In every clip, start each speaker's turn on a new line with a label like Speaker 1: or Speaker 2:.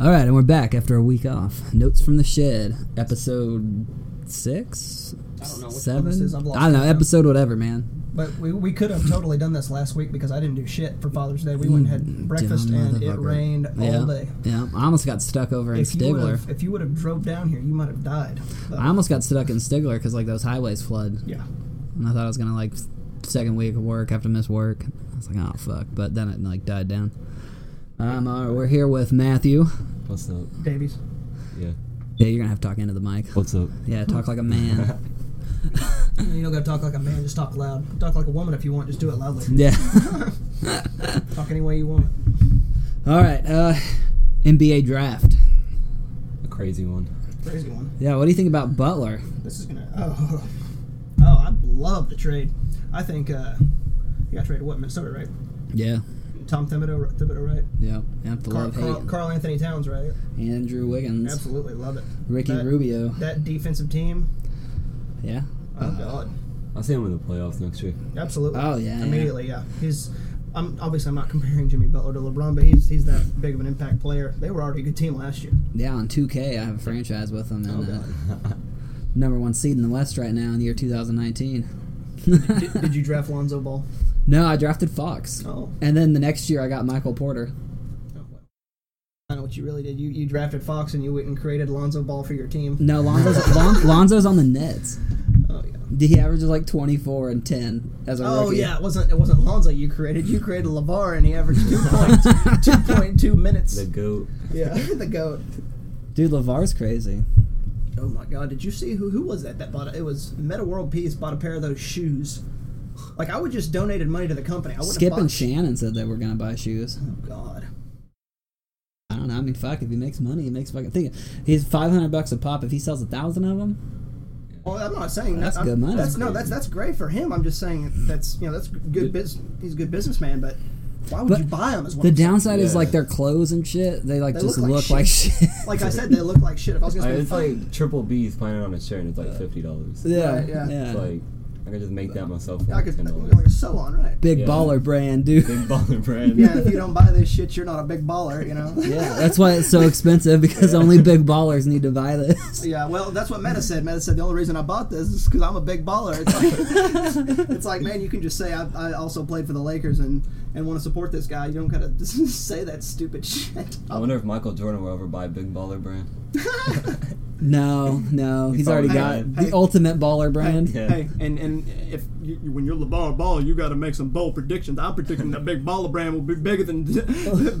Speaker 1: All right, and we're back after a week off. Notes from the Shed, episode six,
Speaker 2: I don't know which one this is. I've
Speaker 1: seven.
Speaker 2: lost
Speaker 1: I don't know
Speaker 2: count.
Speaker 1: episode whatever, man.
Speaker 2: But we, we could have totally done this last week because I didn't do shit for Father's Day. We went and
Speaker 1: Mm,
Speaker 2: had breakfast
Speaker 1: dumb
Speaker 2: and it
Speaker 1: motherfucker.
Speaker 2: rained
Speaker 1: yeah,
Speaker 2: all day.
Speaker 1: yeah. I almost got stuck over in
Speaker 2: If you, uh, would
Speaker 1: Stigler.
Speaker 2: have, if you would have drove down here, you might have died. But-
Speaker 1: I almost got stuck in Stigler because like those highways flood,
Speaker 2: yeah.
Speaker 1: and I thought I was gonna like second week of work have to miss work. I was like, oh fuck, but then it like died down. Um, all right, we're here with Matthew.
Speaker 3: What's up?
Speaker 2: Davies.
Speaker 3: Yeah.
Speaker 1: Yeah, you're gonna have to talk into the mic.
Speaker 3: What's up?
Speaker 1: Yeah, talk like a man.
Speaker 2: You don't got to talk like a man, just talk loud. Talk like a woman if you want, just do it loudly.
Speaker 1: yeah.
Speaker 2: Talk any way you want.
Speaker 1: All right. Uh, NBA draft.
Speaker 3: A crazy one.
Speaker 2: Crazy one.
Speaker 1: Yeah, what do you think about Butler?
Speaker 2: This is gonna. Oh, oh, I love the trade. I think uh, you got traded what Minnesota, right?
Speaker 1: Yeah,
Speaker 2: Tom Thibodeau, Thibodeau, right?
Speaker 1: yeah. You have to
Speaker 2: Carl,
Speaker 1: love
Speaker 2: Carl,
Speaker 1: hate.
Speaker 2: Carl Anthony Towns, right?
Speaker 1: Andrew Wiggins,
Speaker 2: Absolutely love it.
Speaker 1: Ricky
Speaker 2: That-
Speaker 1: Rubio.
Speaker 2: That defensive team.
Speaker 1: Yeah.
Speaker 2: Oh God,
Speaker 3: I see him in the playoffs next year.
Speaker 2: absolutely.
Speaker 1: Uh, Oh, yeah, yeah.
Speaker 2: Immediately, yeah. He's. I'm obviously I'm not comparing Jimmy Butler to LeBron, but he's he's that big of an impact player. They were already a good team last year.
Speaker 1: Yeah, on 2K, I have a franchise with them, and uh,
Speaker 2: God.
Speaker 1: number one seed in the West right now in the year 2019.
Speaker 2: Did, did you draft Lonzo Ball?
Speaker 1: no, I drafted Fox,
Speaker 2: Oh.
Speaker 1: and then the next year I got Michael Porter.
Speaker 2: oh, well. I know what you really did. You you drafted Fox and you went and created Lonzo Ball for your team.
Speaker 1: No, Lonzo's, Lon, Lonzo's on the Nets.
Speaker 2: Oh yeah.
Speaker 1: He averages like 24 and 10 as a
Speaker 2: Oh
Speaker 1: rookie.
Speaker 2: yeah, it wasn't it wasn't Lonzo you created. You created Lavar and he averaged two points, two point two minutes.
Speaker 3: the goat.
Speaker 2: Yeah, the goat.
Speaker 1: dude, Lavar's crazy.
Speaker 2: Oh my god, did you see who who was that that bought it? It was Meta World Peace bought a pair of those shoes. Like I would just donated money to the company. I would
Speaker 1: Skip
Speaker 2: bought,
Speaker 1: and Shannon said they were gonna buy shoes.
Speaker 2: Oh god.
Speaker 1: I don't know. I mean, fuck. If he makes money, he makes fucking. Think he's five hundred bucks a pop. If he sells a thousand of them,
Speaker 2: Well, I'm not saying
Speaker 1: That's
Speaker 2: that,
Speaker 1: good
Speaker 2: I'm,
Speaker 1: money.
Speaker 2: That's no, that's that's great for him. I'm just saying that's you know that's good business. He's a good businessman, but why would
Speaker 1: But
Speaker 2: you buy them? Is what
Speaker 1: the
Speaker 2: I'm saying.
Speaker 1: downside is
Speaker 3: Yeah.
Speaker 1: like their clothes and shit. They like
Speaker 2: They
Speaker 1: just
Speaker 2: look like
Speaker 1: look, like shit.
Speaker 2: Like I said, they look like shit. If I was
Speaker 3: I-
Speaker 2: gonna
Speaker 3: it's
Speaker 2: spend like,
Speaker 3: like triple B's planning on a shirt and it's like fifty dollars.
Speaker 1: yeah,
Speaker 2: Right,
Speaker 1: yeah,
Speaker 2: yeah.
Speaker 3: It's like I can just make that myself for
Speaker 2: I
Speaker 3: like
Speaker 2: could
Speaker 3: ten
Speaker 2: I could look like a
Speaker 3: dollars.
Speaker 2: sew on, right?
Speaker 1: Big
Speaker 3: Yeah.
Speaker 1: baller brand, dude.
Speaker 3: Big baller brand.
Speaker 2: Yeah, if you don't buy this shit, you're not a big baller, you know?
Speaker 1: yeah, that's why it's so expensive because only big ballers need to buy this.
Speaker 2: Yeah, well, that's what Meta said. Meta said the only reason I bought this is because I'm a big baller. It's like, it's like, man, you can just say I, I also played for the Lakers and, and want to support this guy. You don't gotta just say that stupid shit.
Speaker 3: I wonder if Michael Jordan will ever buy Big Baller Brand.
Speaker 1: No, no, he's already got
Speaker 3: probably-
Speaker 1: the
Speaker 2: Hey.
Speaker 1: ultimate baller brand.
Speaker 3: Yeah.
Speaker 2: Hey, and and if you, you- when you're LeBron Ball, you got to make some bold predictions. I'm predicting that big baller brand will be bigger than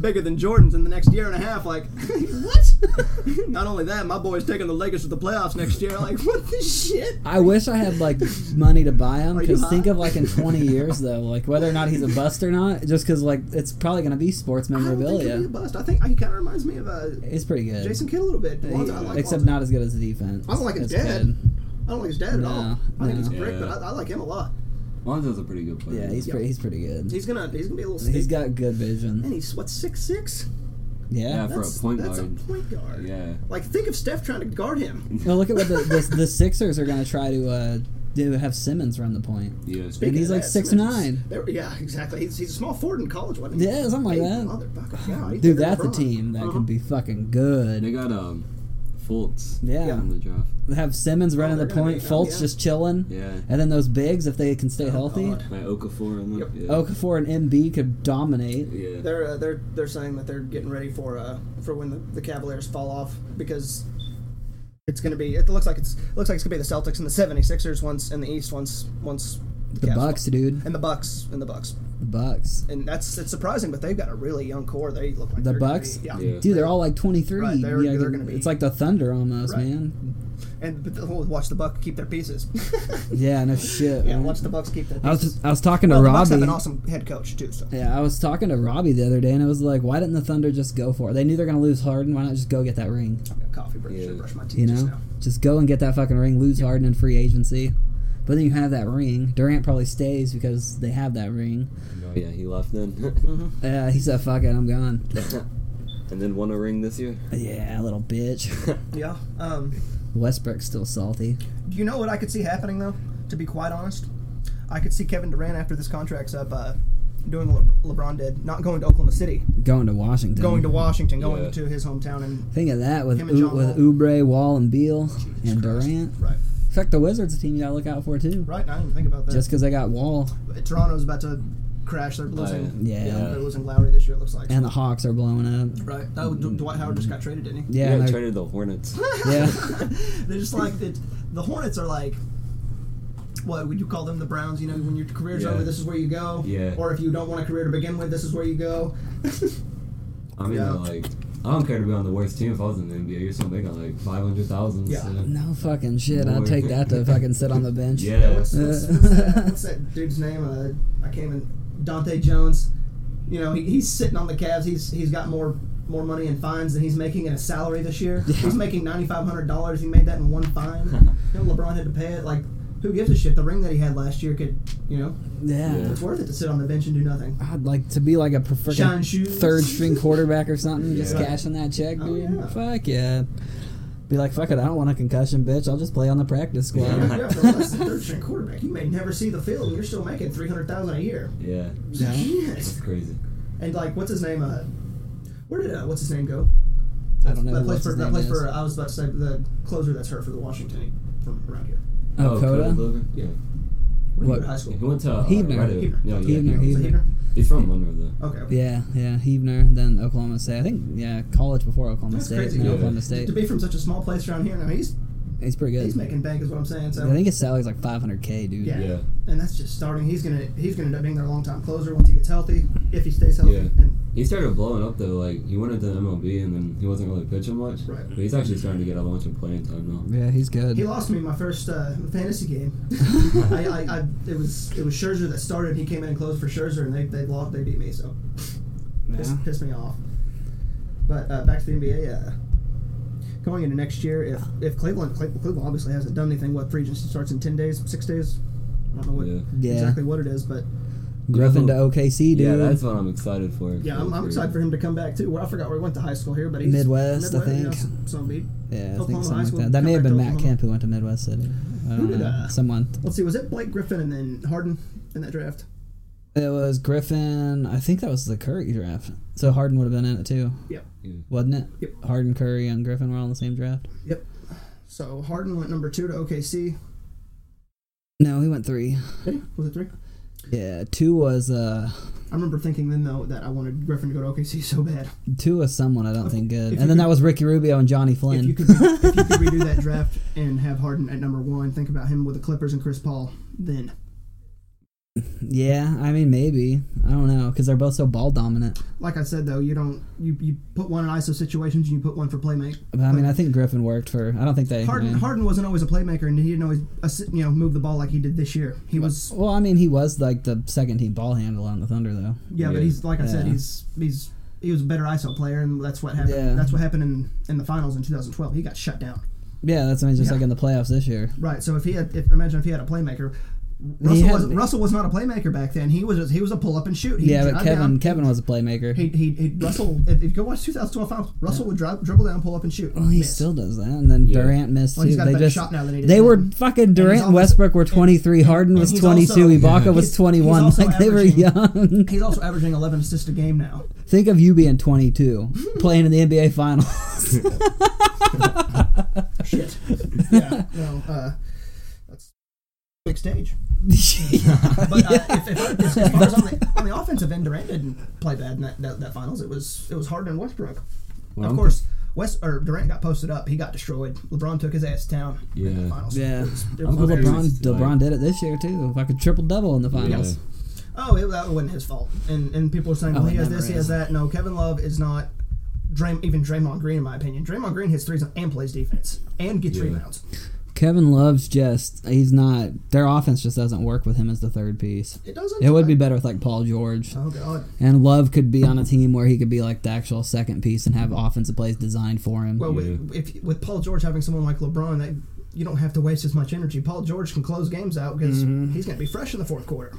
Speaker 2: bigger than Jordan's in the next year and a half. Like, what? Not only that, my boy's taking the Lakers to the playoffs next year. Like, what the shit?
Speaker 1: I wish I had like money to buy him
Speaker 2: Are you
Speaker 1: because
Speaker 2: hot?
Speaker 1: think of like in 20 years though, like whether or not he's a bust or not, just because like it's probably gonna be sports
Speaker 2: I don't think he'll be
Speaker 1: memorabilia.
Speaker 2: a bust. I think he kind of reminds me of uh,
Speaker 1: He's pretty good.
Speaker 2: Jason Kidd a little bit. Lonzo, I like
Speaker 1: except
Speaker 2: Lonzo.
Speaker 1: not as good as the defense.
Speaker 2: I don't like his
Speaker 1: It's
Speaker 2: dad.
Speaker 1: good.
Speaker 2: I don't like his dad at
Speaker 1: No,
Speaker 2: all. I think he's a
Speaker 1: no.
Speaker 2: prick, but
Speaker 3: Yeah.
Speaker 2: I, I like him a lot.
Speaker 3: Lonzo's a pretty good player.
Speaker 1: Yeah, he's
Speaker 2: Yeah.
Speaker 1: pretty. He's pretty good.
Speaker 2: He's gonna he's gonna be a little.
Speaker 1: he's
Speaker 2: stiff.
Speaker 1: got good
Speaker 2: and
Speaker 1: vision.
Speaker 2: he's what six six.
Speaker 1: Yeah.
Speaker 3: Yeah. For a point
Speaker 2: that's
Speaker 3: guard.
Speaker 2: a point guard.
Speaker 3: Yeah.
Speaker 2: Like think of Steph trying to guard him.
Speaker 1: Well, look at what the, the the Sixers are gonna try to uh, do. Have Simmons run the point.
Speaker 3: Yeah.
Speaker 2: Speaking
Speaker 1: he's
Speaker 2: of
Speaker 1: like
Speaker 2: that,
Speaker 1: 6'9".
Speaker 2: Smith is- there- yeah, exactly. He's, he's a small forward in college, wasn't he?
Speaker 1: Yeah, something like
Speaker 2: Hey,
Speaker 1: that.
Speaker 2: motherfucker. Yeah, he's
Speaker 1: Dude,
Speaker 2: bigger than
Speaker 1: that's a
Speaker 2: LeBron.
Speaker 1: team that
Speaker 2: Uh-huh.
Speaker 1: could be fucking good.
Speaker 3: They got um Fultz.
Speaker 1: Yeah.
Speaker 2: Yeah.
Speaker 3: In the draft.
Speaker 1: Have Simmons running
Speaker 2: Oh, they're
Speaker 1: the
Speaker 2: gonna
Speaker 1: point,
Speaker 2: be good,
Speaker 1: Fultz
Speaker 2: yeah.
Speaker 1: just chilling,
Speaker 3: Yeah. Oh,
Speaker 1: and then those bigs if they can stay healthy.
Speaker 2: God.
Speaker 3: Like Okafor and
Speaker 2: Yep.
Speaker 3: yeah.
Speaker 1: Okafor and MB could dominate.
Speaker 3: Yeah.
Speaker 2: They're uh, they're they're saying that they're getting ready for uh for when the, the Cavaliers fall off because it's going to be it looks like it's looks like it's going to be the Celtics and the 76ers once in the East once once
Speaker 1: The
Speaker 2: Cavs fall.
Speaker 1: Bucks, dude.
Speaker 2: and the Bucks and the Bucks
Speaker 1: The Bucks.
Speaker 2: and that's it's surprising but they've got a really young core they look like
Speaker 1: The
Speaker 2: they're gonna
Speaker 1: Bucks?
Speaker 2: be- yeah.
Speaker 3: Yeah.
Speaker 1: Dude, they're all like 23.
Speaker 2: Right, they're-
Speaker 1: yeah,
Speaker 2: they're gonna be-
Speaker 1: it's like the Thunder almost,
Speaker 2: Right.
Speaker 1: man.
Speaker 2: and but the- we'll watch the Bucks keep their pieces
Speaker 1: Yeah, no shit.
Speaker 2: yeah
Speaker 1: man.
Speaker 2: watch the Bucks keep their
Speaker 1: Mm-hmm. I was
Speaker 2: pieces
Speaker 1: I was talking to
Speaker 2: well, the Bucks
Speaker 1: Robbie.
Speaker 2: have an awesome head coach too so
Speaker 1: Yeah, I was talking to Robbie the other day, and I was like, "Why didn't the Thunder just go for it? They knew they're gonna lose Harden. Why not just go get that ring?
Speaker 2: I've got coffee break should
Speaker 3: Yeah.
Speaker 2: brush my teeth
Speaker 1: You
Speaker 2: just
Speaker 1: know,
Speaker 2: now
Speaker 1: just go and get that fucking ring. Lose Harden in free agency, but then you have that ring. Durant probably stays because they have that ring.
Speaker 3: Oh, yeah. He left then.
Speaker 2: Mm-hmm.
Speaker 1: Uh, he said, "Fuck it, I'm gone."
Speaker 3: and then won a ring this year.
Speaker 1: yeah, little bitch.
Speaker 2: yeah um
Speaker 1: Westbrook's still salty.
Speaker 2: You know what I could see happening though, to be quite honest, I could see Kevin Durant after this contract's up uh, doing what Le- LeBron did, not going to Oklahoma City,
Speaker 1: Going to Washington.
Speaker 2: going to Washington, going
Speaker 3: Yeah.
Speaker 2: to his hometown, and
Speaker 1: Think of that with
Speaker 2: Him and
Speaker 1: U-
Speaker 2: John
Speaker 1: with
Speaker 2: Wall.
Speaker 1: Oubre, Wall, and Beal and Durant.
Speaker 2: right,
Speaker 1: In fact, the Wizards a team you gotta look out for too.
Speaker 2: right. I didn't even think about that.
Speaker 1: Just because they got Wall
Speaker 2: Toronto's about to crash. They're losing.
Speaker 1: yeah. Yeah.
Speaker 2: they're losing Lowry this year. It looks like.
Speaker 1: and the Hawks are blowing up.
Speaker 2: right. Oh, D-
Speaker 3: Mm.
Speaker 2: Dwight Howard just got traded, didn't he?
Speaker 1: Yeah,
Speaker 3: yeah,
Speaker 1: and they're-
Speaker 3: traded the Hornets.
Speaker 1: yeah.
Speaker 2: They're just like it, the Hornets are like. What would you call them? The Browns? You know, when your career's
Speaker 3: Yeah.
Speaker 2: over, this is where you go.
Speaker 3: Yeah.
Speaker 2: Or if you don't want a career to begin with, this is where you go.
Speaker 3: I mean,
Speaker 2: Yeah.
Speaker 3: like, I don't care to be on the worst team if I was in the NBA. You're still making like five hundred thousand.
Speaker 2: Yeah.
Speaker 1: No fucking shit. I'd take that to fucking sit on the bench.
Speaker 3: Yeah.
Speaker 2: What's,
Speaker 1: Uh,
Speaker 2: what's, what's, that, what's that dude's name? Uh, I came in Dante Jones. You know, he, he's sitting on the Cavs. He's he's got more more money in fines than he's making in a salary this year. He's making ninety five hundred dollars. He made that in one fine. you know, LeBron had to pay it. Like, who gives a shit? The ring that he had last year could, you know,
Speaker 1: Yeah.
Speaker 2: it's worth it to sit on the bench and do nothing.
Speaker 1: I'd like to be like a
Speaker 2: Shine
Speaker 1: freaking
Speaker 2: shoes.
Speaker 1: third string quarterback or something, just
Speaker 3: Yeah.
Speaker 1: cashing that check, dude.
Speaker 2: Oh, yeah.
Speaker 1: Fuck yeah. Be like, fuck it, I don't want a concussion, bitch. I'll just play on the practice squad.
Speaker 2: You're, you're up to less than third string quarterback. You may never see the field, and you're still making three hundred thousand a year.
Speaker 3: Yeah,
Speaker 1: Yeah.
Speaker 2: Shit.
Speaker 3: it's crazy.
Speaker 2: And like, what's his name? Uh, where did uh, what's his name go?
Speaker 1: I don't know
Speaker 2: That
Speaker 1: who
Speaker 2: place
Speaker 1: his
Speaker 2: for that
Speaker 1: name
Speaker 2: place
Speaker 1: is.
Speaker 2: for uh, I was about to say the closer that's hurt for the Washington from around here.
Speaker 1: oh, Coda?
Speaker 3: Glover?
Speaker 2: Yeah.
Speaker 3: Yeah.
Speaker 2: Where
Speaker 1: What?
Speaker 2: did you go to high school?
Speaker 3: He went to uh,
Speaker 1: Hebner.
Speaker 3: Reddit.
Speaker 2: Hebner.
Speaker 3: No, yeah,
Speaker 1: Hebner,
Speaker 3: Hebner.
Speaker 2: Was it
Speaker 1: Hebner.
Speaker 3: He's from Monroe though.
Speaker 2: Okay. okay.
Speaker 1: Yeah, yeah, Hebner, then Oklahoma State. I think, yeah, college before Oklahoma
Speaker 2: That's
Speaker 1: State,
Speaker 2: crazy.
Speaker 1: then
Speaker 3: Yeah.
Speaker 1: Oklahoma
Speaker 2: To-
Speaker 1: State.
Speaker 2: To be from such a small place around here, now he's
Speaker 1: He's pretty good.
Speaker 2: he's making bank, is what I'm saying. So
Speaker 1: I think his salary's like 500K, dude.
Speaker 2: Yeah.
Speaker 3: Yeah.
Speaker 2: and that's just starting. He's gonna he's gonna end up being their long time closer once he gets healthy, if he stays healthy.
Speaker 3: Yeah.
Speaker 2: And
Speaker 3: He started blowing up though. Like he went into MLB and then he wasn't really pitching much.
Speaker 2: Right.
Speaker 3: But he's actually starting to get a bunch of playing time now.
Speaker 1: Yeah, he's good.
Speaker 2: he lost me my first uh, fantasy game. I, I, I it was it was Scherzer that started. He came in and closed for Scherzer, and they they lost. They beat me. So
Speaker 1: Yeah.
Speaker 2: pissed, pissed me off. But uh, back to the NBA. Uh, going into next year, if if Cleveland Cle- Cleveland obviously hasn't done anything, what free agency starts in ten days, six days? I don't know what
Speaker 3: Yeah.
Speaker 1: Yeah.
Speaker 2: exactly what it is, but
Speaker 1: Growth into OKC, dude.
Speaker 3: Yeah, that's what I'm excited for.
Speaker 2: yeah, I'm, I'm excited for him to come back too. Well, I forgot where he went to high school here, but he's
Speaker 1: Midwest, I
Speaker 2: yeah,
Speaker 1: think.
Speaker 2: some- some beat.
Speaker 1: Yeah, I
Speaker 2: Oklahoma
Speaker 1: think
Speaker 2: high
Speaker 1: something like
Speaker 2: school,
Speaker 1: that. That may
Speaker 2: come
Speaker 1: have
Speaker 2: back
Speaker 1: been
Speaker 2: to
Speaker 1: Matt
Speaker 2: Oklahoma.
Speaker 1: Kemp who went to Midwest City. I
Speaker 2: Who
Speaker 1: don't
Speaker 2: did,
Speaker 1: know.
Speaker 2: uh,
Speaker 1: Someone.
Speaker 2: Let's see, was it Blake Griffin and then Harden in that draft?
Speaker 1: It was Griffin. I think that was the Curry draft. So Harden would have been in it too,
Speaker 2: Yep,
Speaker 1: wasn't it?
Speaker 2: Yep.
Speaker 1: Harden, Curry, and Griffin were all in the same draft.
Speaker 2: yep. So Harden went number two to OKC.
Speaker 1: No, he went three.
Speaker 2: Did he? Was it three?
Speaker 1: Yeah, two was uh,
Speaker 2: I remember thinking then though that I wanted Griffin to go to OKC so bad.
Speaker 1: two was someone I don't think
Speaker 2: If
Speaker 1: good,
Speaker 2: you
Speaker 1: and then
Speaker 2: could-
Speaker 1: that was Ricky Rubio and Johnny Flynn.
Speaker 2: If you, could, if you could redo that draft and have Harden at number one, think about him with the Clippers and Chris Paul. Then
Speaker 1: yeah, I mean maybe I don't know because they're both so ball dominant.
Speaker 2: like I said though, you don't you, you put one in ISO situations and you put one for playmaker.
Speaker 1: But I mean I think Griffin worked for. I don't think they. I
Speaker 2: Harden
Speaker 1: mean-
Speaker 2: Harden wasn't always a playmaker and he didn't always assi- you know move the ball like he did this year. He was
Speaker 1: well, I mean he was like the second team ball handle on the Thunder though.
Speaker 2: yeah, but he's like I said
Speaker 1: Yeah.
Speaker 2: he's he's he was a better ISO player and that's what happened.
Speaker 1: Yeah.
Speaker 2: That's what happened in in the finals in 2012. He got shut down.
Speaker 1: Yeah, that's what I mean. Just
Speaker 2: Yeah.
Speaker 1: like in the playoffs this year.
Speaker 2: Right. So if he had, if imagine if he had a playmaker. Russell,
Speaker 1: had-
Speaker 2: was, Russell was not a playmaker back then. He was he was a pull up and shoot. He
Speaker 1: Yeah, but
Speaker 2: drive
Speaker 1: Kevin
Speaker 2: down.
Speaker 1: Kevin was a playmaker.
Speaker 2: He, he, he Russell. If, if you go watch 2012 finals, Russell would drive, dribble down, pull up, and shoot.
Speaker 3: Oh,
Speaker 1: Well, he still does that, and then
Speaker 3: Yeah.
Speaker 1: Durant missed
Speaker 2: Well,
Speaker 1: too.
Speaker 2: he's got a
Speaker 1: they
Speaker 2: better
Speaker 1: just
Speaker 2: shot now than he did
Speaker 1: they were
Speaker 2: then.
Speaker 1: fucking Durant
Speaker 2: also-
Speaker 1: and Westbrook were twenty three. Harden
Speaker 2: and
Speaker 1: was
Speaker 2: he's
Speaker 1: twenty two.
Speaker 2: also-
Speaker 1: Ibaka was
Speaker 2: he's-
Speaker 1: twenty one.
Speaker 2: he's also
Speaker 1: Like they were
Speaker 2: averaging-
Speaker 1: young.
Speaker 2: He's also averaging 11 assists a game now.
Speaker 1: Think of you being twenty two, playing in the NBA Finals.
Speaker 2: Shit. yeah. No. Uh, that's big stage. But uh, if, if, as far as on the, on the offensive end, Durant didn't play bad in that, that, that finals. It was it was Harden and Westbrook.
Speaker 3: Well,
Speaker 2: of
Speaker 3: I'm-
Speaker 2: course, West or Durant got posted up. He got destroyed. LeBron took his ass to town in
Speaker 3: Yeah.
Speaker 2: the finals.
Speaker 1: yeah,
Speaker 2: It was- it
Speaker 1: Well,
Speaker 2: was hilarious.
Speaker 1: LeBron
Speaker 3: Like-
Speaker 1: LeBron did it this year too. Fucking triple double in the finals.
Speaker 2: Oh, it, that wasn't his fault. And and people are saying,
Speaker 1: Oh,
Speaker 2: well, he
Speaker 1: it
Speaker 2: has
Speaker 1: never
Speaker 2: this, he
Speaker 1: is.
Speaker 2: has that. No, Kevin Love is not. Dray, even Draymond Green, in my opinion, Draymond Green hits threes and plays defense and gets
Speaker 3: Yeah.
Speaker 2: rebounds.
Speaker 1: Kevin Love's just he's not their offense just doesn't work with him as the third piece.
Speaker 2: It doesn't.
Speaker 1: It would be better with like Paul George.
Speaker 2: Oh god.
Speaker 1: And Love could be on a team where he could be like the actual second piece and have offensive plays designed for him.
Speaker 2: Well, with, if with Paul George having someone like LeBron, they, you don't have to waste as much energy. Paul George can close games out because
Speaker 1: Mm-hmm.
Speaker 2: he's going to be fresh in the fourth quarter.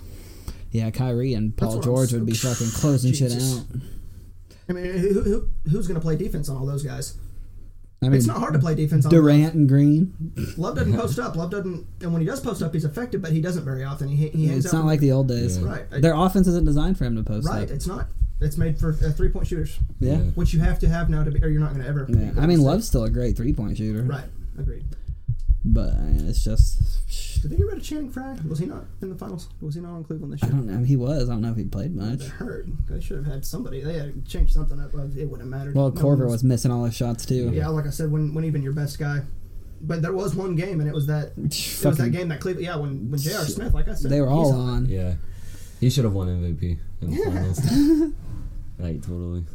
Speaker 1: yeah, Kyrie and Paul
Speaker 2: That's what I'm
Speaker 1: George would be
Speaker 2: saying.
Speaker 1: fucking closing shit
Speaker 2: Jesus.
Speaker 1: out.
Speaker 2: I mean, who, who, who's going to play defense on all those guys?
Speaker 1: I mean,
Speaker 2: it's not hard to play defense on
Speaker 1: Durant and Green.
Speaker 2: Love. Love doesn't post up. Love doesn't, and when he does post up, he's effective, but he doesn't very often. He, he hangs
Speaker 1: It's
Speaker 2: out
Speaker 1: not
Speaker 2: from-
Speaker 1: like the old days.
Speaker 3: Yeah.
Speaker 2: Right. I-
Speaker 1: Their offense isn't designed for him to post
Speaker 2: right.
Speaker 1: up.
Speaker 2: It's not. It's made for uh, three point shooters,
Speaker 1: Yeah.
Speaker 3: Yeah.
Speaker 2: which you have to have now to be, or you're not going to ever. be
Speaker 1: Yeah.
Speaker 2: good
Speaker 1: I mean,
Speaker 2: at
Speaker 1: Love's still a great three point shooter.
Speaker 2: that. Right. Agreed.
Speaker 1: But I mean, it's just.
Speaker 2: Did they get rid of Channing Frye? Was he not in the finals? Was he not on Cleveland this
Speaker 1: I
Speaker 2: year?
Speaker 1: don't know. He was. I don't know if he played much.
Speaker 2: That hurt. They should have had somebody. They had changed something up. but It would have mattered.
Speaker 1: Well,
Speaker 2: No
Speaker 1: Corver
Speaker 2: one's-
Speaker 1: was missing all his shots, too.
Speaker 2: Yeah, like I said, when, when even your best guy, but there was one game, and it was that it was that
Speaker 1: Fucking-
Speaker 2: game that Cleveland. Yeah, when when J.R. Smith, like I said,
Speaker 1: They were all
Speaker 2: he's-
Speaker 1: on.
Speaker 3: Yeah. He should have won MVP in the finals. like totally.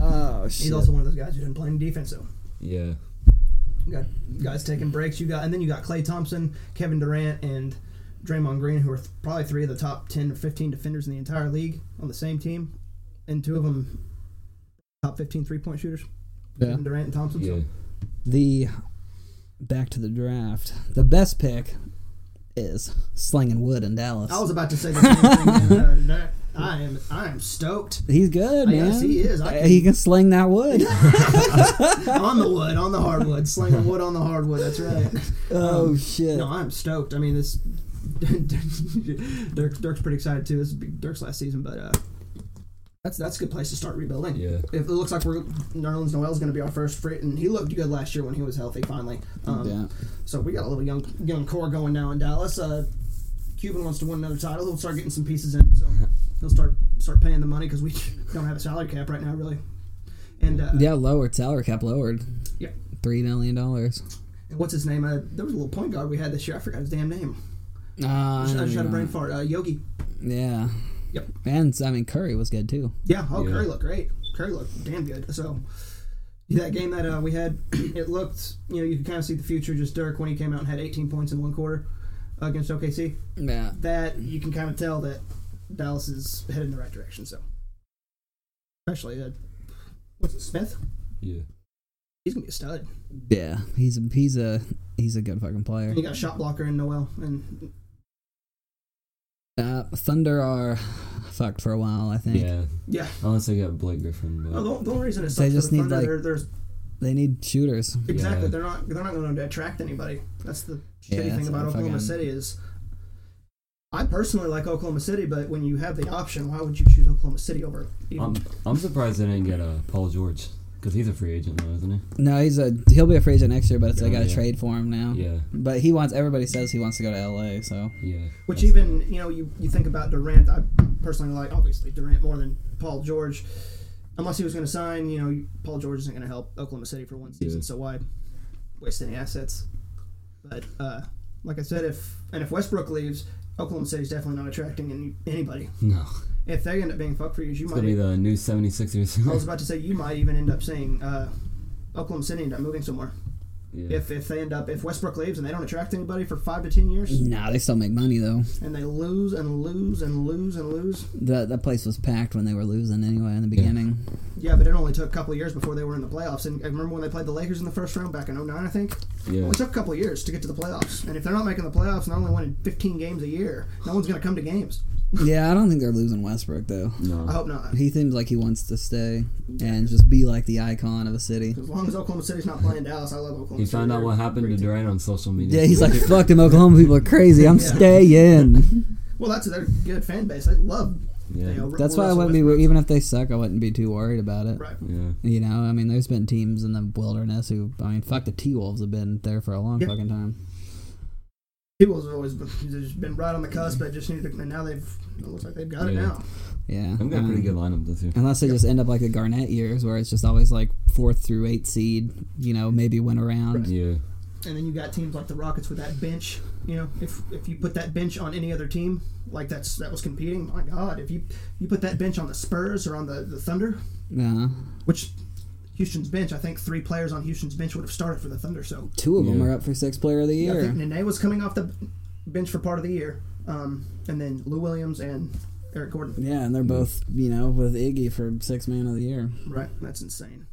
Speaker 1: Oh, shit.
Speaker 2: He's also one of those guys who didn't play any defense. So
Speaker 3: Yeah.
Speaker 2: you got guys taking breaks. You got and then you got Clay Thompson, Kevin Durant, and Draymond Green, who are th- probably three of the top ten or fifteen defenders in the entire league on the same team, and two of them top 15 three point shooters.
Speaker 1: Yeah.
Speaker 2: Kevin Durant and Thompson.
Speaker 3: Yeah.
Speaker 2: So
Speaker 1: the back to the draft. The best pick is slinging wood in Dallas.
Speaker 2: I was about to say the same thing. man. Uh, I am I am stoked.
Speaker 1: He's good, man.
Speaker 2: Yes, he is. I
Speaker 1: Uh, he can sling that wood.
Speaker 2: on the wood, on the hardwood, slinging wood on the hardwood. That's right.
Speaker 1: oh shit!
Speaker 2: Um, No, I'm stoked. I mean, this Dirk, Dirk's pretty excited too. This is Dirk's last season, but uh, that's that's a good place to start rebuilding.
Speaker 3: Yeah.
Speaker 2: If it looks like we're Nerlens Noel's going to be our first free, and he looked good last year when he was healthy. Finally, um,
Speaker 1: yeah.
Speaker 2: so we got a little young young core going now in Dallas. Uh, Cuban wants to win another title. He'll start getting some pieces in. So he'll start start paying the money because we don't have a salary cap right now, really. And uh,
Speaker 1: Yeah, lowered salary cap lowered.
Speaker 2: Yeah.
Speaker 1: Three million dollars.
Speaker 2: And what's his name? Uh, there was a little point guard we had this year. I forgot his damn name.
Speaker 1: Uh, I
Speaker 2: I just, I
Speaker 1: don't
Speaker 2: just had a
Speaker 1: know.
Speaker 2: brain fart. Uh, Yogi.
Speaker 1: Yeah.
Speaker 2: Yep.
Speaker 1: And I mean Curry was good too.
Speaker 2: Yeah. Oh,
Speaker 3: Yeah.
Speaker 2: Curry looked great. Curry looked damn good. So that game that uh, we had, it looked. You know, you could kind of see the future. Just Dirk when he came out and had 18 points in one quarter against OKC.
Speaker 1: Yeah.
Speaker 2: That you can kind of tell that Dallas is headed in the right direction. So especially uh, what's it, Smith?
Speaker 3: Yeah.
Speaker 2: He's gonna be a stud.
Speaker 1: Yeah. He's a he's a he's a good fucking player.
Speaker 2: And you got shot blocker in Noel and
Speaker 1: Uh, Thunder are fucked for a while. I think
Speaker 3: Yeah.
Speaker 2: yeah.
Speaker 3: Unless they got Blake Griffin, but
Speaker 2: No, the, the only reason it's
Speaker 1: They just need, like-
Speaker 2: they're, they're
Speaker 1: they need shooters.
Speaker 2: Exactly.
Speaker 3: Yeah.
Speaker 2: They're not. They're not going to attract anybody. That's the
Speaker 1: Yeah,
Speaker 2: shitty
Speaker 1: that's
Speaker 2: thing about
Speaker 1: what
Speaker 2: Oklahoma
Speaker 1: fucking-
Speaker 2: City is. I personally like Oklahoma City, but when you have the option, why would you choose Oklahoma City over? Even,
Speaker 3: I'm I'm surprised they didn't get uh, Paul George because he's a free agent now, isn't
Speaker 1: No, he's a he'll be a free agent next year, but it's they
Speaker 3: Oh,
Speaker 1: got to
Speaker 3: yeah.
Speaker 1: trade for him now.
Speaker 3: he? Yeah.
Speaker 1: But he wants everybody says he wants to go to LA, so
Speaker 3: Yeah.
Speaker 2: which
Speaker 3: That's-
Speaker 2: even you know you, you think about Durant. I personally like obviously Durant more than Paul George, unless he was going to sign. You know, Paul George isn't going to help Oklahoma City for one season,
Speaker 3: Yeah.
Speaker 2: so why waste any assets? But uh, like I said, if and if Westbrook leaves, Oklahoma City's definitely not attracting any, anybody.
Speaker 3: No.
Speaker 2: If they end up being fuck for you, you
Speaker 3: It's
Speaker 2: might
Speaker 3: gonna be the new 76ers.
Speaker 2: I was about to say you might even end up seeing uh, Oklahoma City end up moving somewhere.
Speaker 3: yeah.
Speaker 2: If if they end up if Westbrook leaves and they don't attract anybody for five to ten years
Speaker 1: nah, they still make money though.
Speaker 3: Mm-hmm.
Speaker 2: and they lose and lose and lose and lose.
Speaker 1: That that place was packed when they were losing anyway in the beginning.
Speaker 2: Yeah, but it only took a couple of years before they were in the playoffs. And I remember when they played the Lakers in the first round back in 09, I think. It
Speaker 3: yeah.
Speaker 2: only took a couple of years to get to the playoffs. And if they're not making the playoffs and they're only winning 15 games a year, no one's going to come to games.
Speaker 1: Yeah. I don't think they're losing Westbrook though.
Speaker 3: No.
Speaker 2: I hope not.
Speaker 1: He seems like he wants to stay and just be like the icon of a city.
Speaker 2: As long as Oklahoma City's not playing Dallas, I love Oklahoma
Speaker 3: He
Speaker 2: City.
Speaker 3: found out
Speaker 2: They're
Speaker 3: what happened to
Speaker 2: great team.
Speaker 3: Durant on social media.
Speaker 1: Yeah, he's like, fuck them Oklahoma people are crazy. I'm
Speaker 2: Yeah.
Speaker 1: staying.
Speaker 2: Well, that's their good fan base. They love. You
Speaker 3: Yeah.
Speaker 2: know,
Speaker 1: That's why I
Speaker 2: Russell
Speaker 1: wouldn't
Speaker 2: Westbrook.
Speaker 1: be even if they suck, I wouldn't be too worried about it.
Speaker 2: Right.
Speaker 3: Yeah.
Speaker 1: You know, I mean, there's been teams in the wilderness who, I mean, fuck the T Wolves have been there for a long
Speaker 2: Yeah.
Speaker 1: fucking time.
Speaker 2: People's always been, just been right on the cusp. They just need to, and now they've it looks like they've got it
Speaker 3: Yeah.
Speaker 2: now.
Speaker 1: Yeah,
Speaker 3: I've got a
Speaker 1: um,
Speaker 3: pretty good lineup this year.
Speaker 1: Unless they just end up like the Garnett years, where it's just always like fourth through eight seed, you know, maybe win around.
Speaker 3: Yeah.
Speaker 2: And then you got teams like the Rockets with that bench. You know, if if you put that bench on any other team, like that's that was competing. My God, if you you put that bench on the Spurs or on the the Thunder,
Speaker 1: Yeah,
Speaker 2: which Houston's bench, I think three players on Houston's bench would have started for the Thunder. So
Speaker 1: two of them
Speaker 3: Yeah.
Speaker 1: are up for sixth player of the
Speaker 2: I
Speaker 1: year.
Speaker 2: think Nene was coming off the bench for part of the year, um, and then Lou Williams and Eric Gordon.
Speaker 1: yeah, and they're both you know with Iggy for sixth man of the year.
Speaker 2: Right, that's insane.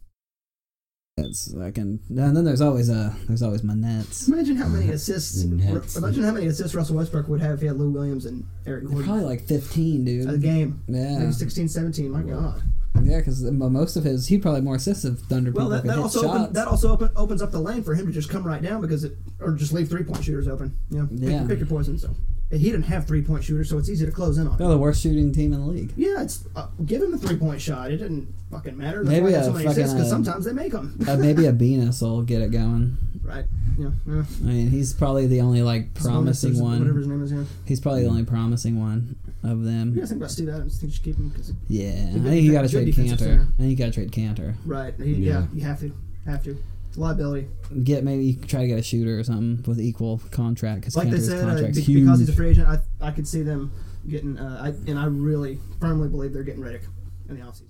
Speaker 1: That's I can. And then there's always uh there's always Manettes.
Speaker 2: Imagine how
Speaker 1: Uh,
Speaker 2: many assists.
Speaker 3: Nets.
Speaker 2: Imagine how many assists Russell Westbrook would have if he had Lou Williams and Eric
Speaker 1: They're
Speaker 2: Gordon
Speaker 1: probably like fifteen,
Speaker 2: a
Speaker 1: dude.
Speaker 2: game.
Speaker 1: Yeah,
Speaker 2: Maybe 16, 17. My
Speaker 3: Wow.
Speaker 2: God,
Speaker 1: Yeah, because most of his, he probably more assists if Thunder
Speaker 2: Well,
Speaker 1: people
Speaker 2: that,
Speaker 1: could
Speaker 2: that
Speaker 1: hit
Speaker 2: also
Speaker 1: shots.
Speaker 2: open, that also open, opens up the lane for him to just come right down because it or just leave three point shooters open. You know, pick,
Speaker 1: Yeah.
Speaker 2: pick your poison. So and he didn't have three point shooters, so it's easy to close in on.
Speaker 1: They're
Speaker 2: Him.
Speaker 1: the worst shooting team in the league.
Speaker 2: Yeah, it's uh, give him a three point shot. It didn't fucking matter. That's
Speaker 1: Maybe
Speaker 2: why he had
Speaker 1: a
Speaker 2: so many assists
Speaker 1: fucking,
Speaker 2: because
Speaker 1: uh,
Speaker 2: sometimes they make them.
Speaker 1: Uh, maybe a Venus will get it going.
Speaker 2: right. Yeah. yeah.
Speaker 1: I mean, he's probably the only like promising
Speaker 2: Sabonis or
Speaker 1: one.
Speaker 2: Whatever his name is. Yeah.
Speaker 1: He's probably the only promising one of them.
Speaker 2: You guys think about Steve Adams? Think you should keep him? 'cause-
Speaker 1: Yeah, I
Speaker 2: good-
Speaker 1: think you got to
Speaker 2: good
Speaker 1: trade
Speaker 2: defensive
Speaker 1: Cantor.
Speaker 2: center.
Speaker 1: I think you got to trade Cantor.
Speaker 2: right. He, yeah.
Speaker 3: Yeah.
Speaker 2: You have to. Have to. It's a liability.
Speaker 1: Get maybe you can try to get a shooter or something with equal contract because
Speaker 2: like they
Speaker 1: Cantor's
Speaker 2: said, uh,
Speaker 1: contract's
Speaker 2: be-
Speaker 1: huge.
Speaker 2: because he's a free agent, I I could see them getting. Uh, I, and I really firmly believe they're getting Riddick in the offseason.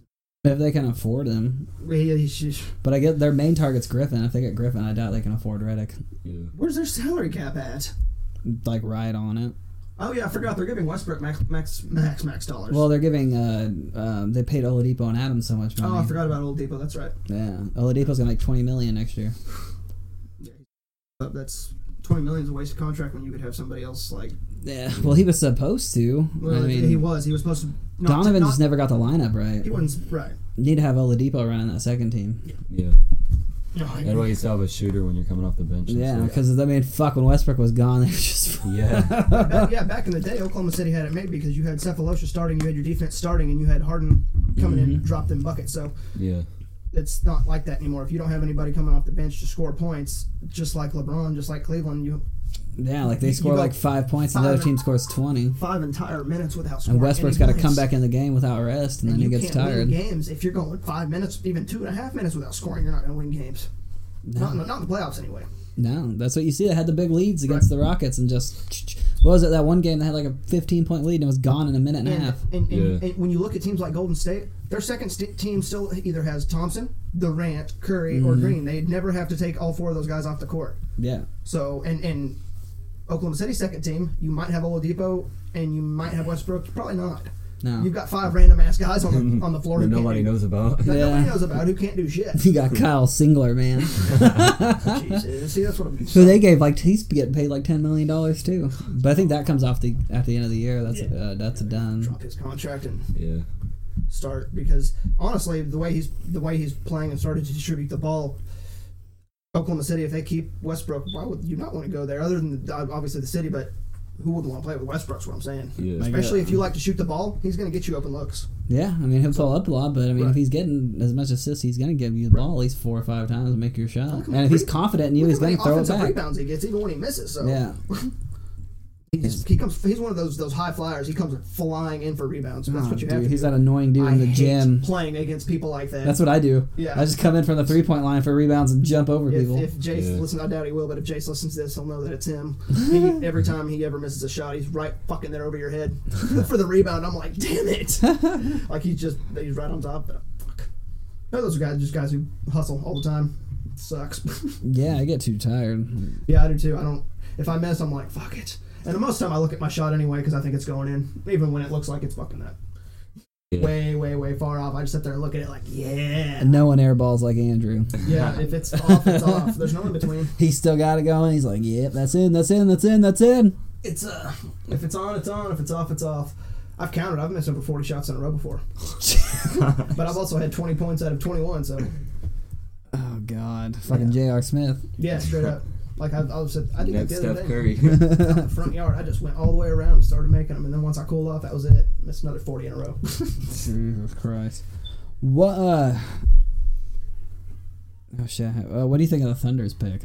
Speaker 1: if they can afford him,
Speaker 2: We- he should-
Speaker 1: but I get their main target's Griffin. If they get Griffin, I doubt they can afford Redick.
Speaker 3: Yeah.
Speaker 2: Where's their salary cap at?
Speaker 1: Like right on it.
Speaker 2: Oh yeah, I forgot they're giving Westbrook max max max max dollars.
Speaker 1: Well, they're giving. Uh, um, they paid Oladipo and Adams so much money.
Speaker 2: oh, I forgot about Old Depot. That's right.
Speaker 1: Yeah, Oladipo's gonna make twenty million next year.
Speaker 2: But Uh, that's twenty million is a wasted contract when you could have somebody else like.
Speaker 1: Yeah. Well, he was supposed to.
Speaker 2: Well,
Speaker 1: I mean,
Speaker 2: he was he was supposed to. Not,
Speaker 1: Donovan
Speaker 2: not-
Speaker 1: just never got the lineup right.
Speaker 2: He wasn't right.
Speaker 1: Need to have Oladipo running that second team.
Speaker 3: Yeah.
Speaker 2: No, I
Speaker 3: That's why you still have a shooter when you're coming off the bench. and
Speaker 1: Yeah,
Speaker 3: stuff.
Speaker 1: because I mean, fuck, when Westbrook was gone, they were just
Speaker 3: Yeah.
Speaker 1: Ah.
Speaker 2: Back- yeah, back in the day, Oklahoma City had it made because you had Cephalosha starting, you had your defense starting, and you had Harden coming
Speaker 1: Mm-hmm.
Speaker 2: in and drop them buckets. So
Speaker 3: Yeah.
Speaker 2: it's not like that anymore. If you don't have anybody coming off the bench to score points, just like LeBron, just like Cleveland, you
Speaker 1: yeah, like they
Speaker 2: You
Speaker 1: score
Speaker 2: got
Speaker 1: like five points, and
Speaker 2: five
Speaker 1: the other
Speaker 2: and-
Speaker 1: team scores twenty.
Speaker 2: five entire minutes without scoring.
Speaker 1: And Westbrook's got
Speaker 2: any
Speaker 1: to come
Speaker 2: points.
Speaker 1: back in the game without rest, and then
Speaker 2: you
Speaker 1: he gets
Speaker 2: can't Win
Speaker 1: tired.
Speaker 2: games if you're going five minutes, even two and a half minutes without scoring, you're not going to win games. Not, in the, not in the playoffs anyway.
Speaker 1: No, that's what you see. They had the big leads against the Rockets, and just what was it? That one game they had like a fifteen point lead, and it was gone in a minute and a
Speaker 2: And,
Speaker 1: half.
Speaker 2: and, and,
Speaker 3: Yeah.
Speaker 2: and when you look at teams like Golden State, their second st- team still either has Thompson, Durant, Curry, or
Speaker 1: Mm-hmm.
Speaker 2: Green. They never have to take all four of those guys off the court.
Speaker 1: Yeah,
Speaker 2: So and and Oklahoma City's second team, you might have Oladipo and you might have Westbrook. Probably not.
Speaker 1: No.
Speaker 2: You've got five random ass guys on the on the floor.
Speaker 3: That
Speaker 2: who can't
Speaker 3: nobody
Speaker 2: do-
Speaker 3: knows about.
Speaker 2: that nobody
Speaker 1: Yeah.
Speaker 2: knows about who can't do shit.
Speaker 1: you got Kyle Singler, man.
Speaker 2: Jesus. See, that's what I'm.
Speaker 1: Who they gave like he's getting paid like ten million dollars too. But I think that comes off the at the end of the year. That's uh, that's done.
Speaker 2: Drop his contract and
Speaker 3: Yeah.
Speaker 2: start because honestly, the way he's the way he's playing and started to distribute the ball. Oklahoma City, if they keep Westbrook, why would you not want to go there? Other than the, obviously the city, but who wouldn't want to play with Westbrook's what I'm saying.
Speaker 3: Yeah.
Speaker 1: Like-
Speaker 2: Especially if you like to shoot the ball, he's going to get you open looks.
Speaker 1: Yeah, I mean he'll pull up a lot, but I mean
Speaker 2: Right.
Speaker 1: if he's getting as much assists, he's gonna give you the ball at least four or five times and make your shot.
Speaker 2: Look at
Speaker 1: And if he's
Speaker 2: Reed.
Speaker 1: confident in you,
Speaker 2: Look
Speaker 1: he's
Speaker 2: how many
Speaker 1: gonna throw it
Speaker 2: offensive
Speaker 1: back.
Speaker 2: rebounds he gets, even when he misses. So
Speaker 1: Yeah,
Speaker 2: he, just, he comes. He's one of those those high flyers. He comes flying in for rebounds. and That's
Speaker 1: Oh,
Speaker 2: what you
Speaker 1: dude,
Speaker 2: have. To
Speaker 1: he's
Speaker 2: do.
Speaker 1: that annoying dude
Speaker 2: I
Speaker 1: in the
Speaker 2: hate
Speaker 1: gym.
Speaker 2: playing against people like that.
Speaker 1: That's what I do.
Speaker 2: Yeah.
Speaker 1: I just come in from the three point line for rebounds and jump over
Speaker 2: if,
Speaker 1: people.
Speaker 2: if Jace
Speaker 3: Yeah.
Speaker 2: listen, I doubt he will, but if Jace listens to this, he'll know that it's him. He, every time he ever misses a shot, he's right fucking there over your head for the rebound. I'm like, damn it! like he's just he's right on top. But fuck, no, those are guys just guys who hustle all the time. It sucks.
Speaker 1: yeah, I get too tired.
Speaker 2: Yeah, I do too. I don't. If I miss, I'm like, fuck it. And most of the time, I look at my shot anyway because I think it's going in, even when it looks like it's fucking that
Speaker 3: Yeah.
Speaker 2: way, way, way far off. I just sit there and look at it like, yeah,
Speaker 1: No one airballs like Andrew.
Speaker 2: yeah. If it's off, it's off. There's no in between.
Speaker 1: He's still got it going. He's like, yep, that's in, that's in, that's in, that's in.
Speaker 2: It's uh, if it's on, it's on. If it's off, it's off. I've counted. I've missed over 40 shots in a row before, but I've also had 20 points out of 21. So
Speaker 1: oh God, fucking J.R. Smith.
Speaker 2: yeah, straight up. Like I, I was, I did that
Speaker 3: Next
Speaker 2: the other
Speaker 3: Steph
Speaker 2: day.
Speaker 3: Curry.
Speaker 2: Out in the front yard. I just went all the way around, and started making them, and then once I cooled off, that was it. Missed another 40 in a row.
Speaker 1: Jesus Christ. What? uh Oh shit! Uh, what do you think of the Thunder's pick?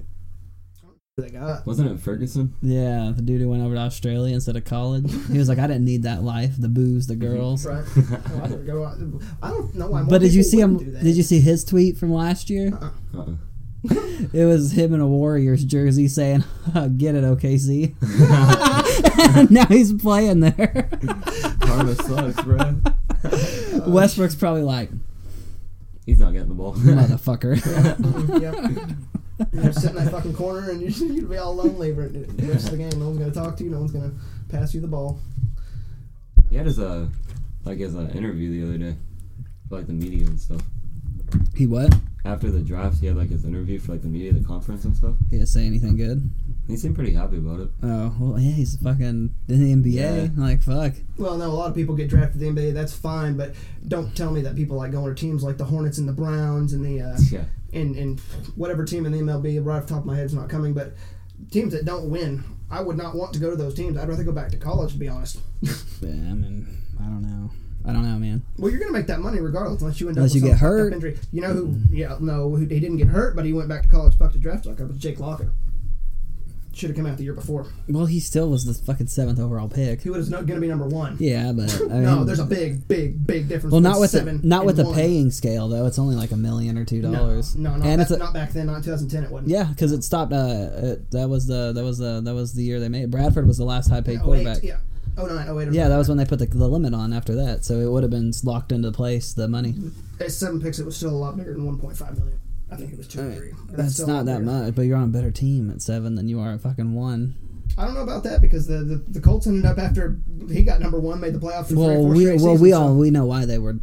Speaker 2: they got.
Speaker 3: Wasn't it Ferguson?
Speaker 1: Yeah, the dude who went over to Australia instead of college. He was like, I didn't need that life, the booze, the girls.
Speaker 2: Right. Oh, I, don't go out- I don't know why. more
Speaker 1: But did you
Speaker 2: people
Speaker 1: see him?
Speaker 2: wouldn't do that. Oh.
Speaker 1: Did you see his tweet from last year?
Speaker 3: Uh-uh.
Speaker 1: It was him in a Warriors jersey saying, "Get it, OKC." now he's playing there.
Speaker 3: Karma sucks, bro.
Speaker 1: Westbrook's probably like,
Speaker 3: He's not getting the ball.
Speaker 1: "Motherfucker."
Speaker 2: Yep. You're sit in that fucking corner and you're, you'd be all lonely for the rest of the game. No one's gonna talk to you. No one's gonna pass you the ball.
Speaker 3: he had his uh, like his uh, interview the other day, for, like the media and stuff.
Speaker 1: he what?
Speaker 3: After the draft, he had like his interview for like the media, the conference and stuff.
Speaker 1: He didn't say anything good.
Speaker 3: He seemed pretty happy about it.
Speaker 1: Oh well, yeah, he's fucking in the
Speaker 3: Yeah.
Speaker 1: NBA. Like fuck.
Speaker 2: Well, no, a lot of people get drafted to the NBA. That's fine, but don't tell me that people like going to teams like the Hornets and the Browns and the uh,
Speaker 3: Yeah.
Speaker 2: and and whatever team in the MLB right off the top of my head's not coming, but teams that don't win, I would not want to go to those teams. I'd rather go back to college, to be honest.
Speaker 1: Yeah, I mean, I don't know. I don't know, man.
Speaker 2: Well, you're gonna make that money regardless, unless you end up
Speaker 1: Unless
Speaker 2: with
Speaker 1: you
Speaker 2: some
Speaker 1: get
Speaker 2: fucked up
Speaker 1: hurt.
Speaker 2: Injury. You know who? Yeah, no, who, he didn't get hurt, but he went back to college, fucked a draft like up with Jake Locker. Should have come out the year before.
Speaker 1: Well, he still was the fucking seventh overall pick.
Speaker 2: He was not gonna be number one.
Speaker 1: Yeah, but I
Speaker 2: No,
Speaker 1: mean-
Speaker 2: there's a big, big, big difference.
Speaker 1: well,
Speaker 2: between
Speaker 1: not with the
Speaker 2: seven
Speaker 1: not
Speaker 2: and
Speaker 1: with the
Speaker 2: one.
Speaker 1: paying scale though. It's only like a million or two dollars.
Speaker 2: No, no, not,
Speaker 1: and
Speaker 2: back,
Speaker 1: it's a,
Speaker 2: not back then, not in 2010. It wasn't.
Speaker 1: yeah, because it stopped. Uh, uh that was the that was the that was the year they made. Bradford was the last high paid
Speaker 2: 08,
Speaker 1: quarterback.
Speaker 2: Oh, yeah. Oh, 09, 08.
Speaker 1: Yeah, that was when they put the, the limit on after that, so it would have been locked into place the money.
Speaker 2: At seven picks, it was still a lot bigger than 1.5 million. I think it was two or three.
Speaker 1: That's,
Speaker 2: still a lot
Speaker 1: not that
Speaker 2: bigger.
Speaker 1: much, but you're on a better team at seven than you are at fucking one.
Speaker 2: I don't know about that because the, the, the Colts ended up after he got number one, made the playoffs. For three or
Speaker 1: Well,
Speaker 2: four
Speaker 1: we well
Speaker 2: straight
Speaker 1: we
Speaker 2: seasons, so-
Speaker 1: all we know why they were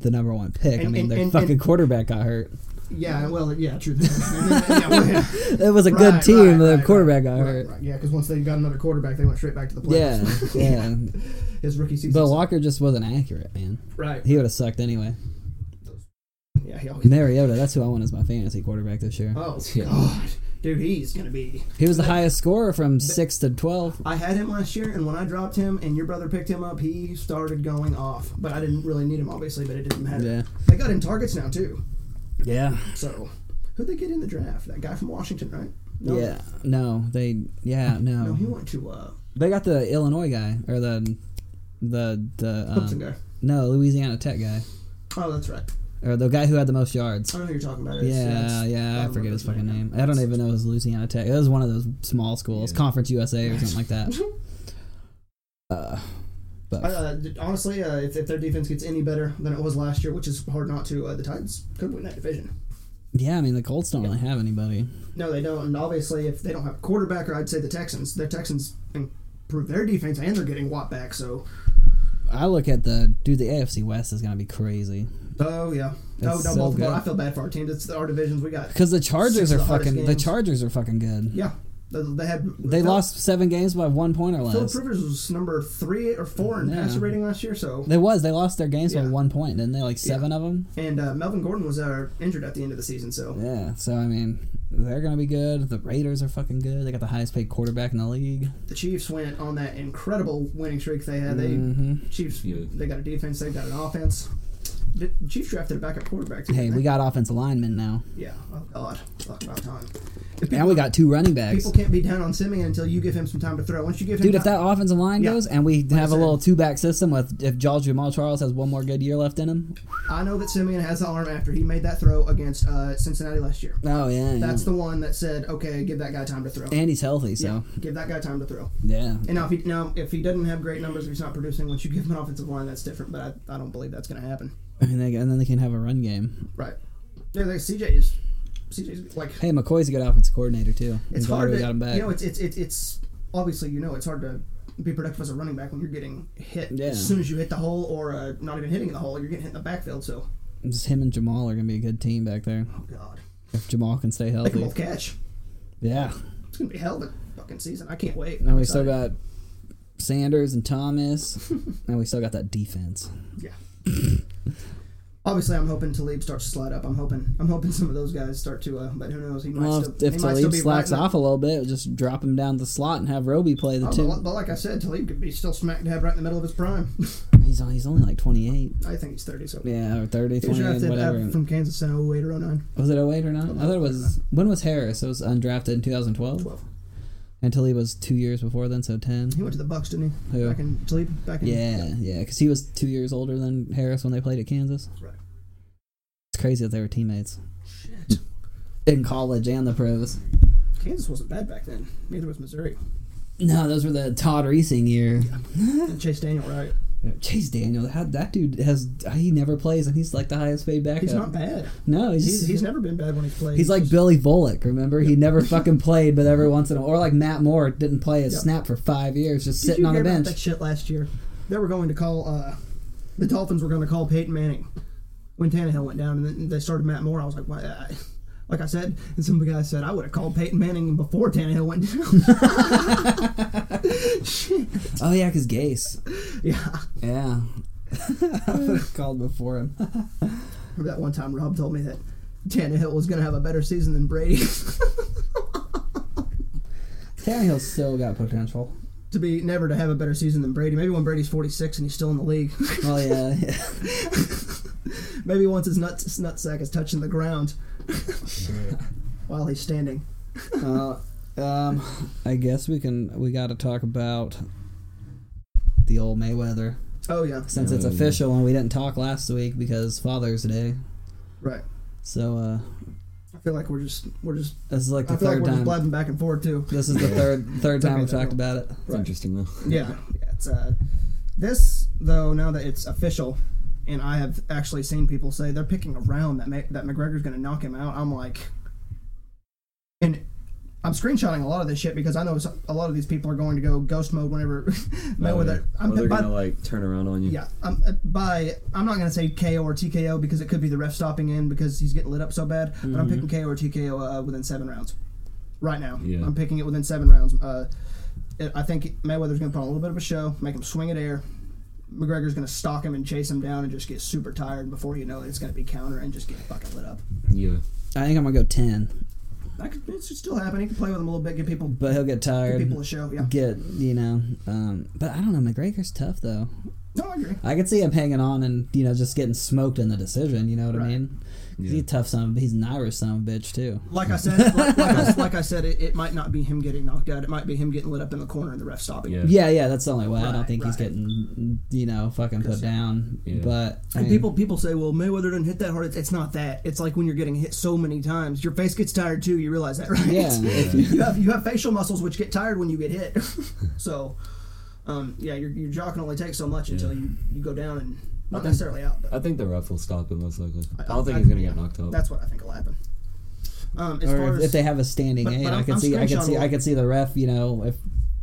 Speaker 1: the number one pick. I
Speaker 2: And-
Speaker 1: mean,
Speaker 2: and-
Speaker 1: their
Speaker 2: and-
Speaker 1: fucking
Speaker 2: and-
Speaker 1: quarterback got hurt.
Speaker 2: Yeah, well, yeah, true. yeah, well, yeah.
Speaker 1: It was a
Speaker 2: Right,
Speaker 1: good team,
Speaker 2: right,
Speaker 1: but the
Speaker 2: right,
Speaker 1: quarterback got
Speaker 2: right,
Speaker 1: hurt.
Speaker 2: right. Yeah, because once they got another quarterback, they went straight back to the
Speaker 1: Yeah,
Speaker 2: playoffs.
Speaker 1: yeah.
Speaker 2: his rookie season.
Speaker 1: But Walker just wasn't accurate, man.
Speaker 2: right.
Speaker 1: He would have sucked anyway.
Speaker 2: yeah, he always.
Speaker 1: Mariota, that's who I want as my fantasy quarterback this year.
Speaker 2: Oh
Speaker 3: Yeah.
Speaker 2: God, dude, he's gonna be.
Speaker 1: He was the highest scorer from six to twelve.
Speaker 2: I had him last year, and when I dropped him, and your brother picked him up, he started going off. But I didn't really need him, obviously. But it didn't matter.
Speaker 1: Yeah,
Speaker 2: They got him targets now too.
Speaker 1: yeah,
Speaker 2: So, who'd they get in the draft? That guy from Washington, right? No.
Speaker 1: yeah. Um, No, they. Yeah,
Speaker 2: No,
Speaker 1: no.
Speaker 2: he went to uh,
Speaker 1: They got the Illinois guy or the the the
Speaker 2: Clemson
Speaker 1: um,
Speaker 2: guy.
Speaker 1: no Louisiana Tech guy
Speaker 2: Oh, that's right.
Speaker 1: or the guy who had the most yards.
Speaker 2: I don't know who you're talking about. It's-
Speaker 1: Yeah,
Speaker 2: it's-
Speaker 1: yeah, I
Speaker 2: don't
Speaker 1: forget his
Speaker 2: remember
Speaker 1: fucking name. I don't even know it was Louisiana Tech. It was one of those small schools,
Speaker 3: Yeah.
Speaker 1: Conference USA or something like that. Uh,
Speaker 2: I,
Speaker 1: but
Speaker 2: uh, honestly, uh, if, if their defense gets any better than it was last year, which is hard not to, uh, the Titans could win that division.
Speaker 1: yeah, I mean the Colts don't really have anybody.
Speaker 2: No, they don't. And obviously, if they don't have a quarterbacker, I'd say the Texans. Their Texans improve their defense, and they're getting Watt back. So,
Speaker 1: I look at the dude. The AFC West is gonna be crazy
Speaker 2: oh yeah, no, no,
Speaker 1: That's so
Speaker 2: Baltimore.
Speaker 1: good.
Speaker 2: I feel bad for our teams. It's our divisions. We got
Speaker 1: because the
Speaker 2: Six
Speaker 1: Chargers
Speaker 2: of
Speaker 1: are
Speaker 2: the hardest
Speaker 1: fucking. The
Speaker 2: games.
Speaker 1: Chargers are fucking good.
Speaker 2: yeah. They, they had
Speaker 1: They
Speaker 2: Phil-
Speaker 1: lost seven games by one point or
Speaker 2: Philip
Speaker 1: less.
Speaker 2: Rivers was number three or four in
Speaker 1: Yeah.
Speaker 2: passer rating last year. So,
Speaker 1: They was. They lost their games by
Speaker 2: Yeah.
Speaker 1: one point, didn't they? Like seven of 'em?
Speaker 2: and uh, Melvin Gordon was uh, injured at the end of the season.
Speaker 1: of
Speaker 2: So,
Speaker 1: them. Yeah. So I mean, they're gonna be good. The Raiders are fucking good. They got the highest paid quarterback in the league.
Speaker 2: the Chiefs went on that incredible winning streak they had. They
Speaker 1: hmm
Speaker 2: Chiefs.
Speaker 3: Yeah.
Speaker 2: They got a defense. They got an offense. The Chiefs drafted a backup quarterback. Too,
Speaker 1: Hey,
Speaker 2: didn't
Speaker 1: we got offensive linemen now.
Speaker 2: they? yeah. Oh God, talk about time.
Speaker 1: Now we got two running backs.
Speaker 2: People can't be down on Simeon until you give him some time to throw. Once you give him,
Speaker 1: Dude, if
Speaker 2: time,
Speaker 1: that offensive line
Speaker 2: Yeah.
Speaker 1: goes and we
Speaker 2: I
Speaker 1: have a
Speaker 2: said.
Speaker 1: little two back system with if George Jamal Charles has one more good year left in him.
Speaker 2: I know that Simeon has the arm after he made that throw against uh, Cincinnati last year.
Speaker 1: Oh yeah. yeah.
Speaker 2: That's the one that said, "Okay, give that guy time to throw."
Speaker 1: and he's healthy, so
Speaker 2: Give that guy time to throw.
Speaker 1: yeah.
Speaker 2: And now if, he, now, if he doesn't have great numbers, if he's not producing, once you give him an offensive line, that's different. But I, I don't believe that's going to happen.
Speaker 1: And, they, and then they can have a run game.
Speaker 2: Right? Yeah, like CJ is CJ's like
Speaker 1: Hey, McCoy's a good offensive coordinator too.
Speaker 2: it's
Speaker 1: I'm glad
Speaker 2: hard
Speaker 1: we
Speaker 2: to
Speaker 1: got him back.
Speaker 2: you know it's it's it's it's obviously you know it's hard to be productive as a running back when you're getting hit
Speaker 1: Yeah.
Speaker 2: as soon as you hit the hole or uh, not even hitting the hole you're getting hit in the backfield so
Speaker 1: Just him and Jamal are gonna be a good team back there
Speaker 2: oh god
Speaker 1: if Jamal can stay
Speaker 2: they can
Speaker 1: healthy.
Speaker 2: both catch
Speaker 1: Yeah.
Speaker 2: it's gonna be hell of a fucking season I can't wait
Speaker 1: Now
Speaker 2: I'm
Speaker 1: we still
Speaker 2: excited.
Speaker 1: got Sanders and Thomas, and we still got that defense.
Speaker 2: obviously I'm hoping Talib starts to slide up I'm hoping I'm hoping some of those guys start to uh, but who knows he might
Speaker 1: Well,
Speaker 2: still
Speaker 1: if, if
Speaker 2: he might still
Speaker 1: Talib
Speaker 2: be
Speaker 1: slacks
Speaker 2: right in the-
Speaker 1: off a little bit, just drop him down the slot and have Roby play the
Speaker 2: Oh,
Speaker 1: two.
Speaker 2: but, but like I said, Talib could be still smack dab right in the middle of his prime.
Speaker 1: He's on, he's only like 28.
Speaker 2: I think he's 30, so.
Speaker 1: Yeah, or 30,
Speaker 2: He was
Speaker 1: 28,
Speaker 2: drafted
Speaker 1: whatever.
Speaker 2: uh, from Kansas in 08 or 09.
Speaker 1: was it 08 or not? I thought it was. When was Harris? It was undrafted in 2012.
Speaker 2: 12.
Speaker 1: And Talib was two years before then, so 10.
Speaker 2: He went to the Bucks, didn't he?
Speaker 1: Who?
Speaker 2: Back in Talib, back in
Speaker 1: Yeah, yeah, because he was two years older than Harris when they played at Kansas.
Speaker 2: Right.
Speaker 1: It's crazy that they were teammates
Speaker 2: Shit.
Speaker 1: in college and the pros.
Speaker 2: Kansas wasn't bad back then. Neither was Missouri.
Speaker 1: No, those were the Todd Reesing year.
Speaker 2: And Chase Daniel, right?
Speaker 1: Chase Daniel, how, that dude has he never plays and he's like the highest paid backup.
Speaker 2: He's not bad.
Speaker 1: No, he's
Speaker 2: He's, he's never been bad when he's played.
Speaker 1: He's like Billy Bullock, remember? He never fucking played, but every once in a while. Or like Matt Moore didn't play a
Speaker 2: Yep.
Speaker 1: snap for five years, just
Speaker 2: Did
Speaker 1: sitting
Speaker 2: you
Speaker 1: on
Speaker 2: hear
Speaker 1: a
Speaker 2: about
Speaker 1: bench.
Speaker 2: That shit last year. They were going to call. Uh, the Dolphins were going to call Peyton Manning when Tannehill went down, and then they started Matt Moore. I was like, why? I, like I said, and some guy said I would have called Peyton Manning before Tannehill went down. Shit.
Speaker 1: Oh yeah, cause Gase.
Speaker 2: Yeah.
Speaker 1: Yeah. I would have called before him.
Speaker 2: Remember that one time Rob told me that Tannehill was going to have a better season than Brady.
Speaker 1: Tannehill still got potential.
Speaker 2: to be never to have a better season than Brady. Maybe when Brady's 46 and he's still in the league.
Speaker 1: Well, yeah, yeah.
Speaker 2: Maybe once his nuts his nutsack is touching the ground while he's standing.
Speaker 1: Uh, um, I guess we can. We got to talk about the old Mayweather
Speaker 2: Oh yeah,
Speaker 1: since it's
Speaker 3: Yeah.
Speaker 1: official and we didn't talk last week because Father's Day.
Speaker 2: right.
Speaker 1: So uh,
Speaker 2: I feel like we're just we're just
Speaker 1: this is like the
Speaker 2: I feel like
Speaker 1: third
Speaker 2: we're just
Speaker 1: time.
Speaker 2: blabbing back and forth too.
Speaker 1: This is the third third time
Speaker 2: Okay,
Speaker 1: we've
Speaker 2: no,
Speaker 1: talked
Speaker 2: no.
Speaker 1: about it.
Speaker 3: It's interesting though.
Speaker 2: Yeah, yeah. It's uh, this though now that it's official, and I have actually seen people say they're picking a round that Ma- that McGregor's going to knock him out. I'm like, and I'm screenshotting a lot of this shit because I know some- a lot of these people are going to go ghost mode whenever Mayweather.
Speaker 3: I'm
Speaker 2: I'm,
Speaker 3: Oh, they're
Speaker 2: by,
Speaker 3: gonna like turn around on you.
Speaker 2: yeah, I'm uh, by I'm not going to say KO or TKO because it could be the ref stopping in because he's getting lit up so bad. But I'm picking KO or TKO uh, within seven rounds. Right now,
Speaker 3: Yeah.
Speaker 2: I'm picking it within seven rounds. Uh, it- I think Mayweather's going to put on a little bit of a show, make him swing at air. McGregor's going to stalk him and chase him down and just get super tired. and Before you know it, it's going to be counter and just get fucking lit up.
Speaker 3: Yeah.
Speaker 1: I think I'm gonna go ten,
Speaker 2: That could, it should still happen. He can play with him a little bit, give people
Speaker 1: but he'll get
Speaker 2: give
Speaker 1: tired.
Speaker 2: people a show. Yeah,
Speaker 1: Get you know, um, but I don't know. McGregor's tough though.
Speaker 2: no, I agree.
Speaker 1: I could see him hanging on and you know just getting smoked in the decision. You know what I
Speaker 2: Right.
Speaker 1: mean? 'Cause
Speaker 3: Yeah.
Speaker 1: He's a tough son. Of, he's an Irish son of a bitch too.
Speaker 2: Like I said, like, like, I, like I said, it, it might not be him getting knocked out. It might be him getting lit up in the corner and the ref stopping. him.
Speaker 3: Yeah.
Speaker 1: Yeah, yeah. That's the only way. I don't
Speaker 2: Right,
Speaker 1: think he's
Speaker 2: right.
Speaker 1: getting you know fucking put down.
Speaker 3: Yeah.
Speaker 1: But I mean,
Speaker 2: And people people say, well, Mayweather didn't hit that hard. It's, it's not that. It's like when you're getting hit so many times, your face gets tired too. You realize that, right?
Speaker 1: Yeah. if you-
Speaker 2: you have you have facial muscles which get tired when you get hit. so, um, yeah, your, your jaw can only take so much until you, you go down and not necessarily out. But
Speaker 3: I think the ref will stop him most likely. I, don't think
Speaker 2: I-
Speaker 3: he's gonna
Speaker 2: yeah.
Speaker 3: get knocked out.
Speaker 2: that's what I think will happen. Um, as
Speaker 1: or
Speaker 2: far
Speaker 1: if,
Speaker 2: as
Speaker 1: if they have a standing
Speaker 2: But-
Speaker 1: eight,
Speaker 2: but
Speaker 1: I
Speaker 2: I'm-
Speaker 1: could
Speaker 2: I'm
Speaker 1: see, I could see,
Speaker 2: screenshotting-
Speaker 1: I could see the ref. You know, if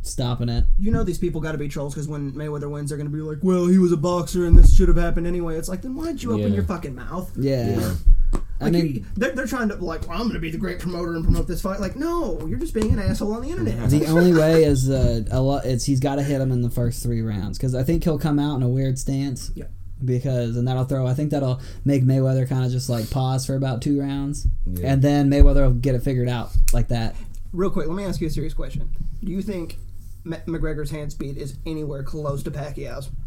Speaker 1: stopping it.
Speaker 2: you know, these people got to be trolls because when Mayweather wins, they're gonna be like, well, he was a boxer and this should have happened anyway. It's like, then why did you open
Speaker 3: Yeah.
Speaker 2: your fucking mouth?
Speaker 1: Yeah.
Speaker 3: Yeah.
Speaker 1: I
Speaker 2: Like
Speaker 1: mean,
Speaker 2: you, they're, they're trying to like, well, I'm going to be the great promoter and promote this fight. Like, no, you're just being an asshole on the internet.
Speaker 1: the only way is uh, a lot. It's he's got to hit him in the first three rounds because I think he'll come out in a weird stance.
Speaker 2: Yeah.
Speaker 1: Because and that'll throw. I think that'll make Mayweather kind of just like pause for about two rounds,
Speaker 3: Yeah.
Speaker 1: and then Mayweather will get it figured out like that.
Speaker 2: Real quick, let me ask you a serious question. Do you think Ma- McGregor's hand speed is anywhere close to Pacquiao's?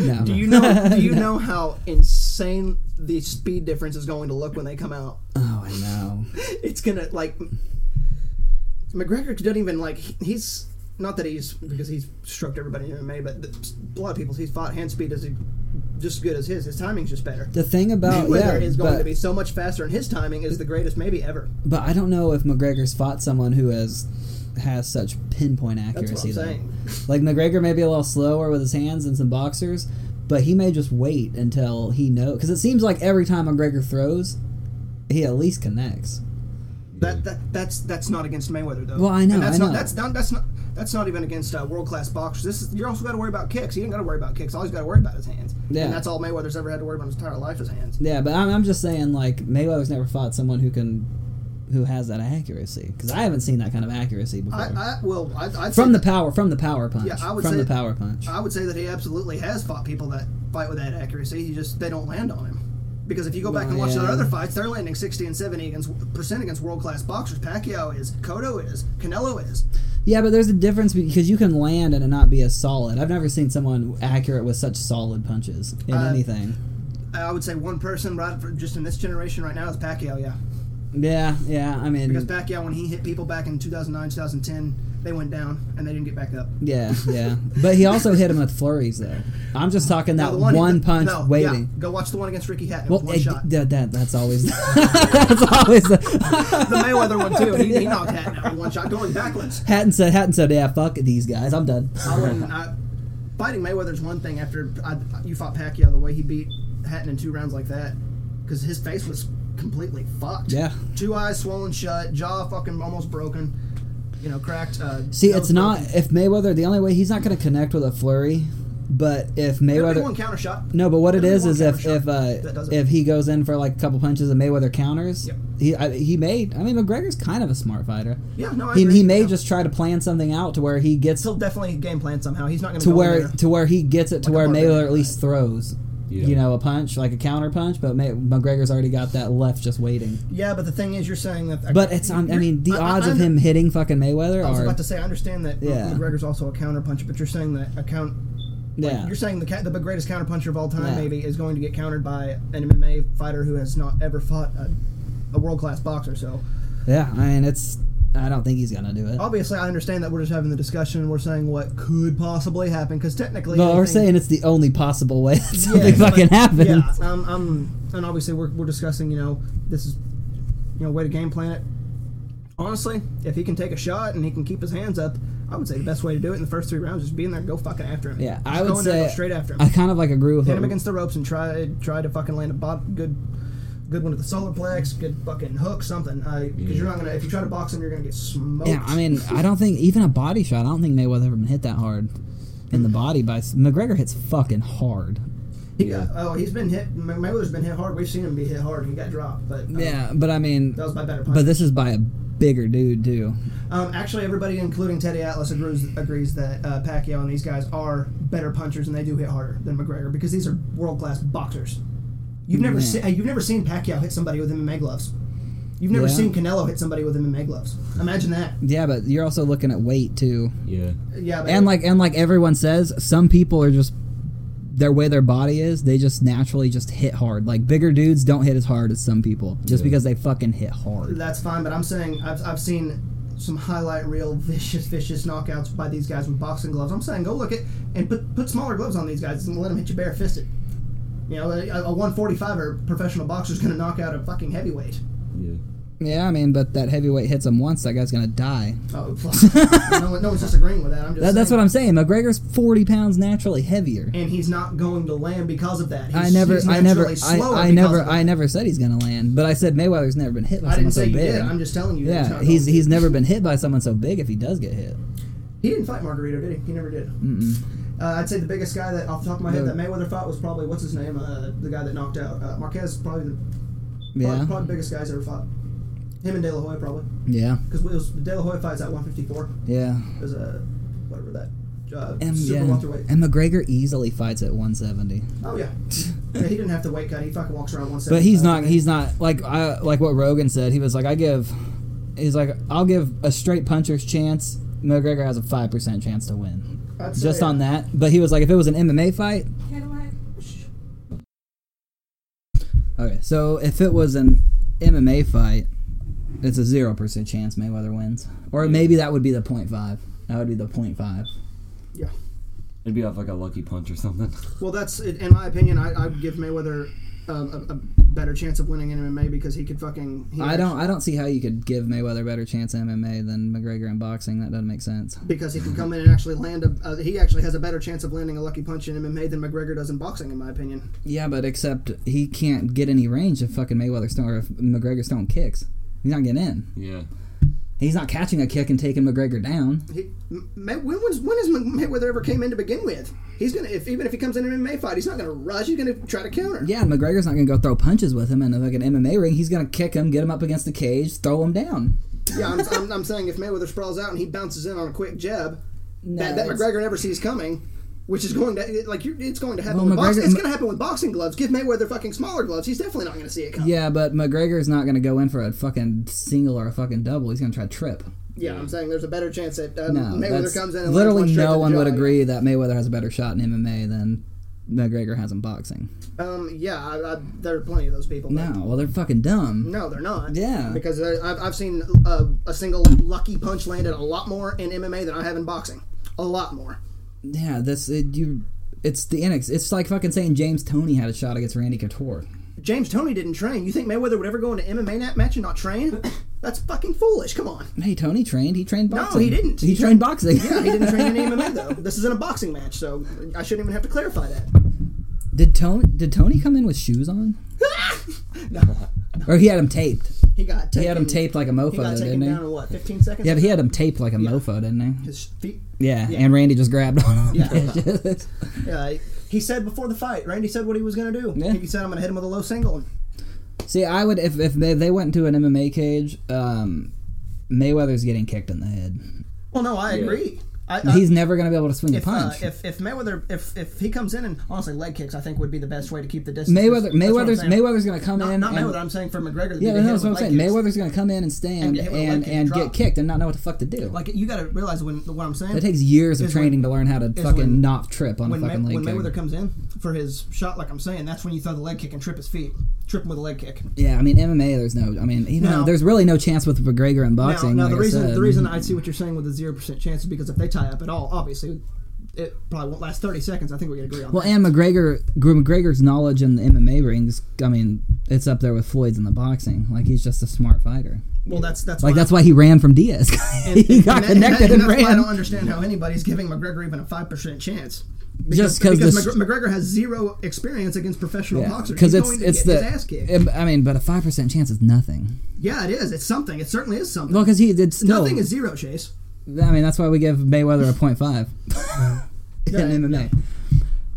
Speaker 1: No.
Speaker 2: Do you know? Do you know how insane the speed difference is going to look when they come out?
Speaker 1: Oh, I know.
Speaker 2: It's gonna like McGregor doesn't even like he- he's not that he's because he's stroked everybody in MMA, but the, a lot of people he's fought hand speed is just as good as his. His timing's just better.
Speaker 1: The thing about
Speaker 2: Mayweather
Speaker 1: yeah,
Speaker 2: is going
Speaker 1: but,
Speaker 2: to be so much faster, and his timing is the greatest maybe ever.
Speaker 1: but I don't know if McGregor's fought someone who has has such pinpoint
Speaker 2: That's what
Speaker 1: accuracy.
Speaker 2: I'm
Speaker 1: though.
Speaker 2: saying.
Speaker 1: Like McGregor may be a little slower with his hands than some boxers, but he may just wait until he knows. Because it seems like every time McGregor throws, he at least connects.
Speaker 2: That, that that's that's not against Mayweather though.
Speaker 1: Well, I know,
Speaker 2: And that's
Speaker 1: I
Speaker 2: not
Speaker 1: know.
Speaker 2: that's not that's not that's not even against uh, world class boxers. This is, you're also got to worry about kicks. You ain't got to worry about kicks. All he's got to worry about is hands.
Speaker 1: Yeah.
Speaker 2: And that's all Mayweather's ever had to worry about his entire life is hands.
Speaker 1: Yeah, but I'm, I'm just saying, like Mayweather's never fought someone who can, who has that accuracy. Because I haven't seen that kind of accuracy before.
Speaker 2: I, I well I I'd
Speaker 1: from
Speaker 2: say
Speaker 1: the power, from the power punch.
Speaker 2: Yeah, I would
Speaker 1: from
Speaker 2: say-
Speaker 1: the power punch.
Speaker 2: I would say that he absolutely has fought people that fight with that accuracy. He just they don't land on him. Because if you go back
Speaker 1: Well,
Speaker 2: and watch
Speaker 1: yeah.
Speaker 2: their other fights, they're landing sixty and seventy against percent against world class boxers. Pacquiao is, Cotto is, Canelo is.
Speaker 1: Yeah, but there's a difference because you can land and it not be as solid. I've never seen someone accurate with such solid punches in
Speaker 2: Uh,
Speaker 1: anything.
Speaker 2: I would say one person right for just in this generation right now is Pacquiao. Yeah.
Speaker 1: Yeah, yeah. I mean,
Speaker 2: Because Pacquiao, when he hit people back in 2009, 2010, they went down and they didn't get back up.
Speaker 1: Yeah, yeah. But he also hit him with flurries, though. I'm just talking that
Speaker 2: the
Speaker 1: one,
Speaker 2: he-
Speaker 1: punch
Speaker 2: no,
Speaker 1: waiting.
Speaker 2: yeah, go watch the one against Ricky Hatton. It was
Speaker 1: Well,
Speaker 2: one
Speaker 1: it-
Speaker 2: shot.
Speaker 1: that, that- that's always that's always. The,
Speaker 2: the Mayweather one too. He, he knocked Hatton out with one shot, going backwards.
Speaker 1: Hatton said, Hatton said, yeah, fuck these guys, I'm done.
Speaker 2: I wouldn't. I, fighting Mayweather's one thing. After I, you fought Pacquiao, the way he beat Hatton in two rounds like that, because his face was completely fucked.
Speaker 1: Yeah.
Speaker 2: Two eyes swollen shut, jaw fucking almost broken. You know, cracked. Uh,
Speaker 1: See,
Speaker 2: nose
Speaker 1: it's not
Speaker 2: broken.
Speaker 1: if Mayweather. The only way he's not going to connect with a flurry But if
Speaker 2: Mayweather
Speaker 1: Mayweather,
Speaker 2: one counter shot.
Speaker 1: no, but what it
Speaker 2: Every
Speaker 1: is
Speaker 2: one
Speaker 1: is
Speaker 2: counter
Speaker 1: if
Speaker 2: shot.
Speaker 1: if uh,
Speaker 2: That does it.
Speaker 1: if he goes in for like a couple punches and Mayweather counters,
Speaker 2: Yep.
Speaker 1: he I, he may. I mean, McGregor's kind of a smart fighter.
Speaker 2: Yeah, no, I
Speaker 1: He,
Speaker 2: agree.
Speaker 1: he may
Speaker 2: Yeah.
Speaker 1: just try to plan something out to where he gets
Speaker 2: he'll definitely game plan somehow. He's not going
Speaker 1: to
Speaker 2: go in
Speaker 1: where
Speaker 2: there.
Speaker 1: to where he gets it to
Speaker 2: Like a
Speaker 1: where
Speaker 2: barbarian
Speaker 1: Mayweather at
Speaker 2: knife.
Speaker 1: least throws,
Speaker 3: Yeah.
Speaker 1: you know, a punch like a counter punch, but May- McGregor's already got that left just waiting.
Speaker 2: Yeah, but the thing is, you're saying that.
Speaker 1: But it's um, I mean the
Speaker 2: I- I-
Speaker 1: odds of
Speaker 2: I'm-
Speaker 1: him hitting fucking Mayweather
Speaker 2: I was
Speaker 1: are
Speaker 2: about to say, I understand that
Speaker 1: Yeah.
Speaker 2: McGregor's also a counter puncher, but you're saying that a count. like,
Speaker 1: yeah
Speaker 2: You're saying the ca- the greatest counter puncher of all time
Speaker 1: Yeah.
Speaker 2: maybe is going to get countered by an MMA fighter who has not ever fought a, a world class boxer. So
Speaker 1: yeah. I mean it's I don't think he's gonna do it.
Speaker 2: obviously, I understand that we're just having the discussion. and We're saying what could possibly happen because technically,
Speaker 1: But we're
Speaker 2: anything-
Speaker 1: saying it's the only possible way that
Speaker 2: Yeah,
Speaker 1: something
Speaker 2: but-
Speaker 1: fucking happens.
Speaker 2: Yeah, um, um, and obviously we're, we're discussing, you know, this is, you know, way to game plan it. Honestly, if he can take a shot and he can keep his hands up, I would say the best way to do it in the first three rounds is be in there and go fucking after him.
Speaker 1: Yeah,
Speaker 2: Just
Speaker 1: I
Speaker 2: go
Speaker 1: would
Speaker 2: in there and go
Speaker 1: say-
Speaker 2: straight after him.
Speaker 1: I kind of like agree with
Speaker 2: Hit him
Speaker 1: what,
Speaker 2: against the ropes and try try to fucking land a bot, good good one at the solar plex, good fucking hook, something. Because you're not gonna if you try to box him, you're gonna get smoked.
Speaker 1: Yeah, I mean, I don't think even a body shot. I don't think Mayweather ever been hit that hard in the body by McGregor. Hits fucking hard.
Speaker 2: he got, oh, he's been hit. May- Mayweather's been hit hard. We've seen him be hit hard. He got dropped, but uh,
Speaker 1: Yeah, but I mean,
Speaker 2: that was my better. Punch.
Speaker 1: but this is by a bigger dude too.
Speaker 2: Um, actually, everybody, including Teddy Atlas, agrees, agrees that uh, Pacquiao and these guys are better punchers and they do hit harder than McGregor because these are world class boxers. You've never
Speaker 1: Yeah.
Speaker 2: seen you've never seen Pacquiao hit somebody with MMA gloves. You've never
Speaker 1: Yeah.
Speaker 2: seen Canelo hit somebody with MMA gloves. Imagine that.
Speaker 1: Yeah, but you're also looking at weight too,
Speaker 3: Yeah.
Speaker 2: Yeah, but
Speaker 1: and like and like everyone says, some people are just their way their body is. They just naturally just hit hard. Like bigger dudes don't hit as hard as some people, just
Speaker 3: Yeah.
Speaker 1: because they fucking hit hard.
Speaker 2: that's fine. But I'm saying I've, I've seen some highlight reel vicious vicious knockouts by these guys with boxing gloves. I'm saying go look at and put put smaller gloves on these guys and let them hit you bare fisted. You know, a, a 145 er professional boxer's going to knock out a fucking heavyweight.
Speaker 3: Yeah.
Speaker 1: Yeah, I mean, but that heavyweight hits him once, that guy's gonna die.
Speaker 2: Oh, fuck. no, one- no one's disagreeing with that. I'm just
Speaker 1: That, that's what
Speaker 2: saying.
Speaker 1: I'm saying. McGregor's 40 pounds naturally heavier.
Speaker 2: And he's not going to land because of that. He's,
Speaker 1: I never,
Speaker 2: he's
Speaker 1: I never,
Speaker 2: naturally
Speaker 1: I,
Speaker 2: slower
Speaker 1: I
Speaker 2: because
Speaker 1: never,
Speaker 2: of
Speaker 1: I
Speaker 2: that.
Speaker 1: never said he's gonna land, but I said Mayweather's never been hit by
Speaker 2: I
Speaker 1: someone
Speaker 2: didn't
Speaker 1: so
Speaker 2: say
Speaker 1: big.
Speaker 2: you did. I'm just telling you. that
Speaker 1: yeah,
Speaker 2: not
Speaker 1: he's
Speaker 2: going to.
Speaker 1: he's never been hit by someone so big. If he does get hit,
Speaker 2: He didn't fight Margarito, did he? He never did.
Speaker 1: Mm-mm.
Speaker 2: Uh, I'd say the biggest guy that off the top of my head
Speaker 1: No.
Speaker 2: that Mayweather fought was probably what's his name, uh, the guy that knocked out uh, Marquez. Probably the
Speaker 1: yeah,
Speaker 2: probably, probably the biggest guy he's ever fought. Him and De La Hoya probably
Speaker 1: yeah,
Speaker 2: because was De La Hoya fights at 154.
Speaker 1: yeah.
Speaker 2: It was a whatever that uh,
Speaker 1: And,
Speaker 2: super
Speaker 1: yeah.
Speaker 2: welterweight.
Speaker 1: and McGregor easily fights at 170,
Speaker 2: Oh yeah. yeah, he didn't have to weight cut. He fucking walks around 175.
Speaker 1: but he's not. He's not like I like what Rogan said. He was like, I give. He's like, I'll give a straight puncher's chance. McGregor has a five percent chance to win,
Speaker 2: I'd say,
Speaker 1: just on that. But he was like, if it was an MMA fight,
Speaker 4: Cadillac.
Speaker 1: Okay, so if it was an MMA fight, it's a zero percent chance Mayweather wins, or maybe that would be the point five. That would be the point five.
Speaker 2: Yeah.
Speaker 3: It'd be off like a lucky punch or something.
Speaker 2: Well, that's in my opinion. I, I would give Mayweather um, a, a better chance of winning in MMA because he could fucking. He
Speaker 1: I don't. I don't see how you could give Mayweather a better chance in MMA than McGregor in boxing. That doesn't make sense.
Speaker 2: because he can come in and actually land a. Uh, he actually has a better chance of landing a lucky punch in MMA than McGregor does in boxing, in my opinion.
Speaker 1: Yeah, but except he can't get any range if fucking Mayweather's throwing or if McGregor's throwing kicks. He's not getting in.
Speaker 3: Yeah.
Speaker 1: He's not catching a kick and taking McGregor down.
Speaker 2: He, M- May, when was when has Mayweather ever came in to begin with? He's gonna if even if he comes in an MMA fight, he's not gonna rush. He's gonna try to counter.
Speaker 1: Yeah, and McGregor's not gonna go throw punches with him in a fucking MMA ring. He's gonna kick him, get him up against the cage, throw him down.
Speaker 2: yeah I'm, I'm, I'm saying if Mayweather sprawls out and he bounces in on a quick jab,
Speaker 1: No,
Speaker 2: that, that
Speaker 1: it's-
Speaker 2: McGregor never sees coming, which is going to like you it's going to happen.
Speaker 1: Well,
Speaker 2: with box,
Speaker 1: McGregor-
Speaker 2: it's going to happen with boxing gloves. Give Mayweather fucking smaller gloves. He's definitely not going to see it coming.
Speaker 1: Yeah, but McGregor's not going to go in for a fucking single or a fucking double. He's going to try to trip.
Speaker 2: Yeah, I'm saying there's a better chance that uh,
Speaker 1: No,
Speaker 2: Mayweather
Speaker 1: that's-
Speaker 2: comes in. and
Speaker 1: literally
Speaker 2: lands one straight to
Speaker 1: no
Speaker 2: the
Speaker 1: one would
Speaker 2: jaw.
Speaker 1: agree that Mayweather has a better shot in MMA than McGregor has in boxing.
Speaker 2: Um, yeah, I, I, there are plenty of those people. but-
Speaker 1: No, well they're fucking dumb.
Speaker 2: No, they're not.
Speaker 1: Yeah.
Speaker 2: Because there- I've, I've seen uh, a single lucky punch landed a lot more in MMA than I have in boxing. A lot more.
Speaker 1: Yeah, this it, you. It's the inex. It's like fucking saying James Tony had a shot against Randy Couture.
Speaker 2: James Tony didn't train. You think Mayweather would ever go into MMA na- match and not train? That's fucking foolish. Come on.
Speaker 1: Hey, Tony trained. He trained
Speaker 2: No,
Speaker 1: boxing.
Speaker 2: he didn't.
Speaker 1: He,
Speaker 2: He
Speaker 1: trained boxing.
Speaker 2: Yeah, he didn't train in MMA though. This isn't a boxing match, so I shouldn't even have to clarify that.
Speaker 1: did Tony? Did Tony come in with shoes on?
Speaker 2: No.
Speaker 1: Or he had them taped?
Speaker 2: He got taken,
Speaker 1: He had him taped like a mofo,
Speaker 2: He got
Speaker 1: though,
Speaker 2: taken
Speaker 1: didn't he?
Speaker 2: down in what, 15 seconds?
Speaker 1: Yeah, but he had him taped like a mofo, didn't he?
Speaker 2: his feet.
Speaker 1: Yeah,
Speaker 2: Yeah.
Speaker 1: and Randy just grabbed on him.
Speaker 2: Yeah. Yeah, he- uh, he said before the fight, Randy said what he was gonna do.
Speaker 1: Yeah.
Speaker 2: He said, "I'm gonna hit him with a low single." And
Speaker 1: See, I would if if they, they went into an MMA cage, um, Mayweather's getting kicked in the head.
Speaker 2: Well, no, I
Speaker 3: Yeah.
Speaker 2: agree. I, I,
Speaker 1: He's never going to be able to swing
Speaker 2: Uh, if,
Speaker 1: a
Speaker 2: uh,
Speaker 1: punch.
Speaker 2: if if Mayweather if if he comes in and honestly leg kicks, I think would be the best way to keep the distance.
Speaker 1: Mayweather
Speaker 2: That's what I'm
Speaker 1: Mayweather's
Speaker 2: saying.
Speaker 1: Mayweather's going to come
Speaker 2: Not,
Speaker 1: in.
Speaker 2: not
Speaker 1: and,
Speaker 2: Mayweather. I'm saying for McGregor. To
Speaker 1: yeah,
Speaker 2: be
Speaker 1: no, that's what I'm
Speaker 2: hit with leg
Speaker 1: saying.
Speaker 2: kicks.
Speaker 1: Mayweather's going to come in and
Speaker 2: And
Speaker 1: stand
Speaker 2: get
Speaker 1: and
Speaker 2: hit with a leg
Speaker 1: and,
Speaker 2: kick and
Speaker 1: get
Speaker 2: drop.
Speaker 1: kicked and not know what the fuck to do.
Speaker 2: Like you gotta realize when what I'm saying.
Speaker 1: it takes years of
Speaker 2: is when-
Speaker 1: training to learn how to fucking
Speaker 2: when-
Speaker 1: not trip on a
Speaker 2: when, May-
Speaker 1: fucking
Speaker 2: when
Speaker 1: leg
Speaker 2: Mayweather
Speaker 1: kick.
Speaker 2: comes in for his shot, like I'm saying, that's when you throw the leg kick and trip his feet, trip him with a leg kick.
Speaker 1: Yeah, I mean MMA. There's no. I mean, you know,
Speaker 2: No.
Speaker 1: there's really no chance with McGregor in
Speaker 2: Now,
Speaker 1: boxing.
Speaker 2: now
Speaker 1: like
Speaker 2: the
Speaker 1: I
Speaker 2: reason
Speaker 1: said. mm.
Speaker 2: the reason I see what you're saying with the zero percent chance is because if they tie up at all, obviously, it probably won't last 30 seconds. I think we can agree on
Speaker 1: Well,
Speaker 2: that.
Speaker 1: and McGregor, Gr- McGregor's knowledge in the MMA ring is, I mean, it's up there with Floyd's in the boxing. Like he's just a smart fighter.
Speaker 2: well, that's that's
Speaker 1: Like
Speaker 2: why
Speaker 1: that's why he ran from Diaz. he got
Speaker 2: that-
Speaker 1: connected and,
Speaker 2: that- that's why I
Speaker 1: ran
Speaker 2: don't understand how anybody's giving McGregor even a five percent chance.
Speaker 1: just cause
Speaker 2: because
Speaker 1: this.
Speaker 2: McGreg- McGregor has zero experience against professional
Speaker 1: yeah,
Speaker 2: boxers.
Speaker 1: 'cause
Speaker 2: He's
Speaker 1: it's
Speaker 2: going to
Speaker 1: it's
Speaker 2: get his ass
Speaker 1: the.
Speaker 2: kicked.
Speaker 1: it- I mean, but a five percent chance is nothing.
Speaker 2: yeah, it is. It's something. It certainly is something.
Speaker 1: Well, because he did still.
Speaker 2: Nothing is zero, Chase.
Speaker 1: I mean, that's why we give Mayweather a point five in
Speaker 2: Yeah,
Speaker 1: MMA.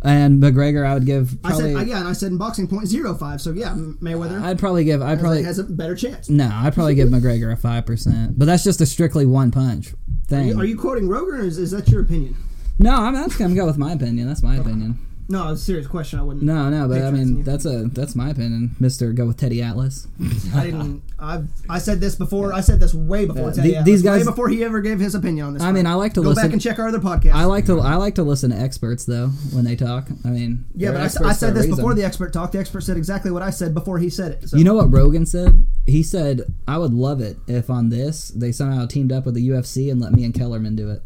Speaker 1: And McGregor, I would give
Speaker 2: I
Speaker 1: probably.
Speaker 2: said I, yeah, and I said in boxing point zero five. So yeah, M- Mayweather
Speaker 1: I'd probably give. I'd
Speaker 2: has,
Speaker 1: probably
Speaker 2: a, has a better chance.
Speaker 1: no. I'd probably give McGregor a five percent, but that's just a strictly one punch thing.
Speaker 2: Are you quoting Roger, or is, is that your opinion?
Speaker 1: No, I'm I'm gonna go with my opinion. That's my opinion.
Speaker 2: No, it's a serious question. I wouldn't.
Speaker 1: No, no, but I
Speaker 2: Patriots,
Speaker 1: mean
Speaker 2: yeah.
Speaker 1: that's a that's my opinion, Mister. Go with Teddy Atlas.
Speaker 2: I didn't. I I said this before. I said this way before.
Speaker 1: Yeah,
Speaker 2: Teddy
Speaker 1: the-
Speaker 2: Atlas,
Speaker 1: these guys-
Speaker 2: way before he ever gave his opinion on this.
Speaker 1: I
Speaker 2: fight.
Speaker 1: mean, I like to
Speaker 2: go
Speaker 1: listen.
Speaker 2: back and check our other podcast.
Speaker 1: I like to I like to listen to experts though when they talk. I mean,
Speaker 2: yeah,
Speaker 1: they're
Speaker 2: but I s- I,
Speaker 1: experts for a
Speaker 2: said this before
Speaker 1: reason.
Speaker 2: the expert talked. The expert said exactly what I said before he said it. So.
Speaker 1: You know what Rogan said? He said, "I would love it if on this they somehow teamed up with the UFC and let me and Kellerman do it."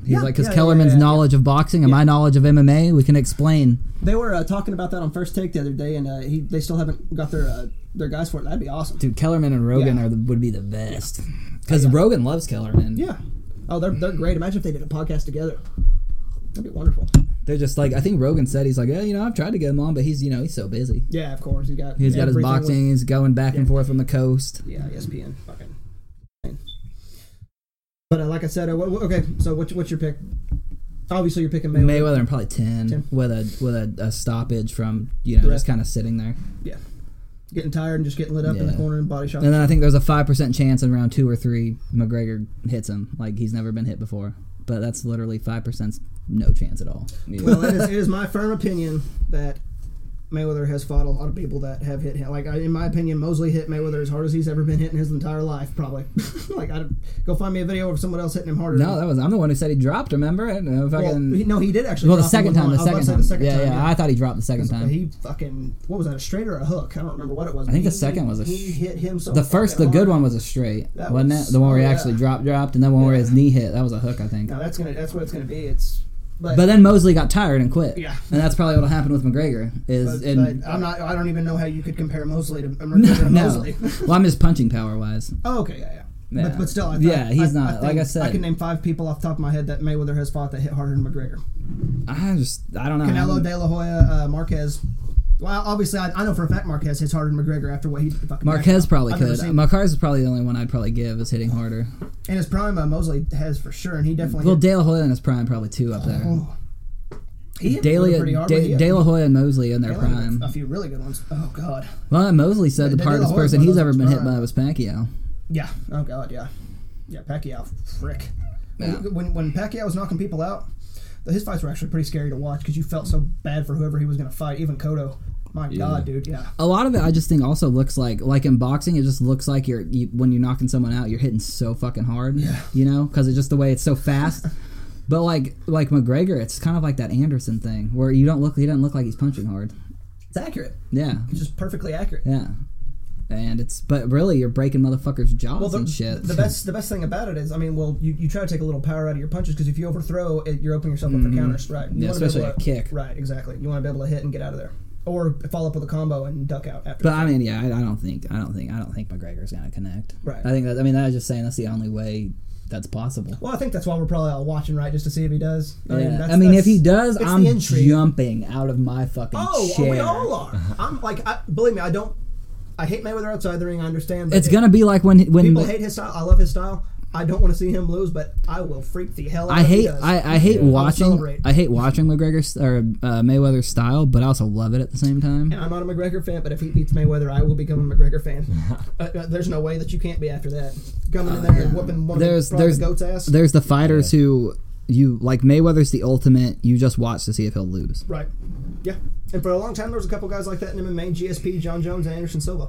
Speaker 1: He's
Speaker 2: Yeah,
Speaker 1: like, because
Speaker 2: yeah, yeah,
Speaker 1: Kellerman's
Speaker 2: yeah, yeah.
Speaker 1: knowledge of boxing and my knowledge of MMA, we can explain.
Speaker 2: They were uh, talking about that on First Take the other day, and uh, he, they still haven't got their uh, their guys for it. That'd be awesome.
Speaker 1: Dude, Kellerman and Rogan
Speaker 2: Yeah.
Speaker 1: are the, would be the best because Rogan loves Kellerman.
Speaker 2: Yeah. Oh, they're they're great. Imagine if they did a podcast together. That'd be wonderful.
Speaker 1: They're just like I think Rogan said he's like, yeah, you know, I've tried to get him on, but he's you know he's so busy.
Speaker 2: Yeah, of course. He's got
Speaker 1: He's got his
Speaker 2: everything with-
Speaker 1: boxing. He's going back and forth on the coast.
Speaker 2: yeah, E ESPN. Fucking. insane. But uh, like I said, uh, wh- wh- okay. So what's what's your pick? Obviously, you're picking Mayweather.
Speaker 1: Mayweather and probably ten,
Speaker 2: 10.
Speaker 1: with a with a, a stoppage from you know
Speaker 2: Ref.
Speaker 1: just kind of sitting there.
Speaker 2: Getting tired and just getting lit up in the
Speaker 1: Yeah.
Speaker 2: corner and body shot.
Speaker 1: And then I think there's a five percent chance in round two or three McGregor hits him like he's never been hit before. But that's literally five percent, no chance at all.
Speaker 2: well, it is, it is my firm opinion that Mayweather has fought a lot of people that have hit him. Like, I, in my opinion, Mosley hit Mayweather as hard as he's ever been hit in his entire life, probably. like, I, go find me a video of someone else hitting him harder.
Speaker 1: No, that was I'm the one who said he dropped. Remember? I don't know if I
Speaker 2: well,
Speaker 1: can.
Speaker 2: he, no, he did actually.
Speaker 1: well, the
Speaker 2: drop
Speaker 1: second
Speaker 2: him with
Speaker 1: time, the
Speaker 2: one. I
Speaker 1: second
Speaker 2: was
Speaker 1: time.
Speaker 2: about to say the second
Speaker 1: yeah,
Speaker 2: time.
Speaker 1: yeah, I thought he dropped the second time.
Speaker 2: He fucking what was that? A straight or a hook? I don't remember what it was.
Speaker 1: I think
Speaker 2: but
Speaker 1: the second was a
Speaker 2: He
Speaker 1: sh-
Speaker 2: hit him so.
Speaker 1: the first, the
Speaker 2: fucking
Speaker 1: good one
Speaker 2: hard.
Speaker 1: was a straight,
Speaker 2: That
Speaker 1: wasn't
Speaker 2: was-
Speaker 1: it? The one where he
Speaker 2: oh,
Speaker 1: actually
Speaker 2: yeah.
Speaker 1: dropped, dropped, and then one where his knee hit. That was a hook, I think.
Speaker 2: No, that's gonna. That's what it's gonna be. It's. But,
Speaker 1: But then Mosley got tired and quit.
Speaker 2: Yeah.
Speaker 1: And that's probably what'll happen with McGregor. Is
Speaker 2: but-
Speaker 1: and
Speaker 2: but uh, I'm not. I don't even know how you could compare Mosley to, to
Speaker 1: no.
Speaker 2: Mosley.
Speaker 1: well, I'm just punching power wise.
Speaker 2: Oh, okay, yeah, yeah.
Speaker 1: Yeah.
Speaker 2: But, but still, I,
Speaker 1: Yeah,
Speaker 2: I-
Speaker 1: he's
Speaker 2: I-
Speaker 1: not.
Speaker 2: think
Speaker 1: Like I said-
Speaker 2: I can name five people off the top of my head that Mayweather has fought that hit harder than McGregor:
Speaker 1: I just I don't know.
Speaker 2: Canelo,
Speaker 1: I'm-
Speaker 2: De La Hoya, uh, Marquez. Well, obviously, I, I know for a fact Marquez hits harder than McGregor after what he fucking
Speaker 1: Marquez probably
Speaker 2: I've never
Speaker 1: could.
Speaker 2: seen-
Speaker 1: Marquez is probably the only one I'd probably give is hitting harder.
Speaker 2: in his prime. Uh, Mosley has for sure, and he definitely.
Speaker 1: Well,
Speaker 2: hit,
Speaker 1: De La Hoya in his prime probably two up there.
Speaker 2: oh. he hit
Speaker 1: De
Speaker 2: Mayweather
Speaker 1: La,
Speaker 2: pretty hard, but he
Speaker 1: De,
Speaker 2: hit
Speaker 1: De La Hoya and Mosley in their
Speaker 2: Mayweather
Speaker 1: prime.
Speaker 2: with A few really good ones. Oh God.
Speaker 1: Well, and Mosley said the
Speaker 2: De- De La
Speaker 1: hardest
Speaker 2: Hoya's
Speaker 1: person
Speaker 2: one of
Speaker 1: he's
Speaker 2: those
Speaker 1: ever been hit
Speaker 2: prime.
Speaker 1: by was Pacquiao.
Speaker 2: Yeah. Oh God. Yeah. Yeah. Pacquiao, frick.
Speaker 1: Yeah.
Speaker 2: When when Pacquiao was knocking people out, his fights were actually pretty scary to watch because you felt so bad for whoever he was going to fight. Even Cotto. My God, dude. Yeah.
Speaker 1: A lot of it, I just think, also looks like like in boxing, it just looks like you're you, when you're knocking someone out, you're hitting so fucking hard. Yeah. You know, because it's just the way it's so fast. but like like McGregor, it's kind of like that Anderson thing where you don't look he doesn't look like he's punching hard.
Speaker 2: It's accurate.
Speaker 1: Yeah.
Speaker 2: It's just perfectly accurate.
Speaker 1: Yeah. And it's but really you're breaking motherfuckers' jaws
Speaker 2: Well, the,
Speaker 1: and shit.
Speaker 2: the best the best thing about it is, I mean, well, you, you try to take a little power out of your punches because if you overthrow, it, you're opening yourself up for counters, right? You
Speaker 1: Mm-hmm. Yeah,
Speaker 2: wanna be able
Speaker 1: especially
Speaker 2: to-
Speaker 1: a kick.
Speaker 2: Right, exactly. You want to be able to hit and get out of there, or follow up with a combo and duck out after.
Speaker 1: But I mean, yeah, I, I don't think, I don't think, I don't think McGregor's gonna connect.
Speaker 2: Right.
Speaker 1: I think that. I mean, that was just saying that's the only way that's possible.
Speaker 2: Well, I think that's why we're probably all watching, right, just to see if he does.
Speaker 1: I mean,
Speaker 2: that's-
Speaker 1: I mean if
Speaker 2: that's-
Speaker 1: he does,
Speaker 2: it's the
Speaker 1: I'm
Speaker 2: intrigue.
Speaker 1: jumping out of my fucking
Speaker 2: Oh,
Speaker 1: chair.
Speaker 2: we all are. I'm like, I, believe me, I don't. I hate Mayweather outside the ring. I understand. but
Speaker 1: It's
Speaker 2: it-
Speaker 1: gonna be like when when
Speaker 2: people hate his style. I love his style. I don't want to see him lose, but I will freak the hell. out
Speaker 1: I
Speaker 2: if he
Speaker 1: hate
Speaker 2: does.
Speaker 1: I, I hate
Speaker 2: will
Speaker 1: watching
Speaker 2: celebrate.
Speaker 1: I hate watching McGregor's or uh, Mayweather's style, but I also love it at the same time.
Speaker 2: And I'm not a McGregor fan, but if he beats Mayweather, I will become a McGregor fan. uh, uh, there's no way that you can't be after that. Coming in there and whooping
Speaker 1: Uh,
Speaker 2: one
Speaker 1: There's-
Speaker 2: of the, probably
Speaker 1: there's-
Speaker 2: the goat's ass.
Speaker 1: There's the fighters who you like Mayweather's the ultimate. You just watch to see if he'll lose.
Speaker 2: Right. Yeah. And for a long time, there was a couple guys like that in MMA: GSP, John Jones, and Anderson Silva.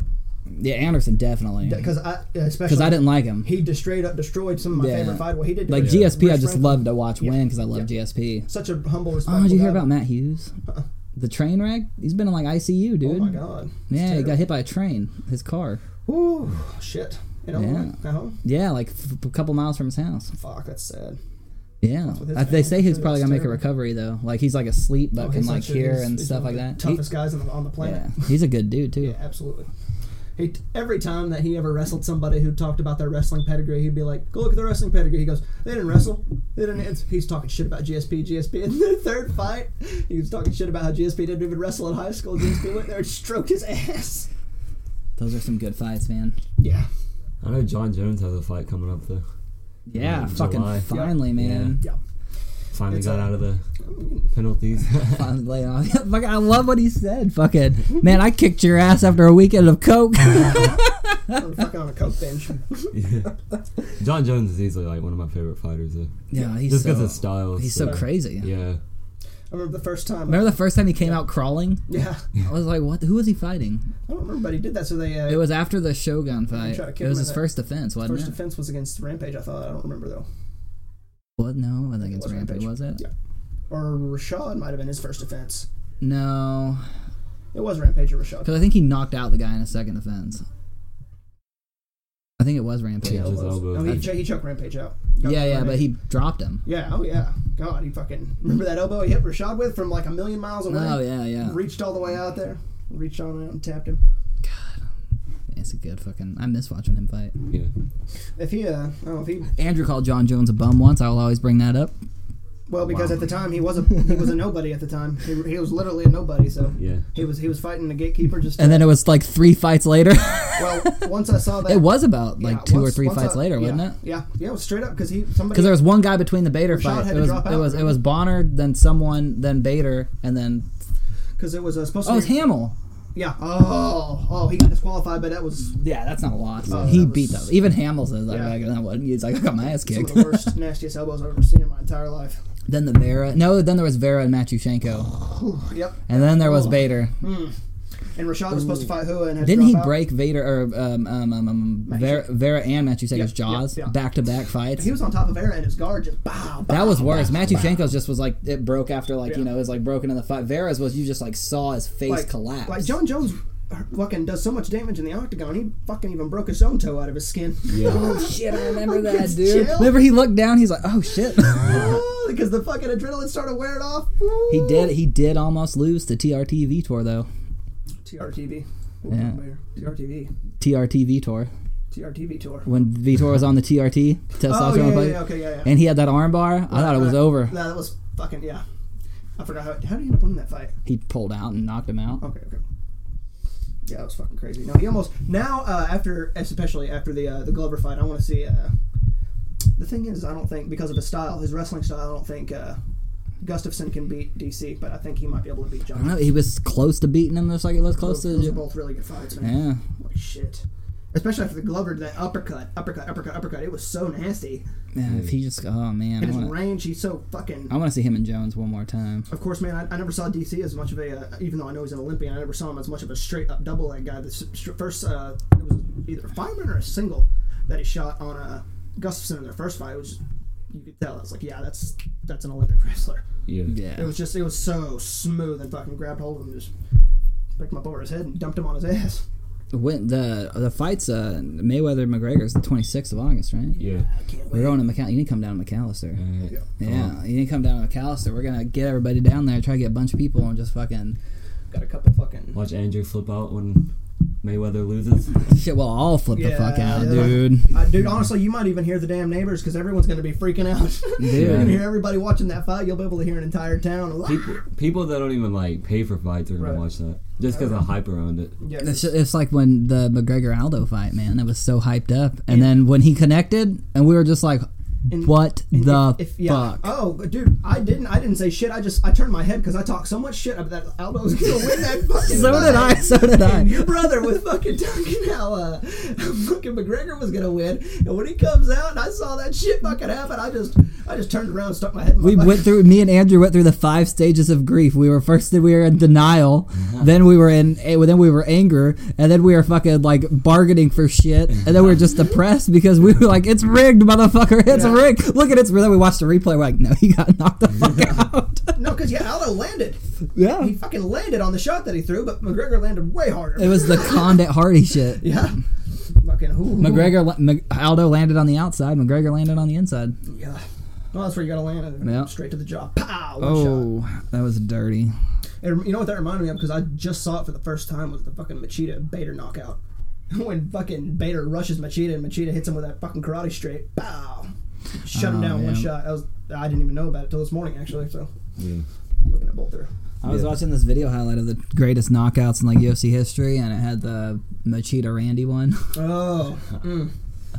Speaker 1: Yeah, Anderson definitely.
Speaker 2: Because I, uh, especially
Speaker 1: Because I didn't like him.
Speaker 2: he just straight up destroyed some of my
Speaker 1: Yeah.
Speaker 2: favorite fight. Well, he did. to
Speaker 1: Like
Speaker 2: Rich-
Speaker 1: GSP, I
Speaker 2: Rich
Speaker 1: just
Speaker 2: Franklin.
Speaker 1: love to watch win because I love GSP.
Speaker 2: Such a humble, respectful.
Speaker 1: Oh, did you hear
Speaker 2: guy.
Speaker 1: about Matt Hughes? The train wreck? He's been in like ICU, dude.
Speaker 2: Uh-uh. Oh my god.
Speaker 1: Yeah, he
Speaker 2: terrible.
Speaker 1: got hit by a train. His car.
Speaker 2: Ooh, shit. You know,
Speaker 1: Yeah.
Speaker 2: at home.
Speaker 1: Yeah, like f- a couple miles from his house.
Speaker 2: Fuck, that's sad.
Speaker 1: Yeah,
Speaker 2: what his
Speaker 1: I, they
Speaker 2: family
Speaker 1: say he's
Speaker 2: said,
Speaker 1: probably
Speaker 2: that's
Speaker 1: gonna make a
Speaker 2: terrible.
Speaker 1: recovery though. Like he's like asleep, but
Speaker 2: Oh,
Speaker 1: can
Speaker 2: he's
Speaker 1: like
Speaker 2: such a-
Speaker 1: hear
Speaker 2: he's-
Speaker 1: and
Speaker 2: he's
Speaker 1: stuff
Speaker 2: one
Speaker 1: like
Speaker 2: of
Speaker 1: that.
Speaker 2: the Toughest guys on the, on the
Speaker 1: He-
Speaker 2: planet.
Speaker 1: yeah, he's a good dude too.
Speaker 2: Yeah, absolutely. He every time that he ever wrestled somebody who talked about their wrestling pedigree, he'd be like, "Go look at their wrestling pedigree." He goes, "They didn't wrestle. They didn't." It's, he's talking shit about GSP. GSP in the third fight, he was talking shit about how GSP didn't even wrestle in high school. GSP went there and stroked his ass.
Speaker 1: Those are some good fights, man.
Speaker 2: Yeah,
Speaker 3: I know John Jones has a fight coming up though.
Speaker 1: Yeah,
Speaker 3: Um,
Speaker 1: fucking
Speaker 3: July.
Speaker 1: finally, man.
Speaker 2: yeah.
Speaker 3: Finally
Speaker 2: It's
Speaker 3: got
Speaker 2: a-
Speaker 3: out of the penalties.
Speaker 1: Finally laying off. Fuck, I love what he said. Fucking man, I kicked your ass after a weekend of coke.
Speaker 2: I'm fucking on a coke bench.
Speaker 3: yeah. John Jones is easily like one of my favorite fighters though.
Speaker 1: yeah, he's
Speaker 3: Just because
Speaker 1: so
Speaker 3: his style.
Speaker 1: he's so crazy.
Speaker 3: Yeah.
Speaker 2: I remember the first time.
Speaker 1: Remember the first time he came out crawling?
Speaker 2: yeah,
Speaker 1: I was like, what? Who was he fighting?
Speaker 2: I don't remember, but he did that. So they uh,
Speaker 1: It was after the Shogun fight.
Speaker 2: try to
Speaker 1: It was
Speaker 2: kick him in
Speaker 1: his
Speaker 2: the-
Speaker 1: first defense, wasn't
Speaker 2: first
Speaker 1: it?
Speaker 2: defense was against Rampage. I thought I don't remember though,
Speaker 1: What? No, I think
Speaker 2: It
Speaker 1: it's
Speaker 2: was
Speaker 1: Rampage.
Speaker 2: Rampage.
Speaker 1: Was it?
Speaker 2: Yeah. or Rashad might have been his first defense.
Speaker 1: No,
Speaker 2: It was Rampage or Rashad.
Speaker 1: because I think he knocked out the guy in his second defense. I think it was Rampage.
Speaker 3: Yeah.
Speaker 1: Yeah,
Speaker 3: His elbows.
Speaker 2: No, he, ch- he choked Rampage out. Got
Speaker 1: yeah,
Speaker 2: Rampage.
Speaker 1: but he dropped him.
Speaker 2: Yeah, oh yeah. God, he fucking remember that elbow he hit Rashad with from like a million miles away.
Speaker 1: Oh yeah, yeah.
Speaker 2: Reached all the way out there. Reached on out and tapped him.
Speaker 1: It's a good fucking. I miss watching him fight.
Speaker 3: Yeah.
Speaker 2: If he, uh, oh, if he,
Speaker 1: Andrew called John Jones a bum once. I'll always bring that up.
Speaker 2: well, because at the time he was a he was a nobody at the time. He, he was literally a nobody. So
Speaker 3: Yeah.
Speaker 2: he was he was fighting the gatekeeper just.
Speaker 1: And then it was like three fights later.
Speaker 2: well, once I saw that
Speaker 1: it was about like
Speaker 2: yeah,
Speaker 1: two or
Speaker 2: once-
Speaker 1: three
Speaker 2: once
Speaker 1: fights
Speaker 2: I-
Speaker 1: later,
Speaker 2: yeah,
Speaker 1: wasn't it?
Speaker 2: Yeah, yeah, it was straight up because he somebody
Speaker 1: Because there was one guy between the Bader
Speaker 2: Rashad
Speaker 1: fight.
Speaker 2: had
Speaker 1: It
Speaker 2: to
Speaker 1: was,
Speaker 2: drop
Speaker 1: it
Speaker 2: out,
Speaker 1: was it
Speaker 2: remember?
Speaker 1: was Bonner, then someone, then Bader, and then
Speaker 2: because it was uh, supposed
Speaker 1: oh, it
Speaker 2: to
Speaker 1: was
Speaker 2: be
Speaker 1: Hamill.
Speaker 2: yeah oh oh he got disqualified but that was
Speaker 1: Yeah, that's not a loss.
Speaker 2: Oh,
Speaker 1: he
Speaker 2: that was-
Speaker 1: beat them. Even Hamill says like,
Speaker 2: Yeah.
Speaker 1: "I got that one." He's like, "I got my ass
Speaker 2: some of
Speaker 1: kicked."
Speaker 2: the worst nastiest elbows I've ever seen in my entire life.
Speaker 1: then the Vera. No, then there was Vera and Matyushenko,
Speaker 2: Whew, yep,
Speaker 1: and then there
Speaker 2: Oh.
Speaker 1: was Bader.
Speaker 2: and Rashad was supposed to fight Hua and had to
Speaker 1: Didn't he
Speaker 2: drop out.
Speaker 1: break Vader or um, um, um, um, Vera, Vera and Matyushenko's
Speaker 2: Yeah, yeah,
Speaker 1: jaws
Speaker 2: yeah.
Speaker 1: back to back fights?
Speaker 2: He was on top of Vera and his guard just bow. bow.
Speaker 1: That was worse. Matyushenko's just was like it broke after like you
Speaker 2: Yeah.
Speaker 1: know it was like broken in the fight. Vera's was you just like saw his face
Speaker 2: like,
Speaker 1: collapse.
Speaker 2: Like John Jones uh, fucking does so much damage in the octagon, he fucking even broke his own toe out of his skin.
Speaker 3: Yeah.
Speaker 1: oh shit! I remember that dude.
Speaker 2: chill.
Speaker 1: Remember he looked down. He's like, oh shit.
Speaker 2: because the fucking adrenaline started wearing off.
Speaker 1: he did. He did almost lose to TRT Vitor though.
Speaker 2: TRTV.
Speaker 1: Yeah.
Speaker 2: TRTV.
Speaker 1: TRT Vitor.
Speaker 2: TRTV tour.
Speaker 1: when uh, Vitor was on the TRT
Speaker 2: Oh,
Speaker 1: testosterone
Speaker 2: yeah, yeah,
Speaker 1: plate,
Speaker 2: yeah, okay, yeah, yeah.
Speaker 1: and he had that arm bar. I thought it was
Speaker 2: Right.
Speaker 1: over.
Speaker 2: No, that was fucking, yeah. I forgot how, how did he end up winning that fight?
Speaker 1: He pulled out and knocked him out.
Speaker 2: Okay, okay. Yeah, that was fucking crazy. No, he almost now uh, after especially after the uh, the Glover fight, I want to see. Uh, the thing is, I don't think because of his style, his wrestling style, I don't think uh, Gustafson can beat DC, but I think he might be able to beat
Speaker 1: I don't
Speaker 2: John.
Speaker 1: know. He was close to beating him, just like it was close
Speaker 2: Those, those are
Speaker 1: to.
Speaker 2: both really good fights, man.
Speaker 1: Yeah,
Speaker 2: Holy shit. Especially after the Glover, that uppercut, uppercut, uppercut, uppercut. It was so nasty.
Speaker 1: yeah. If he just, oh man,
Speaker 2: And
Speaker 1: I
Speaker 2: his
Speaker 1: want,
Speaker 2: range, he's so fucking.
Speaker 1: I want to see him and Jones one more time.
Speaker 2: Of course, man, I, I never saw DC as much of a, uh, even though I know he's an Olympian, I never saw him as much of a straight up double leg guy. The s- str- first, uh, it was either a fireman or a single that he shot on uh, Gustafson in their first fight. It was just, you could tell. I was like, yeah, that's that's an Olympic wrestler.
Speaker 3: Yeah.
Speaker 1: Yeah,
Speaker 2: It was just, it was so smooth and fucking grabbed hold of him, just picked him up over his head and dumped him on his ass.
Speaker 1: when the the fights uh, Mayweather McGregor is the 26th of August, right?
Speaker 3: Yeah. Uh,
Speaker 2: I can't
Speaker 1: We're
Speaker 2: wait.
Speaker 1: going to McAllister. You need to come down to McAllister.
Speaker 3: Alright.
Speaker 1: Yeah, you need to come down to McAllister. We're gonna get everybody down there, try to get a bunch of people, and just fucking
Speaker 2: Got a couple fucking.
Speaker 3: Watch Andrew flip out when Mayweather loses.
Speaker 1: Shit, well, I'll flip the fuck
Speaker 2: Yeah,
Speaker 1: out,
Speaker 2: yeah.
Speaker 1: dude.
Speaker 2: Uh, dude, honestly, you might even hear the damn neighbors because everyone's going to be freaking out. You're going to hear everybody watching that fight. You'll be able to hear an entire town.
Speaker 3: People, people that don't even like pay for fights are gonna
Speaker 2: Right.
Speaker 3: watch that just because of hype around it.
Speaker 2: Yeah,
Speaker 1: It's, ju- it's like when the McGregor Aldo fight, man. It was so hyped up, and then when he connected, and we were just like,
Speaker 2: And-
Speaker 1: "What
Speaker 2: And
Speaker 1: the
Speaker 2: if- if-
Speaker 1: fuck?"
Speaker 2: Oh, dude, I didn't. I didn't say shit. I just I turned my head because I talked so much shit that Aldo's gonna win that fucking.
Speaker 1: So
Speaker 2: fight.
Speaker 1: did I. So did
Speaker 2: And
Speaker 1: I.
Speaker 2: your brother was fucking talking how uh, fucking McGregor was gonna win, and when he comes out, and I saw that shit fucking happen. I just I just turned around, and stuck my head. In my
Speaker 1: We
Speaker 2: butt.
Speaker 1: went through. Me and Andrew went through the five stages of grief. We were first we were in denial, then we were in, eh, then we were anger, and then we were fucking like bargaining for shit, and then we were just depressed because we were like, "It's rigged, motherfucker! It's
Speaker 2: Yeah.
Speaker 1: rigged! Look at it!" Then we watched the replay. We're like, "No, he got knocked the fuck out."
Speaker 2: No, because yeah, Aldo landed.
Speaker 1: yeah,
Speaker 2: He fucking landed on the shot that he threw, but McGregor landed way harder.
Speaker 1: it was the Condit Hardy shit.
Speaker 2: yeah. Fucking who?
Speaker 1: McGregor, la- Mc- Aldo landed on the outside. McGregor landed on the inside.
Speaker 2: Yeah. Well, that's where you gotta land. uh,
Speaker 1: Yeah.
Speaker 2: Straight to the jaw. Pow! One shot.
Speaker 1: Oh, that was dirty.
Speaker 2: It, you know what that reminded me of? Because I just saw it for the first time was the fucking Machida Bader knockout. When fucking Bader rushes Machida and Machida hits him with that fucking karate straight, bow, shut him
Speaker 1: Oh,
Speaker 2: down one
Speaker 1: yeah.
Speaker 2: shot. That was I didn't even know about it till this morning actually. So
Speaker 3: Yeah.
Speaker 2: looking at both there.
Speaker 1: I was
Speaker 3: Yeah.
Speaker 1: watching this video highlight of the greatest knockouts in like UFC history, and it had the Machida Randy one.
Speaker 2: Oh, mm.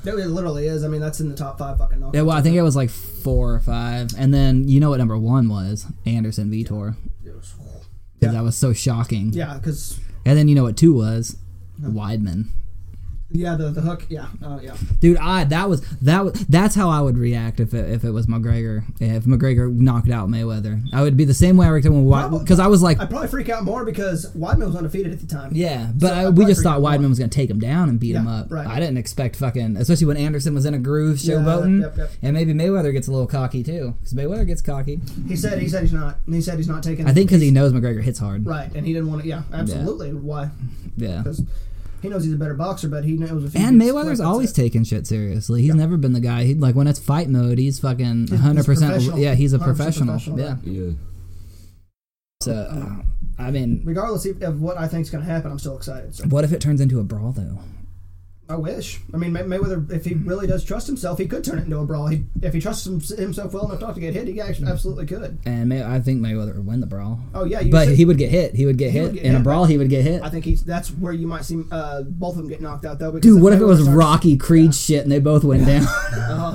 Speaker 2: it literally is. I mean, that's in the top five fucking knockouts.
Speaker 1: Yeah, well, I think it was like four or five, and then you know what number one was Anderson Vitor. 'cause
Speaker 2: It was- Yeah.
Speaker 1: That was so shocking.
Speaker 2: Yeah, because
Speaker 1: And then you know what two was Weidman.
Speaker 2: yeah, the the hook. Yeah, oh yeah.
Speaker 1: Dude, I that was that was that's how I would react if it, if it was McGregor if McGregor knocked out Mayweather. I would be the same way I reacted when
Speaker 2: Probably-
Speaker 1: because I was like,
Speaker 2: I'd probably freak out more because Weidman was undefeated at the time.
Speaker 1: Yeah, but I, we
Speaker 2: I'd probably
Speaker 1: just
Speaker 2: forget
Speaker 1: thought
Speaker 2: one.
Speaker 1: Weidman was going to take him down and beat him
Speaker 2: Yeah,
Speaker 1: up.
Speaker 2: right.
Speaker 1: I didn't expect fucking, especially when Anderson was in a groove,
Speaker 2: Yeah,
Speaker 1: showboating,
Speaker 2: yep, yep.
Speaker 1: and maybe Mayweather gets a little cocky too, because Mayweather gets cocky.
Speaker 2: He said he said he's not. He said he's not taking.
Speaker 1: I think because he knows McGregor hits hard.
Speaker 2: right, and he didn't want to. Yeah, absolutely. Why?
Speaker 1: Yeah.
Speaker 2: because he knows he's a better boxer, but he knows if he
Speaker 1: And
Speaker 2: gets
Speaker 1: Mayweather's
Speaker 2: clipped,
Speaker 1: always
Speaker 2: that's it.
Speaker 1: taking shit seriously. He's never been the guy. He like when it's fight mode, he's fucking
Speaker 2: a
Speaker 1: hundred percent.
Speaker 2: professional.
Speaker 1: Yeah, he's a
Speaker 2: 100%
Speaker 1: professional.
Speaker 2: professional,
Speaker 1: Yeah.
Speaker 2: right.
Speaker 3: Yeah.
Speaker 1: So, uh, I mean,
Speaker 2: regardless of of what I think's going to happen. I'm still excited. So
Speaker 1: what if it turns into a brawl though?
Speaker 2: I wish. I mean, May- Mayweather, if he
Speaker 1: Mm-hmm.
Speaker 2: really does trust himself, he could turn it into a brawl. He, if he trusts him, himself well enough not to get hit, he
Speaker 1: Mm-hmm.
Speaker 2: actually absolutely could.
Speaker 1: And May- I think Mayweather would win the brawl.
Speaker 2: Oh yeah, you
Speaker 1: but
Speaker 2: said-
Speaker 1: he would get hit. He would get
Speaker 2: He
Speaker 1: hit
Speaker 2: would get
Speaker 1: in a
Speaker 2: hit,
Speaker 1: brawl. He would get hit.
Speaker 2: I think he's. That's where you might see uh, both of them get knocked out though. because
Speaker 1: Dude, what if it
Speaker 2: Mayweather
Speaker 1: was
Speaker 2: starts-
Speaker 1: Rocky Creed shit and they both went down?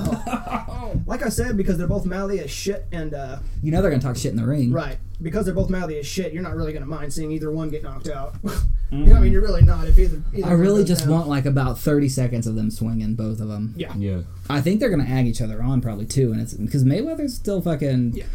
Speaker 2: Oh. like I said, because they're both mouthy as shit, and uh,
Speaker 1: you know they're gonna talk shit in the ring.
Speaker 2: Right. Because they're both mouthy as shit, you're not really going to mind seeing either one get knocked out. You
Speaker 1: Mm-hmm.
Speaker 2: know, I mean, you're really not. If either, either
Speaker 1: I
Speaker 2: one
Speaker 1: really
Speaker 2: goes
Speaker 1: just
Speaker 2: down.
Speaker 1: want like about thirty seconds of them swinging both of them.
Speaker 2: Yeah.
Speaker 3: Yeah.
Speaker 1: I think they're gonna ag each other on probably too, and it's because Mayweather's still fucking
Speaker 2: Yeah.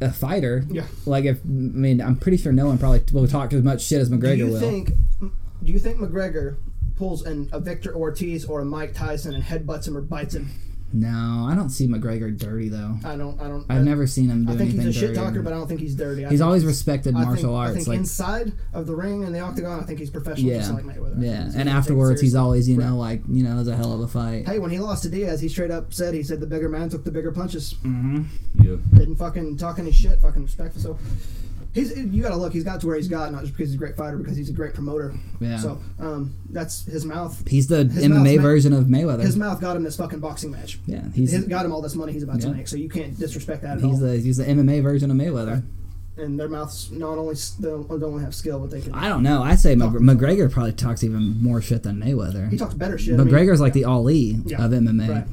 Speaker 1: a fighter.
Speaker 2: Yeah.
Speaker 1: Like if I mean, I'm pretty sure no one probably will talk as much shit as
Speaker 2: Do
Speaker 1: McGregor
Speaker 2: you
Speaker 1: will.
Speaker 2: think? Do you think McGregor pulls an, a Victor Ortiz or a Mike Tyson and headbutts him or bites him?
Speaker 1: no, I don't see McGregor dirty though.
Speaker 2: I don't. I don't.
Speaker 1: I've never seen him do
Speaker 2: Uh, I think
Speaker 1: anything
Speaker 2: he's a shit
Speaker 1: dirty.
Speaker 2: talker, but I don't think he's dirty. I
Speaker 1: he's
Speaker 2: think
Speaker 1: always
Speaker 2: he's-
Speaker 1: respected
Speaker 2: I think-
Speaker 1: martial
Speaker 2: I
Speaker 1: arts.
Speaker 2: think
Speaker 1: like
Speaker 2: inside of the ring and the octagon, I think he's professional,
Speaker 1: yeah,
Speaker 2: just like Mayweather. I think
Speaker 1: yeah.
Speaker 2: he's
Speaker 1: And
Speaker 2: gonna take it
Speaker 1: afterwards, he's
Speaker 2: seriously.
Speaker 1: always you
Speaker 2: Right.
Speaker 1: know like you know it was a hell of a fight.
Speaker 2: Hey, when he lost to Diaz, he straight up said he said the bigger man took the bigger punches.
Speaker 3: Yeah.
Speaker 2: didn't fucking talk any shit, fucking respectful. So he's you gotta look. He's got to where he's got, not just because he's a great fighter, because he's a great promoter.
Speaker 1: Yeah.
Speaker 2: So um, that's his mouth.
Speaker 1: He's the
Speaker 2: His
Speaker 1: MMA
Speaker 2: mouth's ma-
Speaker 1: version of Mayweather.
Speaker 2: His mouth got him this fucking boxing match.
Speaker 1: yeah, he's
Speaker 2: He's got him all this money he's about
Speaker 1: Yeah.
Speaker 2: to make, so you can't disrespect that at all.
Speaker 1: He's the he's the MMA version of Mayweather.
Speaker 2: and their mouths not only s- they don't, they don't only have skill, but they can.
Speaker 1: I don't know. I say Mc- McGregor probably talks even more shit than Mayweather.
Speaker 2: he talks better shit. I mean,
Speaker 1: McGregor's like the Ali
Speaker 2: Yeah.
Speaker 1: of MMA.
Speaker 2: right.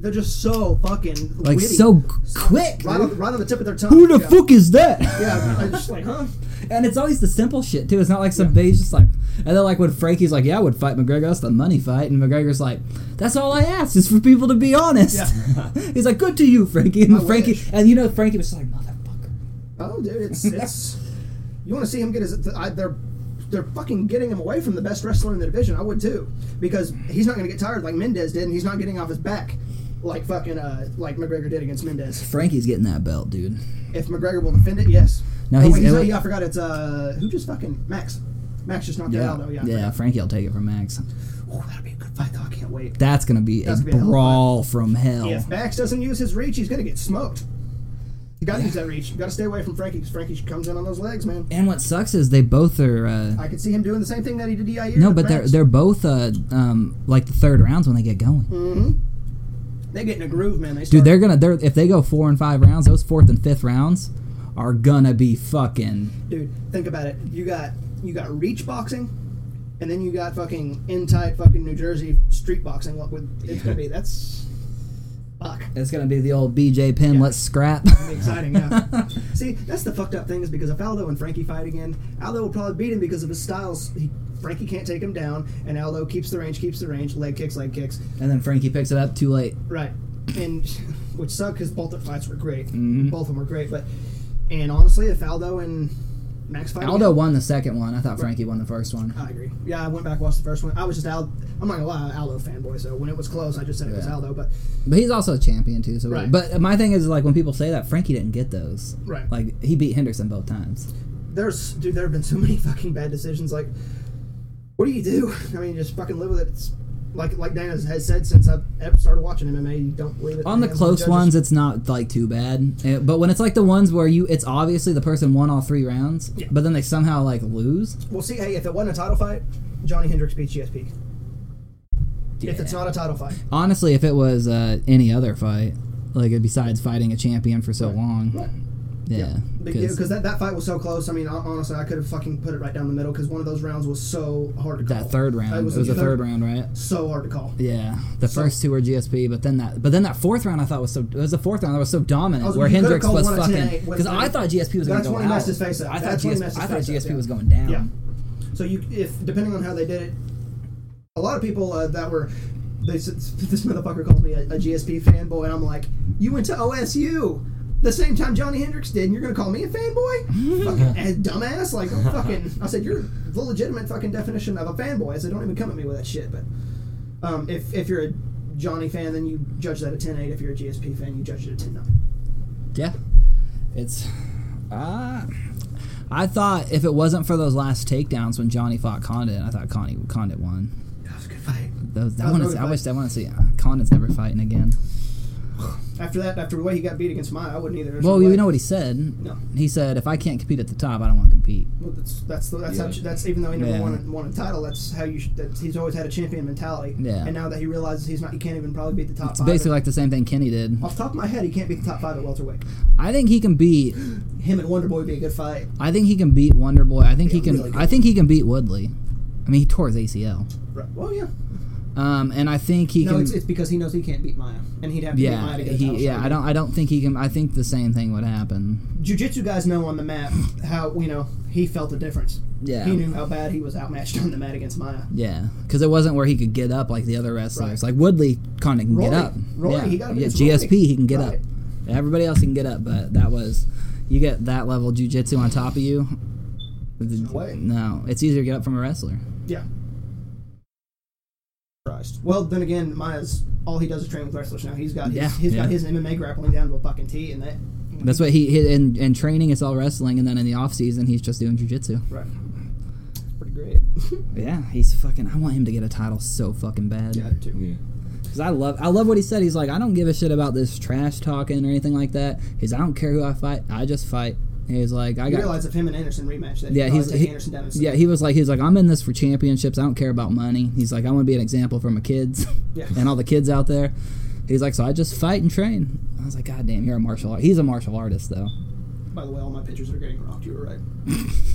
Speaker 2: They're just so fucking
Speaker 1: Like
Speaker 2: witty.
Speaker 1: so g- quick.
Speaker 2: right
Speaker 1: dude.
Speaker 2: on, right on the tip of their tongue.
Speaker 1: Who the
Speaker 2: yeah.
Speaker 1: fuck is that?
Speaker 2: Yeah, I'm just like, huh?
Speaker 1: And it's always the simple shit too. It's not like some bitch just like. And then like when Frankie's like, "Yeah, I would fight McGregor. That's the money fight." And McGregor's like, "That's all I asked is for people to be honest." He's like, "Good to you, Frankie." And
Speaker 2: I
Speaker 1: Frankie,
Speaker 2: wish.
Speaker 1: and you know, Frankie was just like, "Motherfucker."
Speaker 2: Oh, dude, it's it's. you want to see him get his? I, they're they're fucking getting him away from the best wrestler in the division. I would too, because he's not going to get tired like Mendez did, and he's not getting off his back like fucking uh like McGregor did against Mendez.
Speaker 1: Frankie's getting that belt, dude.
Speaker 2: If McGregor will defend it, yes.
Speaker 1: No,
Speaker 2: Oh,
Speaker 1: he's-
Speaker 2: wait,
Speaker 1: it-
Speaker 2: yeah, I forgot. It's uh, who just fucking Max. Max just knocked out Aldo. Yeah, I
Speaker 1: yeah. Frankie'll take it from Max.
Speaker 2: forgot. Ooh, that'll be a good fight. Though. I can't wait.
Speaker 1: That's gonna be
Speaker 2: That's
Speaker 1: a
Speaker 2: gonna be a hell of a
Speaker 1: brawl from hell.
Speaker 2: If Max doesn't use his reach, he's going to get smoked. You gotta use that reach. You gotta stay away from Frankie because Frankie comes in on those legs, man.
Speaker 1: And what sucks is they both are. Uh,
Speaker 2: I could see him doing the same thing that he did to Yair.
Speaker 1: no,
Speaker 2: in the
Speaker 1: but they're
Speaker 2: match.
Speaker 1: they're both uh, um, like the third rounds when they get going.
Speaker 2: Mm-hmm. they get in a groove, man. They
Speaker 1: Dude,
Speaker 2: start,
Speaker 1: they're gonna they're if they go four and five rounds, those fourth and fifth rounds are gonna be fucking
Speaker 2: dude. Think about it. You got you got reach boxing, and then you got fucking inside fucking New Jersey street boxing. What would it's gonna be? That's fuck.
Speaker 1: It's gonna be the old BJ Penn.
Speaker 2: Yeah.
Speaker 1: Let's scrap.
Speaker 2: Be exciting, yeah. See, that's the fucked up thing is because if Aldo and Frankie fight again, Aldo will probably beat him because of his styles. He, Frankie can't take him down, and Aldo keeps the range, keeps the range, leg kicks, leg kicks.
Speaker 1: and then Frankie picks it up too late.
Speaker 2: Right. And which sucked because both their fights were great.
Speaker 1: Mm-hmm.
Speaker 2: Both of them were great, but and honestly, if Aldo and Max fight,
Speaker 1: Aldo
Speaker 2: again-
Speaker 1: won the second one. I thought Frankie won the first one.
Speaker 2: I agree. Yeah, I went back watched the first one. I was just Al. I'm not gonna lie, Aldo fanboy. So when it was close, I just said it was
Speaker 1: Yeah.
Speaker 2: Aldo. But
Speaker 1: But he's also a champion too. So,
Speaker 2: Right.
Speaker 1: but my thing is like when people say that Frankie didn't get those.
Speaker 2: Right.
Speaker 1: Like he beat Henderson both times.
Speaker 2: there's dude, there have been so many fucking bad decisions. Like, what do you do? I mean, just fucking live with it. It's like like Dana has said since I started watching MMA, you don't leave it
Speaker 1: On the
Speaker 2: hands of
Speaker 1: close
Speaker 2: judges.
Speaker 1: ones, it's not like too bad. Eh, but when it's like the ones where you, it's obviously the person won all three rounds,
Speaker 2: Yeah.
Speaker 1: but then they somehow like lose.
Speaker 2: Well, see, hey, if it wasn't a title fight, Johnny Hendricks beats GSP. If it's
Speaker 1: Yeah.
Speaker 2: not a title fight,
Speaker 1: Honestly, if it was uh, any other fight, like besides fighting a champion for so long, yeah,
Speaker 2: because that, that fight was so close. I mean, hon- honestly, I could have fucking put it right down the middle because one of those rounds was so hard to call.
Speaker 1: that third round,
Speaker 2: That
Speaker 1: it was, the third, round, right?
Speaker 2: So hard to call.
Speaker 1: Yeah, the first two were GSP, but then that, but then that fourth round I thought was so it was the fourth round that was so dominant
Speaker 2: was-
Speaker 1: where
Speaker 2: you could've
Speaker 1: Hendricks
Speaker 2: called
Speaker 1: was
Speaker 2: one of 10,
Speaker 1: fucking
Speaker 2: eight,
Speaker 1: because
Speaker 2: would've
Speaker 1: I
Speaker 2: been-
Speaker 1: thought GSP was going
Speaker 2: That's
Speaker 1: to go
Speaker 2: when he messed
Speaker 1: out.
Speaker 2: his face up.
Speaker 1: I thought
Speaker 2: That's when he messed
Speaker 1: GSP,
Speaker 2: his
Speaker 1: I thought
Speaker 2: face up,
Speaker 1: GSP
Speaker 2: yeah.
Speaker 1: was going down.
Speaker 2: Yeah. Um, So you, if depending on how they did it, a lot of people uh, that were, they said this motherfucker calls me a, a GSP fanboy, and I'm like, you went to OSU the same time Johnny Hendricks did, and you're gonna call me a fanboy? fucking eh, dumbass! Like I'm fucking, I said you're the legitimate fucking definition of a fanboy. I said don't even come at me with that shit. But um, if if you're a Johnny fan, then you judge that at 10-8. If you're a GSP fan, you judge it at 10-9.
Speaker 1: Yeah, it's. Uh, I thought if it wasn't for those last takedowns when Johnny fought Condit, I thought Connie Condit won.
Speaker 2: That was a good fight.
Speaker 1: Those, that
Speaker 2: That was
Speaker 1: one
Speaker 2: a
Speaker 1: is,
Speaker 2: good
Speaker 1: I
Speaker 2: fight.
Speaker 1: wish I want to see uh, Condit's never fighting again.
Speaker 2: After that, after the way he got beat against Maya, I wouldn't either. There's
Speaker 1: Well,
Speaker 2: no
Speaker 1: you
Speaker 2: way.
Speaker 1: know what he said.
Speaker 2: No.
Speaker 1: He said, "If I can't compete at the top, I don't want to compete."
Speaker 2: Well, that's that's the, that's
Speaker 3: Yeah.
Speaker 2: how, that's even though he never
Speaker 1: Yeah.
Speaker 2: won, won a title, that's how you should, that he's always had a champion mentality.
Speaker 1: Yeah.
Speaker 2: And now that he realizes he's not, he can't even probably beat the top.
Speaker 1: It's
Speaker 2: five
Speaker 1: basically like the same thing Kenny did.
Speaker 2: off the top of my head, he can't beat the top five at welterweight.
Speaker 1: I think he can beat.
Speaker 2: Him and Wonderboy would be a good fight.
Speaker 1: I think he can beat Wonderboy. I think he
Speaker 2: Yeah,
Speaker 1: can.
Speaker 2: really good.
Speaker 1: I think he can beat Woodley. I mean, he tore his ACL.
Speaker 2: Right. Well, yeah.
Speaker 1: Um, and I think he
Speaker 2: no,
Speaker 1: can.
Speaker 2: it's, it's because he knows he can't beat Maya, and he'd have to beat
Speaker 1: yeah,
Speaker 2: Maya to get a
Speaker 1: he,
Speaker 2: title
Speaker 1: yeah.
Speaker 2: shot.
Speaker 1: I don't. I don't think he can. I think the same thing would happen.
Speaker 2: Jiu-jitsu guys know on the mat how you know he felt the difference.
Speaker 1: Yeah.
Speaker 2: He knew how bad he was outmatched on the mat against Maya.
Speaker 1: Yeah, because it wasn't where he could get up like the other wrestlers.
Speaker 2: Right.
Speaker 1: Like Woodley, Condit can get
Speaker 2: Roy-
Speaker 1: up.
Speaker 2: Roy,
Speaker 1: yeah.
Speaker 2: he got up
Speaker 1: yeah,
Speaker 2: against
Speaker 1: GSP,
Speaker 2: Roy.
Speaker 1: he can get up.
Speaker 2: Right.
Speaker 1: Everybody else can get up, but that was you get that level of jujitsu on top of you.
Speaker 2: no way.
Speaker 1: No, it's easier to get up from a wrestler.
Speaker 2: Yeah. Christ. Well, then again, Maya's all he does is train with wrestlers now. He's got his,
Speaker 1: Yeah,
Speaker 2: he's got
Speaker 1: yeah.
Speaker 2: his MMA grappling down to a fucking tee, and that
Speaker 1: That's what he, he in, in training. It's all wrestling, and then in the off season, he's just doing jujitsu.
Speaker 2: right. Pretty great.
Speaker 1: Yeah, he's fucking. I want him to get a title so fucking bad.
Speaker 2: yeah, too.
Speaker 3: Yeah.
Speaker 1: Cause I love, I love what he said. He's like, I don't give a shit about this trash talking or anything like that. He's, I don't care who I fight. I just fight. He's like, I
Speaker 2: You
Speaker 1: got.
Speaker 2: realize if him and Anderson rematch that,
Speaker 1: Yeah,
Speaker 2: he'd probably
Speaker 1: he's-
Speaker 2: take
Speaker 1: he-
Speaker 2: Anderson down. in
Speaker 1: Yeah,
Speaker 2: six.
Speaker 1: he was like, he's like, I'm in this for championships. I don't care about money. He's like, I want to be an example for my kids
Speaker 2: Yeah.
Speaker 1: and all the kids out there. He's like, so I just fight and train. I was like, God damn, you're a martial art. He's a martial artist though,
Speaker 2: By the way, all my pictures are getting rocked. You were right.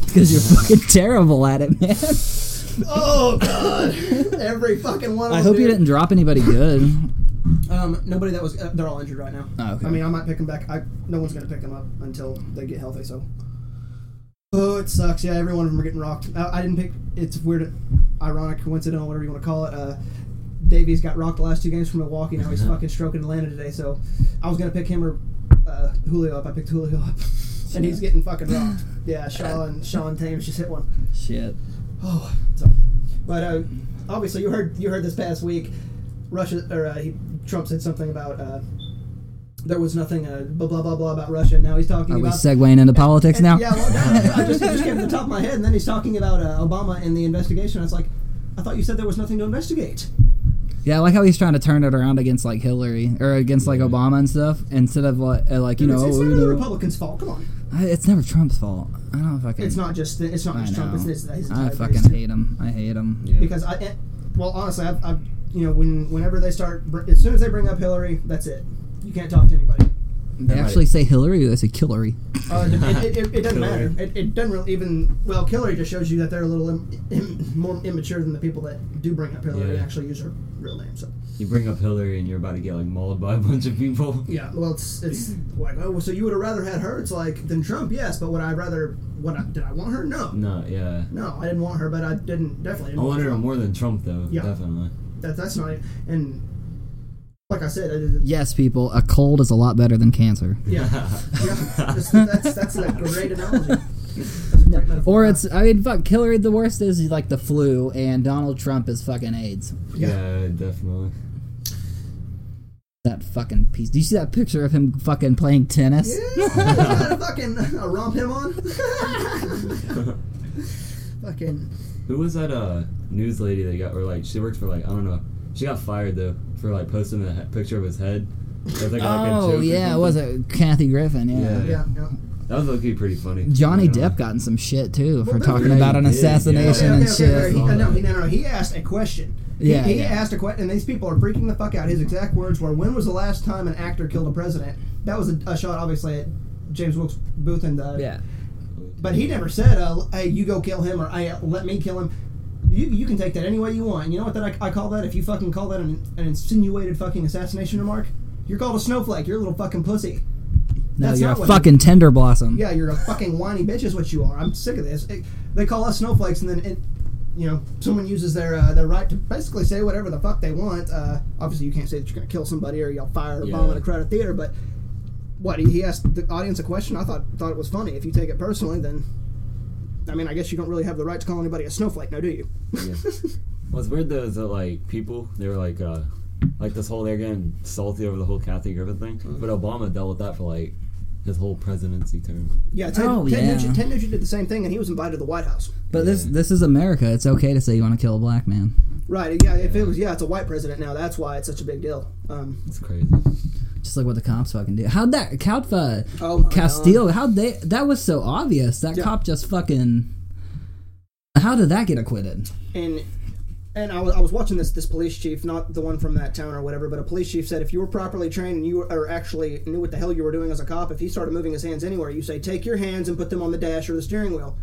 Speaker 1: because you're fucking terrible at it, man.
Speaker 2: Oh god, every fucking one.
Speaker 1: I
Speaker 2: Of them,
Speaker 1: hope you
Speaker 2: dude.
Speaker 1: didn't drop anybody good.
Speaker 2: Um, nobody that was. Uh, they're all injured right now.
Speaker 1: Oh, okay.
Speaker 2: I mean, I might pick them back. I no one's gonna pick them up until they get healthy. So. Oh, it sucks. Yeah, every one of them are getting rocked. I, I didn't pick. It's weird, ironic, coincidental, whatever you want to call it. Uh, Davies got rocked the last two games from Milwaukee. Now he's fucking stroking Atlanta today. So I was gonna pick him or uh, Julio up. I picked Julio up, and he's getting fucking rocked. Yeah, Sean Sean Thames just hit one.
Speaker 1: Shit.
Speaker 2: Oh, so, but uh, obviously you heard you heard this past week, Russia or uh, he, Trump said something about uh, there was nothing uh, blah blah blah blah about Russia. Now he's talking
Speaker 1: Are we
Speaker 2: about
Speaker 1: segueing into politics now?
Speaker 2: Yeah, well, no, I just, it just came to the top of my head, and then he's talking about uh, Obama and the investigation. I was like, I thought you said there was nothing to investigate.
Speaker 1: Yeah, I like how he's trying to turn it around against like Hillary or against like Obama and stuff instead of like, uh, like you
Speaker 2: it's,
Speaker 1: know,
Speaker 2: it's
Speaker 1: oh,
Speaker 2: never
Speaker 1: you
Speaker 2: the
Speaker 1: know-
Speaker 2: Republicans' fault. Come on,
Speaker 1: I- it's never Trump's fault. I don't fucking.
Speaker 2: it's not just the, it's not
Speaker 1: I
Speaker 2: just Trump.
Speaker 1: know.
Speaker 2: It's, it's, it's
Speaker 1: I
Speaker 2: it's-
Speaker 1: fucking hate him. I hate him.
Speaker 3: Yeah.
Speaker 2: because I, eh, well, honestly, I've, I've you know when whenever they start, br- as soon as they bring up Hillary, that's it. You can't talk to anybody.
Speaker 1: They
Speaker 3: Right.
Speaker 1: actually say Hillary. They say Killary.
Speaker 2: Uh, it, it, it, it doesn't
Speaker 3: Hillary.
Speaker 2: matter. It, it doesn't really even. Well, Hillary just shows you that they're a little Im, im, more immature than the people that do bring up Hillary and
Speaker 3: Yeah.
Speaker 2: actually use her real name. So
Speaker 3: you bring up Hillary and you're about to get like mauled by a bunch of people.
Speaker 2: yeah, well, it's it's like oh, so you would have rather had her. It's like than Trump, yes, but would I rather? What I, did I want her? No,
Speaker 3: No, yeah.
Speaker 2: no, I didn't want her, but I didn't definitely. Didn't
Speaker 3: I
Speaker 2: want
Speaker 3: wanted her
Speaker 2: Trump.
Speaker 3: more than Trump though.
Speaker 2: Yeah.
Speaker 3: Definitely.
Speaker 2: That, that's not it. And like I said, I did,
Speaker 1: Yes, people. A cold is a lot better than cancer.
Speaker 2: Yeah, yeah. That's, that's that's a great analogy. That's a great metaphor.
Speaker 1: Or it's. I mean, fuck. Hillary. The worst is like the flu, and Donald Trump is fucking AIDS.
Speaker 2: Yeah.
Speaker 3: Yeah, definitely.
Speaker 1: That fucking piece. Do you see that picture of him fucking playing tennis?
Speaker 2: Yeah, yeah, fucking I romp him on. fucking
Speaker 3: Who was that uh news lady that got or like she worked for like I don't know. She got fired though for like posting a he- picture of his head. That's, like, like, a joke
Speaker 1: Oh
Speaker 3: or
Speaker 1: yeah,
Speaker 3: something.
Speaker 1: was it Kathy Griffin? Yeah.
Speaker 3: Yeah.
Speaker 2: yeah. yeah.
Speaker 3: That was looking pretty funny.
Speaker 1: Johnny
Speaker 3: Yeah.
Speaker 1: Depp got in some shit too for
Speaker 2: Well,
Speaker 1: talking
Speaker 2: yeah,
Speaker 1: about an
Speaker 3: he did, yeah.
Speaker 1: assassination
Speaker 2: Okay, okay,
Speaker 1: and
Speaker 2: okay,
Speaker 1: shit.
Speaker 2: okay. He, uh, no, he, no, no, no. He asked a question. He-
Speaker 1: Yeah,
Speaker 2: he,
Speaker 1: yeah.
Speaker 2: asked a question, and these people are freaking the fuck out. His exact words were, "When was the last time an actor killed a president?" That was a, a shot, obviously, at James Wilkes Booth and the
Speaker 1: Yeah.
Speaker 2: But he never said, uh, "Hey, you go kill him," or "Hey, let me kill him." You, you can take that any way you want. You know what that I, I call that? If you fucking call that an, an insinuated fucking assassination remark, you're called a snowflake. You're a little fucking pussy.
Speaker 1: No,
Speaker 2: That's
Speaker 1: you're
Speaker 2: not
Speaker 1: a
Speaker 2: what-
Speaker 1: fucking tender blossom.
Speaker 2: Yeah, you're a fucking whiny bitch is what you are. I'm sick of this. It- they call us snowflakes, and then it, you know someone uses their uh, their right to basically say whatever the fuck they want. Uh, obviously, you can't say that you're gonna kill somebody or you'll fire a bomb
Speaker 3: Yeah.
Speaker 2: in a crowded theater. But what he, he asked the audience a question. I thought thought it was funny. If you take it personally, then I mean, I guess you don't really have the right to call anybody a snowflake, now do you?
Speaker 3: Yeah. What's weird though is that like people they were like uh like this whole they're getting salty over the whole Kathy Griffin thing, but Obama dealt with that for like his whole presidency term.
Speaker 2: Yeah, Ted,
Speaker 1: Oh,
Speaker 2: Ted
Speaker 1: yeah.
Speaker 2: Nugent, Ted Nugent did the same thing, and he was invited to the White House.
Speaker 1: But this this is America. It's okay to say you want to kill a black man.
Speaker 2: Right? Yeah, if it was yeah, it's a white president now. That's why it's such a big deal. Um,
Speaker 3: It's crazy.
Speaker 1: Just like what the cops fucking do. How'd that Calfa
Speaker 2: Oh my
Speaker 1: Castillo? How'd they? That was so obvious. That
Speaker 2: Yeah.
Speaker 1: cop just fucking. How did that get acquitted?
Speaker 2: and and I was, I was watching this this police chief, not the one from that town or whatever, but a police chief said if you were properly trained and you were, or actually knew what the hell you were doing as a cop, if he started moving his hands anywhere, you say take your hands and put them on the dash or the steering wheel.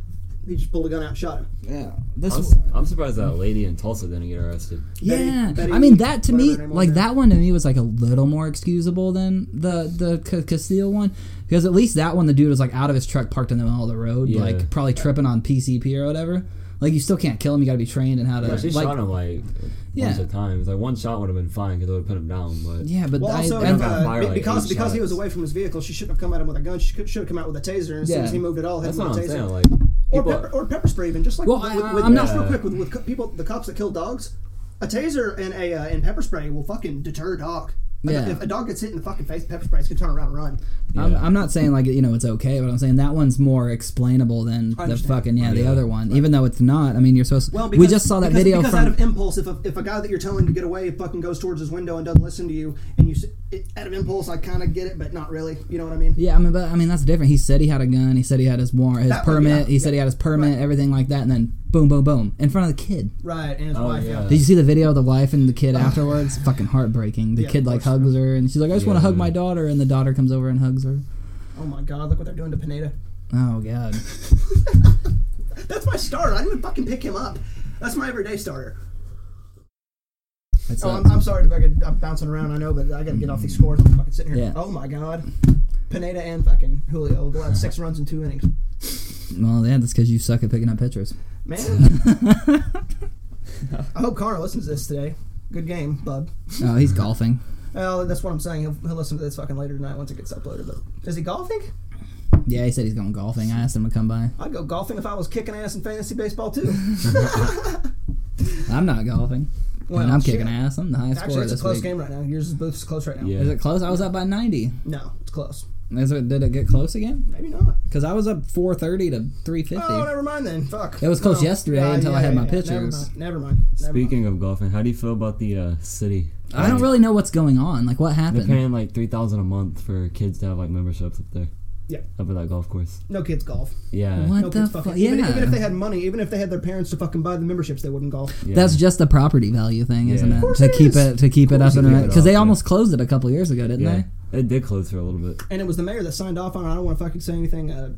Speaker 2: He just pulled a gun out and shot him.
Speaker 1: Yeah, this.
Speaker 3: I'm, s- I'm surprised that lady in Tulsa didn't get arrested.
Speaker 1: yeah,
Speaker 2: Betty- Betty-
Speaker 1: I mean that to me,
Speaker 2: whatever her name was
Speaker 1: like
Speaker 2: there.
Speaker 1: that one to me was like a little more excusable than the the Ca- Castillo one because at least that one the dude was like out of his truck, parked in the middle of the road,
Speaker 3: Yeah.
Speaker 1: like probably tripping on PCP or whatever. Like you still can't kill him. You got to be trained in how to.
Speaker 3: Yeah, she
Speaker 1: like,
Speaker 3: shot him like
Speaker 1: Yeah.
Speaker 3: bunch of times. Like one shot would have been fine because it would have put him down. But
Speaker 1: Yeah, but
Speaker 2: Well,
Speaker 1: I,
Speaker 2: also
Speaker 1: and-
Speaker 3: got
Speaker 2: uh,
Speaker 3: fired
Speaker 2: be-
Speaker 3: like
Speaker 2: because
Speaker 3: eight
Speaker 2: because he
Speaker 3: shots.
Speaker 2: was away from his vehicle, she shouldn't have come at him with a gun. She could, should have come out with a taser. And as soon
Speaker 1: Yeah.
Speaker 2: as he moved at all, hit
Speaker 3: that's
Speaker 2: him
Speaker 3: what
Speaker 2: with a
Speaker 3: I'm
Speaker 2: taser.
Speaker 3: saying. Like
Speaker 2: or
Speaker 3: people,
Speaker 2: pepper, or pepper spray even just like
Speaker 1: Well,
Speaker 2: with,
Speaker 1: I-
Speaker 2: with,
Speaker 1: I-
Speaker 2: with,
Speaker 1: I'm
Speaker 2: just
Speaker 1: not-
Speaker 2: real quick with, with co- people the cops that kill dogs a taser and a uh, and pepper spray will fucking deter a dog Like,
Speaker 1: Yeah.
Speaker 2: if a dog gets hit in the fucking face pepper sprays can turn around and run
Speaker 1: I'm,
Speaker 3: Yeah.
Speaker 1: I'm not saying like you know it's okay, but I'm saying that one's more explainable than the
Speaker 2: understand.
Speaker 1: fucking yeah the
Speaker 3: Yeah.
Speaker 1: other one. Even though it's not, I mean you're supposed.
Speaker 2: well
Speaker 1: Well, we
Speaker 2: because,
Speaker 1: just saw that
Speaker 2: because,
Speaker 1: video
Speaker 2: because out
Speaker 1: from.
Speaker 2: of impulse if a, if a guy that you're telling to get away fucking goes towards his window and doesn't listen to you and you s- it, out of impulse I kind of get it but not really you know what I mean
Speaker 1: yeah, I mean, but I mean that's different. He said he had a gun. He said he had his warrant, his
Speaker 2: That one,
Speaker 1: permit.
Speaker 2: yeah,
Speaker 1: he said he had his permit, everything like that, and then boom, boom, boom, in front of the kid.
Speaker 2: right and his
Speaker 3: Oh,
Speaker 2: wife
Speaker 3: yeah.
Speaker 1: Did you see the video of the wife and the kid afterwards? Fucking heartbreaking. The
Speaker 2: Yeah,
Speaker 1: kid
Speaker 2: of
Speaker 1: like
Speaker 2: course.
Speaker 1: hugs her, and she's like, "I just want to
Speaker 3: Yeah.
Speaker 1: hug my daughter," and the daughter comes over and hugs her.
Speaker 2: oh my god look what they're doing to Pineda
Speaker 1: Oh god.
Speaker 2: that's my starter I didn't even fucking pick him up that's my everyday starter
Speaker 1: It's
Speaker 2: Oh,
Speaker 1: uh,
Speaker 2: I'm, I'm sorry if I could, I'm bouncing around. I know, but I got to get off these scores. I'm fucking sitting here.
Speaker 1: Mm-hmm. Yeah.
Speaker 2: Oh my god, Pineda and fucking Julio allowed six runs in two innings.
Speaker 1: well, yeah, that's because you suck at picking up pictures. Oh,
Speaker 2: Man, I hope Connor listens to this today. Good game, bub.
Speaker 1: Oh, he's golfing.
Speaker 2: Well, that's what I'm saying. He'll, he'll listen to this fucking later tonight once it gets uploaded. But is he golfing?
Speaker 1: Yeah, he said he's going golfing. I asked him to come by.
Speaker 2: I'd go golfing if I was kicking ass in fantasy baseball too.
Speaker 1: I'm not golfing.
Speaker 2: Well,
Speaker 1: and I'm
Speaker 2: shit.
Speaker 1: kicking ass. I'm the highest
Speaker 2: Actually,
Speaker 1: scorer
Speaker 2: it's a
Speaker 1: this
Speaker 2: close
Speaker 1: week.
Speaker 2: game right now. Yours is Booth's close right now.
Speaker 3: Yeah.
Speaker 1: Is it close? I was up by 90.
Speaker 2: No, it's close.
Speaker 1: Is it, did it get close again?
Speaker 2: Maybe not.
Speaker 1: Because I was up 430 to 350.
Speaker 2: Oh, never mind then. Fuck. Ah,
Speaker 1: It was close yesterday until I had my
Speaker 2: Never
Speaker 1: pictures.
Speaker 2: mind. Never mind. Never mind.
Speaker 3: Speaking of golfing, how do you feel about the uh, city?
Speaker 1: I don't really know what's going on. Like, what
Speaker 3: They're
Speaker 1: happened?
Speaker 3: paying like three thousand a month for kids to have like memberships up there.
Speaker 2: Yeah.
Speaker 3: Up at that golf course.
Speaker 2: No kids golf.
Speaker 3: Yeah.
Speaker 1: What
Speaker 2: No
Speaker 1: the
Speaker 2: kids
Speaker 1: fuck?
Speaker 2: fucking.
Speaker 1: Yeah.
Speaker 2: Even, even if they had money, even if they had their parents to fucking buy the memberships, they wouldn't golf.
Speaker 3: yeah.
Speaker 1: That's just the property value thing, isn't
Speaker 3: Yeah. Of
Speaker 1: it?
Speaker 2: course
Speaker 1: to
Speaker 2: it
Speaker 1: keep
Speaker 2: is.
Speaker 1: it to keep it up
Speaker 3: they
Speaker 1: and
Speaker 3: keep
Speaker 1: running
Speaker 3: it
Speaker 1: because they
Speaker 3: up,
Speaker 1: almost closed it a couple years ago, didn't
Speaker 3: yeah.
Speaker 1: they?
Speaker 3: It did close for a little bit.
Speaker 2: And it was the mayor that signed off on it. I don't want to fucking say anything uh,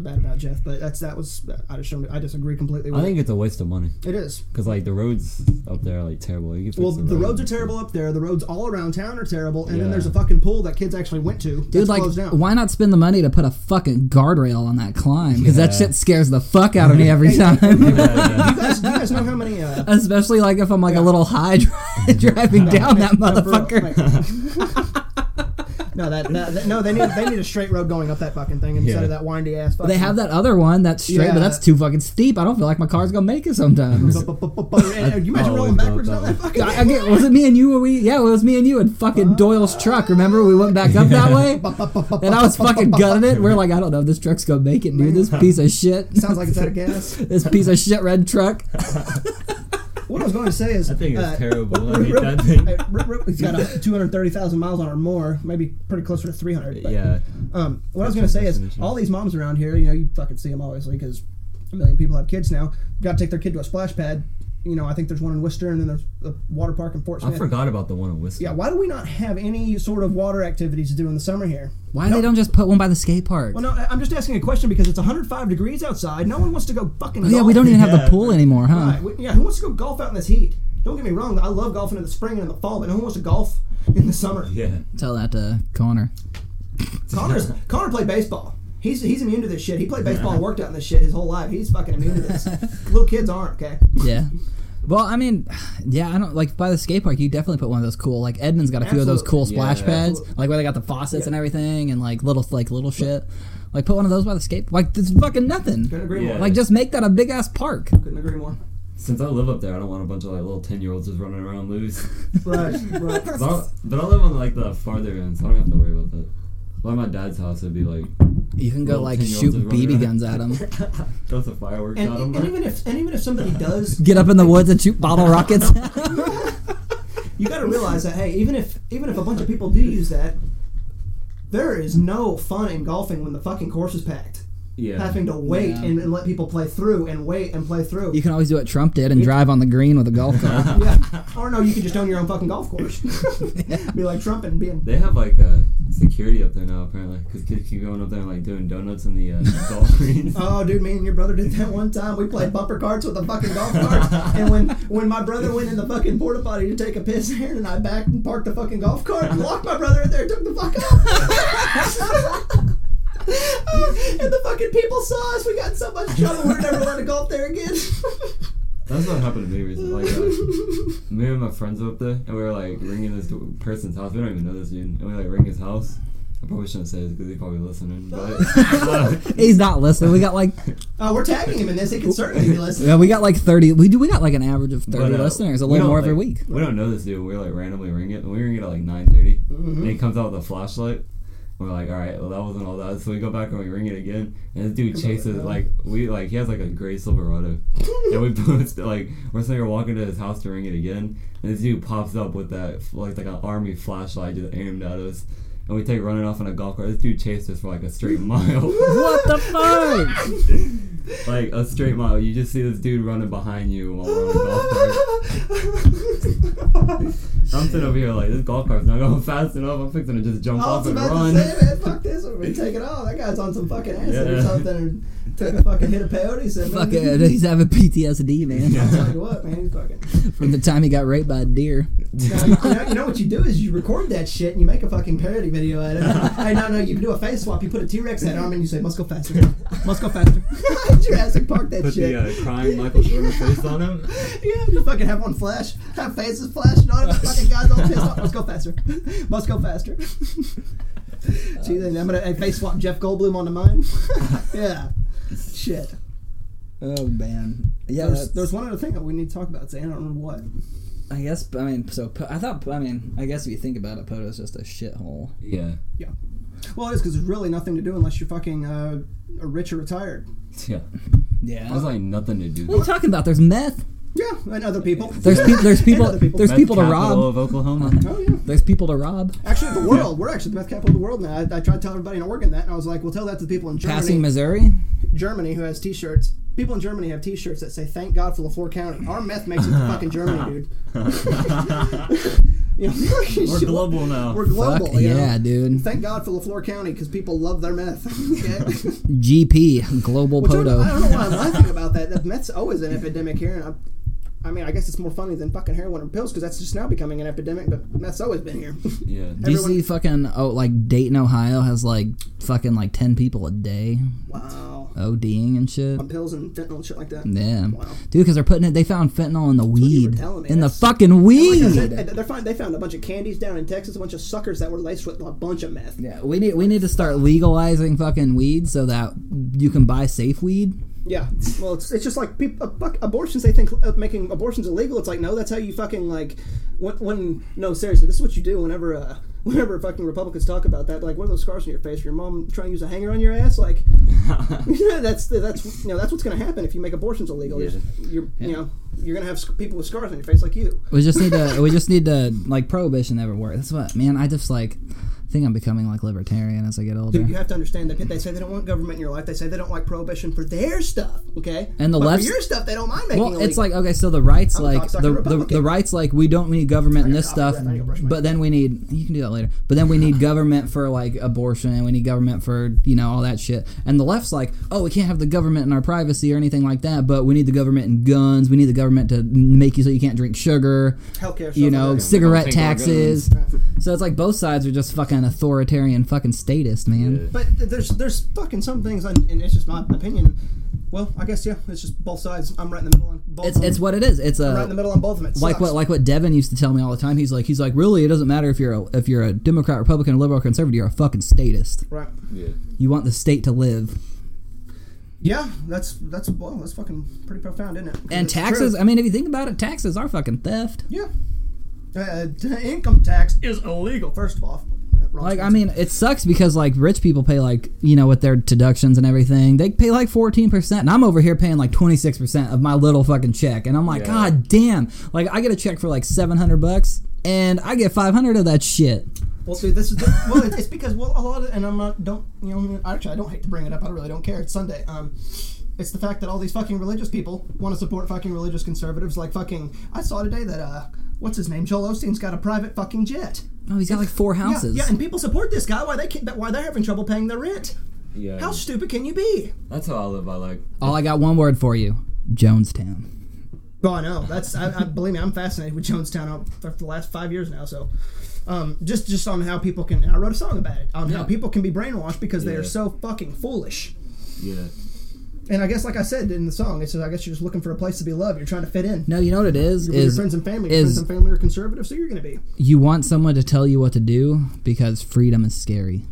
Speaker 2: bad about Jeff, but that's that was. I just showed, I disagree completely. With
Speaker 3: I think it's a waste of money
Speaker 2: it. it is.
Speaker 3: because like the roads up there are like terrible. You can fix
Speaker 2: Well, the roads are
Speaker 3: and-
Speaker 2: terrible up there. The roads all around town are terrible, and
Speaker 3: Yeah.
Speaker 2: then there's a fucking pool that kids actually went to.
Speaker 1: Dude,
Speaker 2: that's
Speaker 1: like,
Speaker 2: closed down.
Speaker 1: why not spend the money to put a fucking guardrail on that climb? Because that
Speaker 3: Yeah.
Speaker 1: shit scares the fuck out of me every time.
Speaker 3: Yeah,
Speaker 2: Do you guys, do you guys know how many? Uh,
Speaker 1: Especially like if I'm like a little high dri- driving down that
Speaker 2: no, for real,
Speaker 1: motherfucker.
Speaker 2: like- no, that, that, that- no, they need they need a straight road going up that fucking thing instead
Speaker 3: Yeah.
Speaker 2: of that windy ass. Fucking,
Speaker 1: They have that other one that's straight, but
Speaker 2: Yeah.
Speaker 1: that's too fucking steep. I don't feel like my car's gonna make it sometimes.
Speaker 2: that. You imagine
Speaker 3: Oh,
Speaker 2: rolling
Speaker 3: it's not
Speaker 2: backwards
Speaker 3: that
Speaker 2: down that fucking.
Speaker 1: I, I get, was it me and you? Were we? Yeah, it was me and you and
Speaker 2: Uh,
Speaker 1: fucking Doyle's truck. Remember, we went back up that way, and I was fucking gutting it. We're like, I don't know, if this truck's gonna make it, dude. This piece of shit,
Speaker 2: Sounds like it's out of gas.
Speaker 1: this piece of shit red truck.
Speaker 2: What I was going to say is
Speaker 3: I think it's
Speaker 2: uh,
Speaker 3: terrible. I hate that thing.
Speaker 2: Hey, Rip, Rip, he's got a 230,000 miles on or more, maybe pretty closer to 300. But,
Speaker 3: Yeah.
Speaker 2: Um, what I was going
Speaker 3: That's
Speaker 2: to say
Speaker 3: your
Speaker 2: is,
Speaker 3: definition.
Speaker 2: all these moms around here, you know, you fucking see them obviously because a million people have kids now. Got to take their kid to a splash pad. You know, I think there's one in Worcester, and then there's a water park in Fort
Speaker 3: I
Speaker 2: Smith.
Speaker 3: forgot about the one in Whiskey.
Speaker 2: Yeah, why do we not have any sort of water activities to do in the summer here?
Speaker 1: Why they don't just put one by the skate park?
Speaker 2: Well, no, I- I'm just asking a question because it's 105 degrees outside. No one wants to go fucking.
Speaker 1: Oh, yeah,
Speaker 2: golf.
Speaker 1: we don't even have
Speaker 3: Yeah.
Speaker 1: the pool anymore, huh?
Speaker 2: Right, we- Yeah, who wants to go golf out in this heat? Don't get me wrong. I love golfing in the spring and in the fall, but no one wants to golf in the summer.
Speaker 3: Yeah.
Speaker 1: Tell that to Connor.
Speaker 2: Connor's Connor played baseball. He's he's immune to this shit. He played baseball and worked out in this shit his whole life. He's fucking immune to this. Little kids aren't okay.
Speaker 1: Yeah. Well, I mean, yeah, I don't like by the skate park. You definitely put one of those cool, like Edmund's got a few of those cool
Speaker 3: Absolutely.
Speaker 1: splash
Speaker 3: Yeah.
Speaker 1: pads, like where they got the faucets and everything, and like little like little shit. Like put one of those by the skate. Like it's fucking nothing.
Speaker 2: Couldn't agree
Speaker 3: Yeah.
Speaker 2: more.
Speaker 1: Like just make that a big ass park.
Speaker 2: Couldn't agree more.
Speaker 3: Since I live up there, I don't want a bunch of like little ten year olds just running around loose.
Speaker 2: Right, right.
Speaker 3: But I, but I live on like the farther end, so I don't have to worry about that. By my dad's house, it'd be like
Speaker 1: You can go
Speaker 3: Little
Speaker 1: like
Speaker 3: 10-year-olds
Speaker 1: shoot
Speaker 3: just running
Speaker 1: BB
Speaker 3: around.
Speaker 1: guns at them.
Speaker 3: throw some fireworks
Speaker 2: And,
Speaker 3: at them.
Speaker 2: and even if and even if somebody does,
Speaker 1: Get up in the woods and shoot bottle rockets.
Speaker 2: you got to realize that hey, even if even if a bunch of people do use that, there is no fun in golfing when the fucking course is packed.
Speaker 3: yeah.
Speaker 2: Having to wait
Speaker 1: Yeah.
Speaker 2: and, and let people play through and wait and play through.
Speaker 1: you can always do what Trump did and drive on the green with a golf cart.
Speaker 2: yeah. Or no, you could just own your own fucking golf course. Be like Trump and being.
Speaker 3: They have like uh, security up there now apparently, because kids keep going up there and like doing donuts in the uh, golf greens.
Speaker 2: Oh, dude, me and your brother did that one time. We played bumper carts with a fucking golf cart, and when when my brother went in the fucking porta potty to take a piss, Aaron and I backed and parked the fucking golf cart, and locked my brother in there, and took the fuck off. and the fucking people saw us. We got in so much trouble. We're never allowed to golf there again.
Speaker 3: That's what happened to me recently. Like, uh, me and my friends were up there, and we were like ringing this person's house. We don't even know this dude, and we like ring his house. I probably shouldn't say this because he's probably listening, but uh,
Speaker 1: He's not listening. We got like
Speaker 2: Uh, we're tagging him in this. He can certainly be listening.
Speaker 1: yeah, we got like thirty. We do. We got like an average of
Speaker 3: but,
Speaker 1: thirty
Speaker 3: uh,
Speaker 1: listeners, a
Speaker 3: we
Speaker 1: little
Speaker 3: don't,
Speaker 1: more
Speaker 3: like,
Speaker 1: every week.
Speaker 3: We don't know this dude. We like randomly ring it, and we ring it at like nine thirty, and he comes out with a flashlight. We're like, all right, well that wasn't all that. So we go back and we ring it again, and this dude chases like we like he has like a gray Silverado, and we both like we're sitting here walking to his house to ring it again, and this dude pops up with that like like an army flashlight just aimed at us, and we take running off on a golf cart. This dude chased us for like a straight mile,
Speaker 1: What the fuck?
Speaker 3: like a straight mile. You just see this dude running behind you while we're on a golf cart. I'm sitting over here like this golf cart's not going fast enough. I'm fixing to just jump
Speaker 2: I
Speaker 3: off
Speaker 2: was
Speaker 3: and
Speaker 2: about
Speaker 3: run.
Speaker 2: to say, man, fuck this. We're gonna take it off. That guy's on some fucking acid
Speaker 3: Yeah.
Speaker 2: or something, and took a fucking hit of peyote. He Said,
Speaker 1: Fuck it.
Speaker 2: man,
Speaker 1: He's having PTSD, man.
Speaker 2: I'll tell you what, man, he's fucking.
Speaker 1: From the time he got raped by a deer.
Speaker 2: Now, you, know, you know what you do is you record that shit and you make a fucking parody video out of it. hey, no, no, you can do a face swap. You put a T Rex head on him and you say, "Must go faster, must go faster." Jurassic Park that
Speaker 3: Put
Speaker 2: shit.
Speaker 3: the uh, crying Michael Jordan face on him.
Speaker 2: Yeah, you fucking have one flash, have faces flashing on it, the fucking guys all pissed off. Must go faster. Must go faster. See, then I'm gonna hey, face swap Jeff Goldblum onto mine. yeah. Shit.
Speaker 1: Oh man. Yeah.
Speaker 2: There's, there's one other thing that we need to talk about today. I don't remember what.
Speaker 1: I guess. I mean. So I thought. I mean. I guess if you think about it, Poto's just a shithole.
Speaker 3: Yeah.
Speaker 2: Yeah. Well, it is because there's really nothing to do unless you're fucking uh, rich or retired.
Speaker 3: Yeah,
Speaker 1: Yeah.
Speaker 3: there's like nothing to do.
Speaker 1: what are you talking about? There's meth.
Speaker 2: Yeah, and other people.
Speaker 1: There's people. There's people.
Speaker 2: other people.
Speaker 1: There's
Speaker 3: Meth
Speaker 1: people to
Speaker 3: capital
Speaker 1: rob.
Speaker 3: of Oklahoma.
Speaker 2: Oh yeah.
Speaker 1: There's people to rob.
Speaker 2: Actually, the world. We're actually the meth capital of the world now. I, I tried to tell everybody in Oregon that, and I was like, "Well, tell that to the people in Germany."
Speaker 1: Passing Missouri.
Speaker 2: Germany who has T-shirts. People in Germany have T-shirts that say "Thank God for LaFleur County." Our meth makes it to fucking Germany, dude. You know,
Speaker 3: We're
Speaker 2: shit.
Speaker 3: global now.
Speaker 2: We're global.
Speaker 1: Fuck
Speaker 2: you know?
Speaker 1: yeah, dude.
Speaker 2: Thank God for LaFleur County because people love their meth. okay?
Speaker 1: GP Global
Speaker 2: Which I don't- I
Speaker 1: Poto.
Speaker 2: don't know why I'm laughing about that. That meth's always an epidemic here, and I'm, I mean, I guess it's more funny than fucking heroin or pills because that's just now becoming an epidemic. But meth's always been here.
Speaker 3: yeah,
Speaker 1: Do you
Speaker 2: everyone-
Speaker 1: see fucking oh like Dayton, Ohio has like fucking like ten people a day
Speaker 2: wow.
Speaker 1: ODing and shit.
Speaker 2: On pills and fentanyl and shit like that.
Speaker 1: Yeah,
Speaker 2: Wow.
Speaker 1: dude, because they're putting it. They found fentanyl in the
Speaker 2: you were
Speaker 1: weed,
Speaker 2: telling me.
Speaker 1: in the
Speaker 2: That's-
Speaker 1: fucking
Speaker 2: Like I
Speaker 1: weed.
Speaker 2: said, they- they're fine. They found a bunch of candies down in Texas, a bunch of suckers that were laced with a bunch of meth.
Speaker 1: Yeah, we need we need to start legalizing fucking weed so that you can buy safe weed.
Speaker 2: Yeah. Well, it's, it's just like people, fuck, abortions. They think uh, making abortions illegal. It's like no, that's how you fucking like. When, when no, seriously, this is what you do whenever uh, whenever fucking Republicans talk about that. Like, what are those scars on your face? Your mom trying to use a hanger on your ass? Like, that's that's you know that's what's gonna happen if you make abortions illegal. You're, you're you know you're gonna have sc- people with scars on your face like you.
Speaker 1: We just need to we just need to like prohibition never worked. That's what man. I just like think I'm becoming like libertarian as I get older.
Speaker 2: Dude, you have to understand that they say they don't want government in your life. They say they don't like prohibition for their stuff. Okay,
Speaker 1: And the
Speaker 2: But
Speaker 1: left-
Speaker 2: for your stuff, they don't mind making.
Speaker 1: Well, it's
Speaker 2: illegal.
Speaker 1: like okay, so the rights
Speaker 2: I'm a
Speaker 1: like
Speaker 2: cocksucker
Speaker 1: the, the
Speaker 2: Republican.
Speaker 1: the rights like we don't need government in this
Speaker 2: off
Speaker 1: stuff,
Speaker 2: breath. I gotta brush my
Speaker 1: but then we need you can do that later. But then we need government for like abortion, and we need government for you know all that shit. And the left's like, oh, we can't have the government in our privacy or anything like that, but we need the government in guns. We need the government to make you so you can't drink sugar.
Speaker 2: healthcare.
Speaker 1: You
Speaker 2: stuff
Speaker 1: know,
Speaker 2: like that.
Speaker 1: cigarette
Speaker 3: take our guns.
Speaker 1: taxes. So it's like both sides are just fucking authoritarian, fucking statist, man.
Speaker 3: Yeah.
Speaker 2: But th- there's there's fucking some things, and and it's just my opinion. Well, I guess yeah, it's just both sides. I'm right in the middle on both.
Speaker 1: It's
Speaker 2: of them.
Speaker 1: it's what it is. It's a
Speaker 2: I'm right in the middle on both of them. It
Speaker 1: like
Speaker 2: sucks.
Speaker 1: what like what Devin used to tell me all the time. He's like he's like really it doesn't matter if you're a, if you're a Democrat, Republican, or liberal, or conservative. You're a fucking statist.
Speaker 2: right?
Speaker 3: yeah.
Speaker 1: You want the state to live.
Speaker 2: Yeah, that's that's well, that's fucking pretty profound, isn't it? 'Cause
Speaker 1: And
Speaker 2: it's
Speaker 1: taxes.
Speaker 2: true.
Speaker 1: I mean, if you think about it, taxes are fucking theft.
Speaker 2: Yeah, uh, t- income tax is illegal. First of all, Wrong
Speaker 1: Like I
Speaker 2: sentence.
Speaker 1: mean, it sucks because like rich people pay like you know with their deductions and everything. They pay like fourteen percent, and I'm over here paying like twenty six percent of my little fucking check. And I'm like,
Speaker 3: Yeah.
Speaker 1: God damn! Like I get a check for like seven hundred bucks, and I get five hundred of that shit.
Speaker 2: Well, see, this is the, well, it's, it's because well, a lot of, and I'm not don't you know I- actually I don't hate to bring it up. I really don't care. It's Sunday. Um, it's the fact that all these fucking religious people want to support fucking religious conservatives. Like fucking, I saw today that uh, what's his name, Joel Osteen's got a private fucking jet.
Speaker 1: Oh, he's got like four
Speaker 2: Yeah,
Speaker 1: houses.
Speaker 2: yeah, and people support this guy. Why they can't, why they're having trouble paying their rent?
Speaker 3: Yeah,
Speaker 2: How stupid can you be?
Speaker 3: that's how I live. I like.
Speaker 1: All I got one word for you, Jonestown.
Speaker 2: Oh, I know. That's I, I believe me. I'm fascinated with Jonestown out for the last five years now. So, um, just just on how people can. And I wrote a song about it on
Speaker 1: Yeah.
Speaker 2: how people can be brainwashed because they
Speaker 3: Yeah.
Speaker 2: are so fucking foolish.
Speaker 3: Yeah,
Speaker 2: And I guess, like I said in the song, it says, "I guess you're just looking for a place to be loved. You're trying to fit in
Speaker 1: No, you know what it is?
Speaker 2: with your
Speaker 1: Is
Speaker 2: friends and family. Your
Speaker 1: is-
Speaker 2: friends and family are conservative, so you're going to be."
Speaker 1: you want someone to tell you what to do because freedom is scary.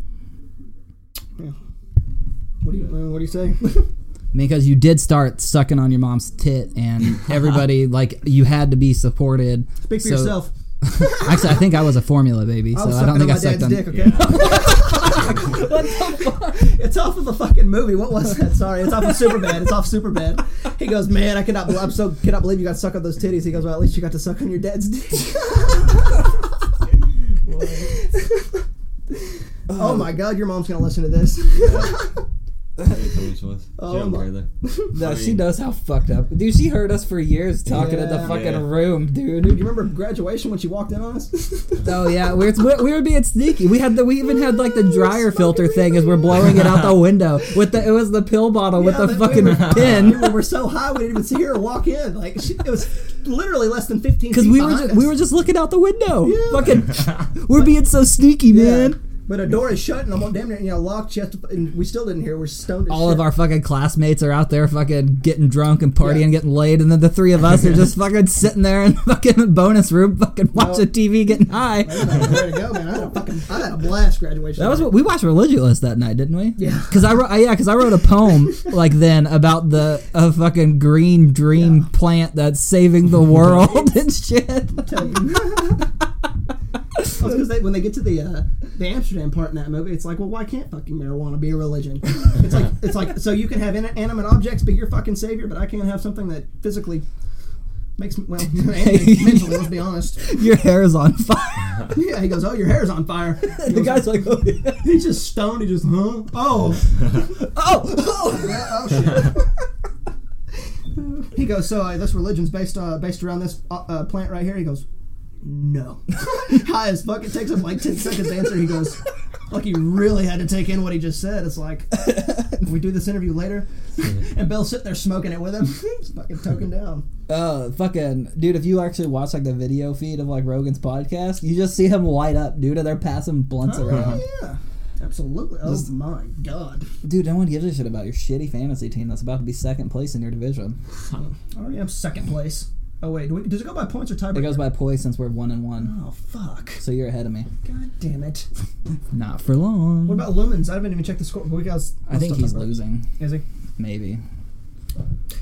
Speaker 2: What do you uh, What do you say?
Speaker 1: Because you did start sucking on your mom's tit, and everybody like you had to be supported.
Speaker 2: Speak for
Speaker 1: So-
Speaker 2: yourself.
Speaker 1: Actually, I think I was a formula baby, so
Speaker 2: I was
Speaker 1: I,
Speaker 2: sucking
Speaker 1: don't think
Speaker 2: on
Speaker 1: I
Speaker 2: my
Speaker 1: sucked on.
Speaker 2: dad's dick. Okay. what the fuck? It's off of a fucking movie. What was that? Sorry, it's off of Superbad. It's off Superbad. He goes, "Man, I cannot. bel- I'm so cannot believe you got sucked on those titties." He goes, "Well, at least you got to suck on your dad's dick." oh my god, your mom's gonna listen to this. Oh
Speaker 3: oh
Speaker 2: my-
Speaker 1: No, she
Speaker 3: mean-
Speaker 1: knows how fucked up, dude. She heard us for years talking at the
Speaker 2: Yeah.
Speaker 1: fucking
Speaker 3: Yeah.
Speaker 1: room,
Speaker 2: Do
Speaker 1: dude.
Speaker 2: you remember graduation when she walked in on us?
Speaker 1: Oh yeah, we were, we were being sneaky. We had the we even had like the dryer filter thing as we're blowing it out the window with the it was the pill bottle with
Speaker 2: Yeah,
Speaker 1: the
Speaker 2: but we
Speaker 1: fucking
Speaker 2: were-
Speaker 1: pin.
Speaker 2: we were so high we didn't even see her walk in. Like she, it was literally less than fifteen.
Speaker 1: Because
Speaker 2: feet
Speaker 1: we were
Speaker 2: behind
Speaker 1: just,
Speaker 2: us.
Speaker 1: we were just looking out the window. Fucking, we're being so sneaky,
Speaker 2: Yeah.
Speaker 1: man.
Speaker 2: But a door is shut, and I'm damn near you know locked. You have to, and we still didn't hear. We're stoned. As
Speaker 1: All
Speaker 2: shit.
Speaker 1: of our fucking classmates are out there fucking getting drunk and partying,
Speaker 2: Yeah.
Speaker 1: getting laid, and then the three of us are just fucking sitting there in the fucking bonus room, fucking watching TV, getting high.
Speaker 2: Way to go, man! I had a fucking, I had a blast graduation.
Speaker 1: That was what we watched Religious that night, didn't we?
Speaker 2: Yeah.
Speaker 1: Cause I wrote, yeah, 'cause I wrote a poem like then about the a fucking green dream plant that's saving the world and shit.
Speaker 2: Tell you. I was gonna say when they get to the uh, the Amsterdam part in that movie, it's like, well, why can't fucking marijuana be a religion? It's like it's like so you can have inanimate objects be your fucking savior, but I can't have something that physically makes me well mentally. Let's be honest.
Speaker 1: Your hair is on fire.
Speaker 2: Yeah, he goes, oh, your hair's on fire. He
Speaker 1: the
Speaker 2: goes,
Speaker 1: guy's like, oh, yeah.
Speaker 2: he's just stoned. He just huh? Oh,
Speaker 1: oh, oh.
Speaker 2: oh shit. he goes, so uh, this religion's based uh, based around this uh, uh, plant right here. He goes, no. High as fuck. It takes him like ten seconds to answer. He goes, like he really had to take in what he just said. It's like if we do this interview later, and Bill's sitting there smoking it with him. He's fucking token down.
Speaker 1: Oh, fucking dude! If you actually watch like the video feed of like Rogan's podcast, you just see him light up, dude. And they're passing blunts around.
Speaker 2: Yeah, absolutely. Oh my god.
Speaker 1: Dude, no one gives a shit about your shitty fantasy team that's about to be second place in your division.
Speaker 2: I already am second place. Oh wait, do we, does it go by points or tiebreaker?
Speaker 1: It goes by poise since we're one and one,
Speaker 2: Oh fuck.
Speaker 1: so you're ahead of me.
Speaker 2: God damn it.
Speaker 1: Not for long.
Speaker 2: What about Lumens? I haven't even checked the score. We guys,
Speaker 1: I think
Speaker 2: I'll
Speaker 1: he's
Speaker 2: talk about it.
Speaker 1: losing,
Speaker 2: Is he?
Speaker 1: maybe.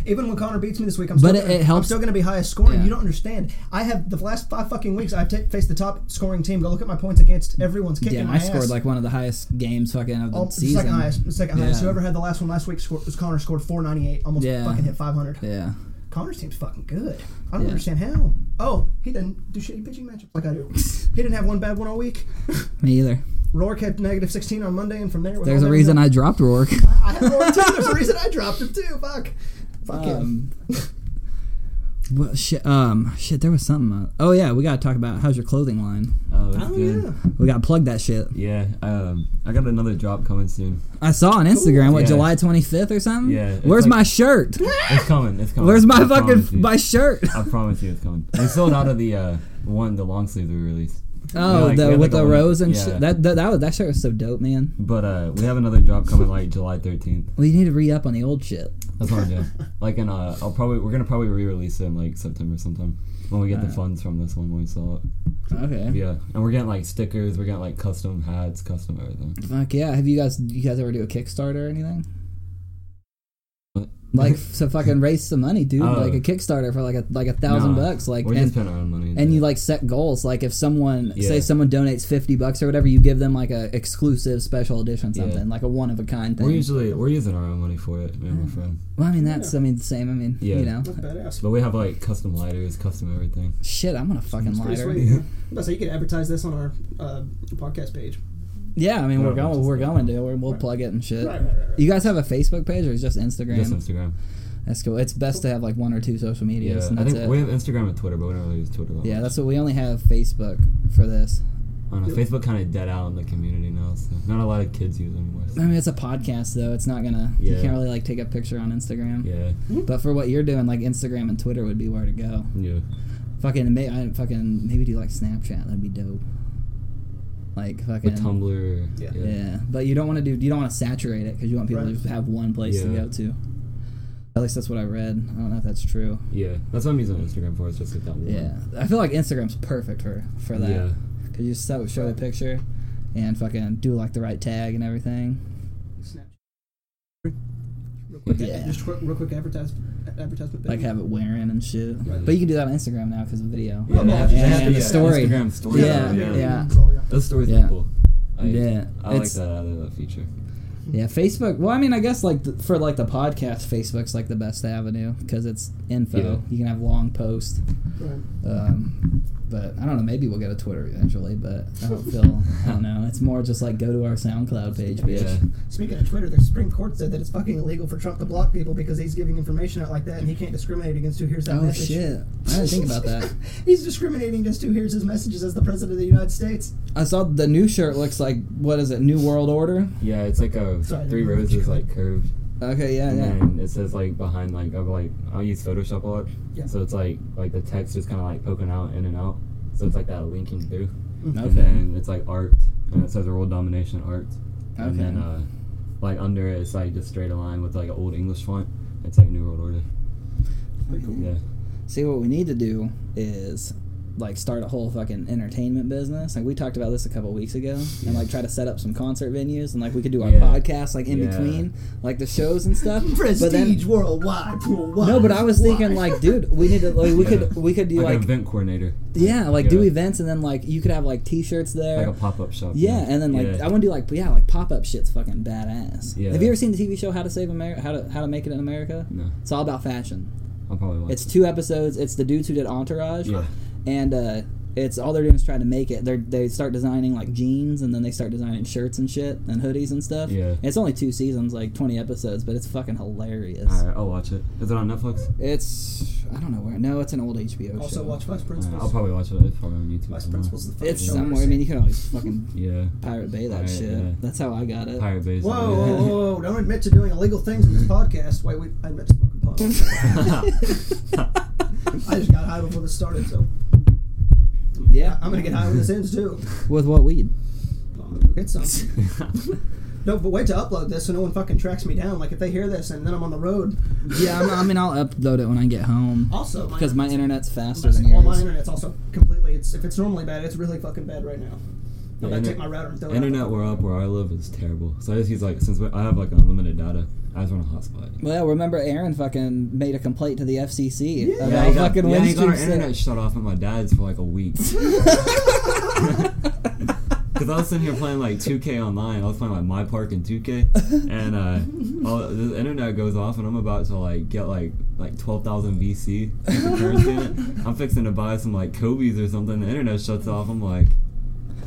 Speaker 2: Even when Connor beats me this week, I'm
Speaker 1: But
Speaker 2: still
Speaker 1: it-
Speaker 2: gonna,
Speaker 1: it helps-
Speaker 2: I'm still going to be highest scoring.
Speaker 1: Yeah.
Speaker 2: You don't understand. I have the last five fucking weeks. I've t- faced the top scoring team. Go look at my points against everyone's kicking
Speaker 1: Damn,
Speaker 2: my
Speaker 1: I scored
Speaker 2: ass.
Speaker 1: like one of the highest games fucking of the
Speaker 2: Al-
Speaker 1: season.
Speaker 2: second highest. Second highest.
Speaker 1: Yeah.
Speaker 2: Whoever had the last one last week scored, was Connor scored 498, almost
Speaker 1: Yeah.
Speaker 2: fucking hit 500.
Speaker 1: Yeah.
Speaker 2: Connor's team's fucking good. I don't
Speaker 1: Yeah.
Speaker 2: understand how. Oh, he didn't do shitty pitching matchups like I do. he didn't have one bad one all week.
Speaker 1: Me either.
Speaker 2: Rourke had negative 16 on Monday, and from there,
Speaker 1: There's a reason I dropped Rourke.
Speaker 2: I had Rourke too. There's a reason I dropped him too. Fuck. Fuck him.
Speaker 1: Um, well, shit, um, shit, there was something. Uh, oh yeah, we gotta talk about how's your clothing line.
Speaker 3: Oh, that's
Speaker 2: Oh
Speaker 3: good.
Speaker 2: yeah.
Speaker 1: We gotta plug that shit.
Speaker 3: Yeah, um, I got another drop coming soon.
Speaker 1: I saw on Instagram what
Speaker 3: Yeah.
Speaker 1: July 25th or something.
Speaker 3: Yeah, it's
Speaker 1: Where's
Speaker 3: like-
Speaker 1: my shirt?
Speaker 3: It's coming. It's coming.
Speaker 1: Where's my
Speaker 3: I promise you.
Speaker 1: fucking my shirt?
Speaker 3: I promise you, it's coming. We sold out of the uh, one, the long sleeve that we released.
Speaker 1: Oh,
Speaker 3: like, we
Speaker 1: the
Speaker 3: had,
Speaker 1: with
Speaker 3: like,
Speaker 1: the
Speaker 3: a-
Speaker 1: rose and
Speaker 3: yeah.
Speaker 1: shit. That that that, was, that shirt was so dope, man.
Speaker 3: But uh, we have another drop coming like July 13th.
Speaker 1: Well, you need to re up on the old shit.
Speaker 3: That's what I'm doing. Like, in uh, I'll probably we're gonna probably re-release it in like September sometime when we get the
Speaker 1: Alright.
Speaker 3: funds from this one when we sell it.
Speaker 1: Okay.
Speaker 3: Yeah, and we're getting like stickers. We're getting like custom hats, custom everything.
Speaker 1: Fuck yeah! Have you guys you guys ever do a Kickstarter or anything?
Speaker 3: What?
Speaker 1: Like so, fucking raise some money, dude.
Speaker 3: Oh.
Speaker 1: Like a Kickstarter for like a like a thousand
Speaker 3: Nah,
Speaker 1: bucks, like
Speaker 3: We're
Speaker 1: and-
Speaker 3: just spending our own money.
Speaker 1: and you like set goals like if someone say
Speaker 3: Yeah.
Speaker 1: someone donates 50 bucks or whatever you give them like a exclusive special edition
Speaker 3: Yeah.
Speaker 1: something like a one of a kind thing
Speaker 3: we're usually we're using our own money for it, me and my friend.
Speaker 1: well i mean that's i mean the same i mean
Speaker 3: Yeah.
Speaker 1: you know
Speaker 2: That's badass.
Speaker 3: But we have like custom lighters, custom everything.
Speaker 1: shit i'm gonna fucking
Speaker 2: Pretty
Speaker 1: lighter
Speaker 2: sweet. I'm about to say, you could advertise this on our uh, podcast page.
Speaker 1: yeah i mean we're
Speaker 3: Yeah,
Speaker 1: going
Speaker 3: just-
Speaker 1: we're going to we're, we'll plug it and shit
Speaker 2: Right, right, right, right.
Speaker 1: Uh, you guys have a facebook page or it's just instagram
Speaker 3: Just Instagram.
Speaker 1: that's cool it's best to have like one or two social
Speaker 3: Yeah,
Speaker 1: medias and
Speaker 3: I
Speaker 1: that's
Speaker 3: think we
Speaker 1: it
Speaker 3: have Instagram and Twitter, but we don't really use Twitter. That
Speaker 1: yeah
Speaker 3: much.
Speaker 1: that's what we only have facebook for this
Speaker 3: I don't know. Facebook kind of dead out in the community now, so not a lot of kids use it anymore.
Speaker 1: i
Speaker 3: so-
Speaker 1: mean it's a podcast though it's not gonna you
Speaker 3: Yeah.
Speaker 1: can't really like take a picture on instagram
Speaker 3: Yeah,
Speaker 1: but for what you're doing like instagram and twitter would be where to go
Speaker 3: yeah.
Speaker 1: Fucking, may, I fucking maybe do like Snapchat. That'd be dope. Like fucking.
Speaker 3: With Tumblr.
Speaker 2: Yeah.
Speaker 1: Yeah, but you don't want to do. You don't want to saturate it because you want people to
Speaker 2: Right.
Speaker 1: just have one place to
Speaker 3: Yeah.
Speaker 1: go to. At least that's what I read. I don't know if that's true.
Speaker 3: Yeah, that's what I'm using Instagram for. It's just like that one.
Speaker 1: Yeah, I feel like Instagram's perfect for for that.
Speaker 3: Yeah.
Speaker 1: Cause you just show, show the picture, and fucking do like the right tag and everything.
Speaker 2: Snapchat. Real quick,
Speaker 1: Yeah.
Speaker 2: Just quick, real quick advertise, advertisement.
Speaker 1: Like have it wearing and shit.
Speaker 3: Right.
Speaker 1: But you can do that on Instagram now because of video.
Speaker 2: Yeah,
Speaker 3: Yeah,
Speaker 2: yeah,
Speaker 3: they
Speaker 2: yeah,
Speaker 3: have
Speaker 1: and the story.
Speaker 3: Instagram story.
Speaker 1: Yeah,
Speaker 3: yeah.
Speaker 1: yeah.
Speaker 3: Those stories
Speaker 1: Yeah.
Speaker 3: are cool. I,
Speaker 1: Yeah,
Speaker 3: I like
Speaker 1: it's-
Speaker 3: that out of that feature.
Speaker 1: Yeah, Facebook. Well, I mean, I guess like th for like the podcast, Facebook's like the best avenue because it's info.
Speaker 3: Yeah.
Speaker 1: You can have long posts. Um, but I don't know. Maybe we'll get a Twitter eventually. But I don't feel. I don't know. It's more just like go to our SoundCloud page, bitch.
Speaker 3: Yeah.
Speaker 2: Speaking of Twitter, the Supreme Court said that it's fucking illegal for Trump to block people because he's giving information out like that and he can't discriminate against who hears that
Speaker 1: Oh
Speaker 2: message.
Speaker 1: shit! I didn't think about that.
Speaker 2: he's discriminating against who hears his messages as the president of the United States.
Speaker 1: I saw the new shirt looks like what is it? New World Order.
Speaker 3: Yeah, it's like a
Speaker 2: Sorry,
Speaker 3: three
Speaker 2: I didn't
Speaker 3: roses like curved,
Speaker 1: Okay, yeah,
Speaker 3: and
Speaker 1: yeah.
Speaker 3: then it says like behind like of like I use Photoshop a lot,
Speaker 2: Yeah.
Speaker 3: so it's like like the text is kind of like poking out in and out, so it's like that linking through,
Speaker 1: Mm.
Speaker 3: and
Speaker 1: Okay,
Speaker 3: then it's like art, and it says world domination art, and then
Speaker 1: okay.
Speaker 3: uh, like under it it's like just straight a line with like an old English font. It's like New World Order.
Speaker 2: Pretty cool.
Speaker 3: Yeah.
Speaker 1: See, what we need to do is like start a whole fucking entertainment business. Like we talked about this a couple weeks ago, and like try to set up some concert venues, and like we could do our
Speaker 3: Yeah.
Speaker 1: podcast like in
Speaker 3: Yeah.
Speaker 1: between, like the shows and stuff.
Speaker 2: Prestige
Speaker 1: But then,
Speaker 2: worldwide. worldwide.
Speaker 1: no, but I was thinking like, dude, we need to like we could
Speaker 3: Yeah.
Speaker 1: we could do
Speaker 3: like, an
Speaker 1: like
Speaker 3: event coordinator,
Speaker 1: yeah like do
Speaker 3: Yeah.
Speaker 1: events, and then like you could have like T-shirts there.
Speaker 3: like a pop up shop.
Speaker 1: yeah, and then like
Speaker 3: Yeah.
Speaker 1: I want to do like yeah like pop up shit's fucking badass.
Speaker 3: Yeah.
Speaker 1: Have you ever seen the TV show How to Save America? How to How to Make It in America?
Speaker 3: no,
Speaker 1: It's all about fashion.
Speaker 3: I'll probably watch.
Speaker 1: It's two episodes. It's the dudes who did Entourage,
Speaker 3: Yeah.
Speaker 1: and uh, it's all they're doing is trying to make it. They they start designing like jeans, and then they start designing shirts and shit and hoodies and stuff.
Speaker 3: Yeah.
Speaker 1: it's only two seasons, like twenty episodes, but it's fucking hilarious.
Speaker 3: All right, I'll watch it. Is it on Netflix?
Speaker 1: It's I don't know where. No, it's an old HBO show.
Speaker 2: also watch Vice
Speaker 3: All right,
Speaker 2: Principals.
Speaker 3: I'll probably watch it. It's probably on YouTube.
Speaker 2: Vice
Speaker 3: somewhere.
Speaker 2: Principals is the first
Speaker 1: It's
Speaker 2: show I've ever
Speaker 1: somewhere. I mean,
Speaker 2: seen.
Speaker 1: you can always fucking
Speaker 3: Yeah,
Speaker 1: pirate bay that
Speaker 3: Pirate,
Speaker 1: shit.
Speaker 3: yeah.
Speaker 1: That's how I got it.
Speaker 3: Pirate Bay's.
Speaker 2: Whoa,
Speaker 3: on
Speaker 2: whoa,
Speaker 3: there.
Speaker 2: whoa, whoa! Don't admit to doing illegal things in this podcast. Wait, wait. I admit to smoking pot. I just got high before this started, so
Speaker 1: yeah,
Speaker 2: I'm gonna get high when this ends too.
Speaker 1: with what weed?
Speaker 2: Well, I'm gonna Get some. No, but wait to upload this so no one fucking tracks me down. Like if they hear this and then I'm on the road.
Speaker 1: yeah, I'm, I mean, I'll upload it when I get home
Speaker 2: Also, my-
Speaker 1: because my internet's faster than
Speaker 2: well, my
Speaker 1: yours.
Speaker 2: internet's also completely. It's if it's normally bad, it's really fucking bad right now.
Speaker 3: The
Speaker 2: I'm gonna
Speaker 3: inter-
Speaker 2: take my router and throw it. out the
Speaker 3: Internet where up where I live is terrible. So I just use like since we- I have like unlimited data, I just want a hotspot.
Speaker 1: Well, remember Aaron fucking made a complaint to the FCC
Speaker 2: Yeah.
Speaker 1: about
Speaker 2: Yeah,
Speaker 3: he
Speaker 1: fucking
Speaker 3: yeah, he got our
Speaker 1: Winstream City.
Speaker 3: internet shut off at my dad's for like a week. Because I was sitting here playing like 2K online. I was playing like My Park and 2K, and uh, all, the internet goes off, and I'm about to like get like like 12,000 VC. as currency in it. I'm fixing to buy some like Kobe's or something. The internet shuts off. I'm like,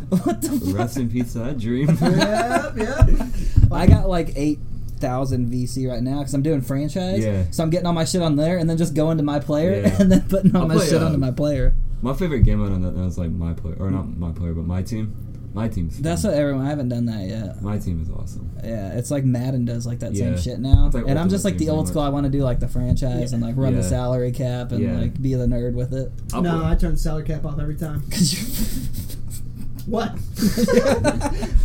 Speaker 1: What the
Speaker 3: rest in peace to that dream.
Speaker 2: Yep, yep.
Speaker 1: I got like eight thousand VC right now because I'm doing franchise.
Speaker 3: Yeah.
Speaker 1: So I'm getting all my shit on there and then just going to my player
Speaker 3: Yeah.
Speaker 1: and then putting all
Speaker 3: I'll
Speaker 1: my
Speaker 3: play,
Speaker 1: shit
Speaker 3: uh,
Speaker 1: onto my player.
Speaker 3: My favorite game out on that was like my player, or not my player, but my team. My team's
Speaker 1: That's
Speaker 3: fun.
Speaker 1: what everyone. I haven't done that yet.
Speaker 3: my team is awesome.
Speaker 1: Yeah, it's like Madden does like that same
Speaker 3: Yeah.
Speaker 1: shit now,
Speaker 3: It's like
Speaker 1: and I'm
Speaker 3: Ultimate
Speaker 1: just like
Speaker 3: Team
Speaker 1: the
Speaker 3: pretty
Speaker 1: old school.
Speaker 3: much.
Speaker 1: I want to do like the franchise and like run the
Speaker 3: Yeah.
Speaker 1: salary cap and
Speaker 3: Yeah.
Speaker 1: like be the nerd with it.
Speaker 3: I'll
Speaker 2: no,
Speaker 3: play-
Speaker 2: I turn the salary cap off every time.
Speaker 1: 'Cause you-
Speaker 2: What? I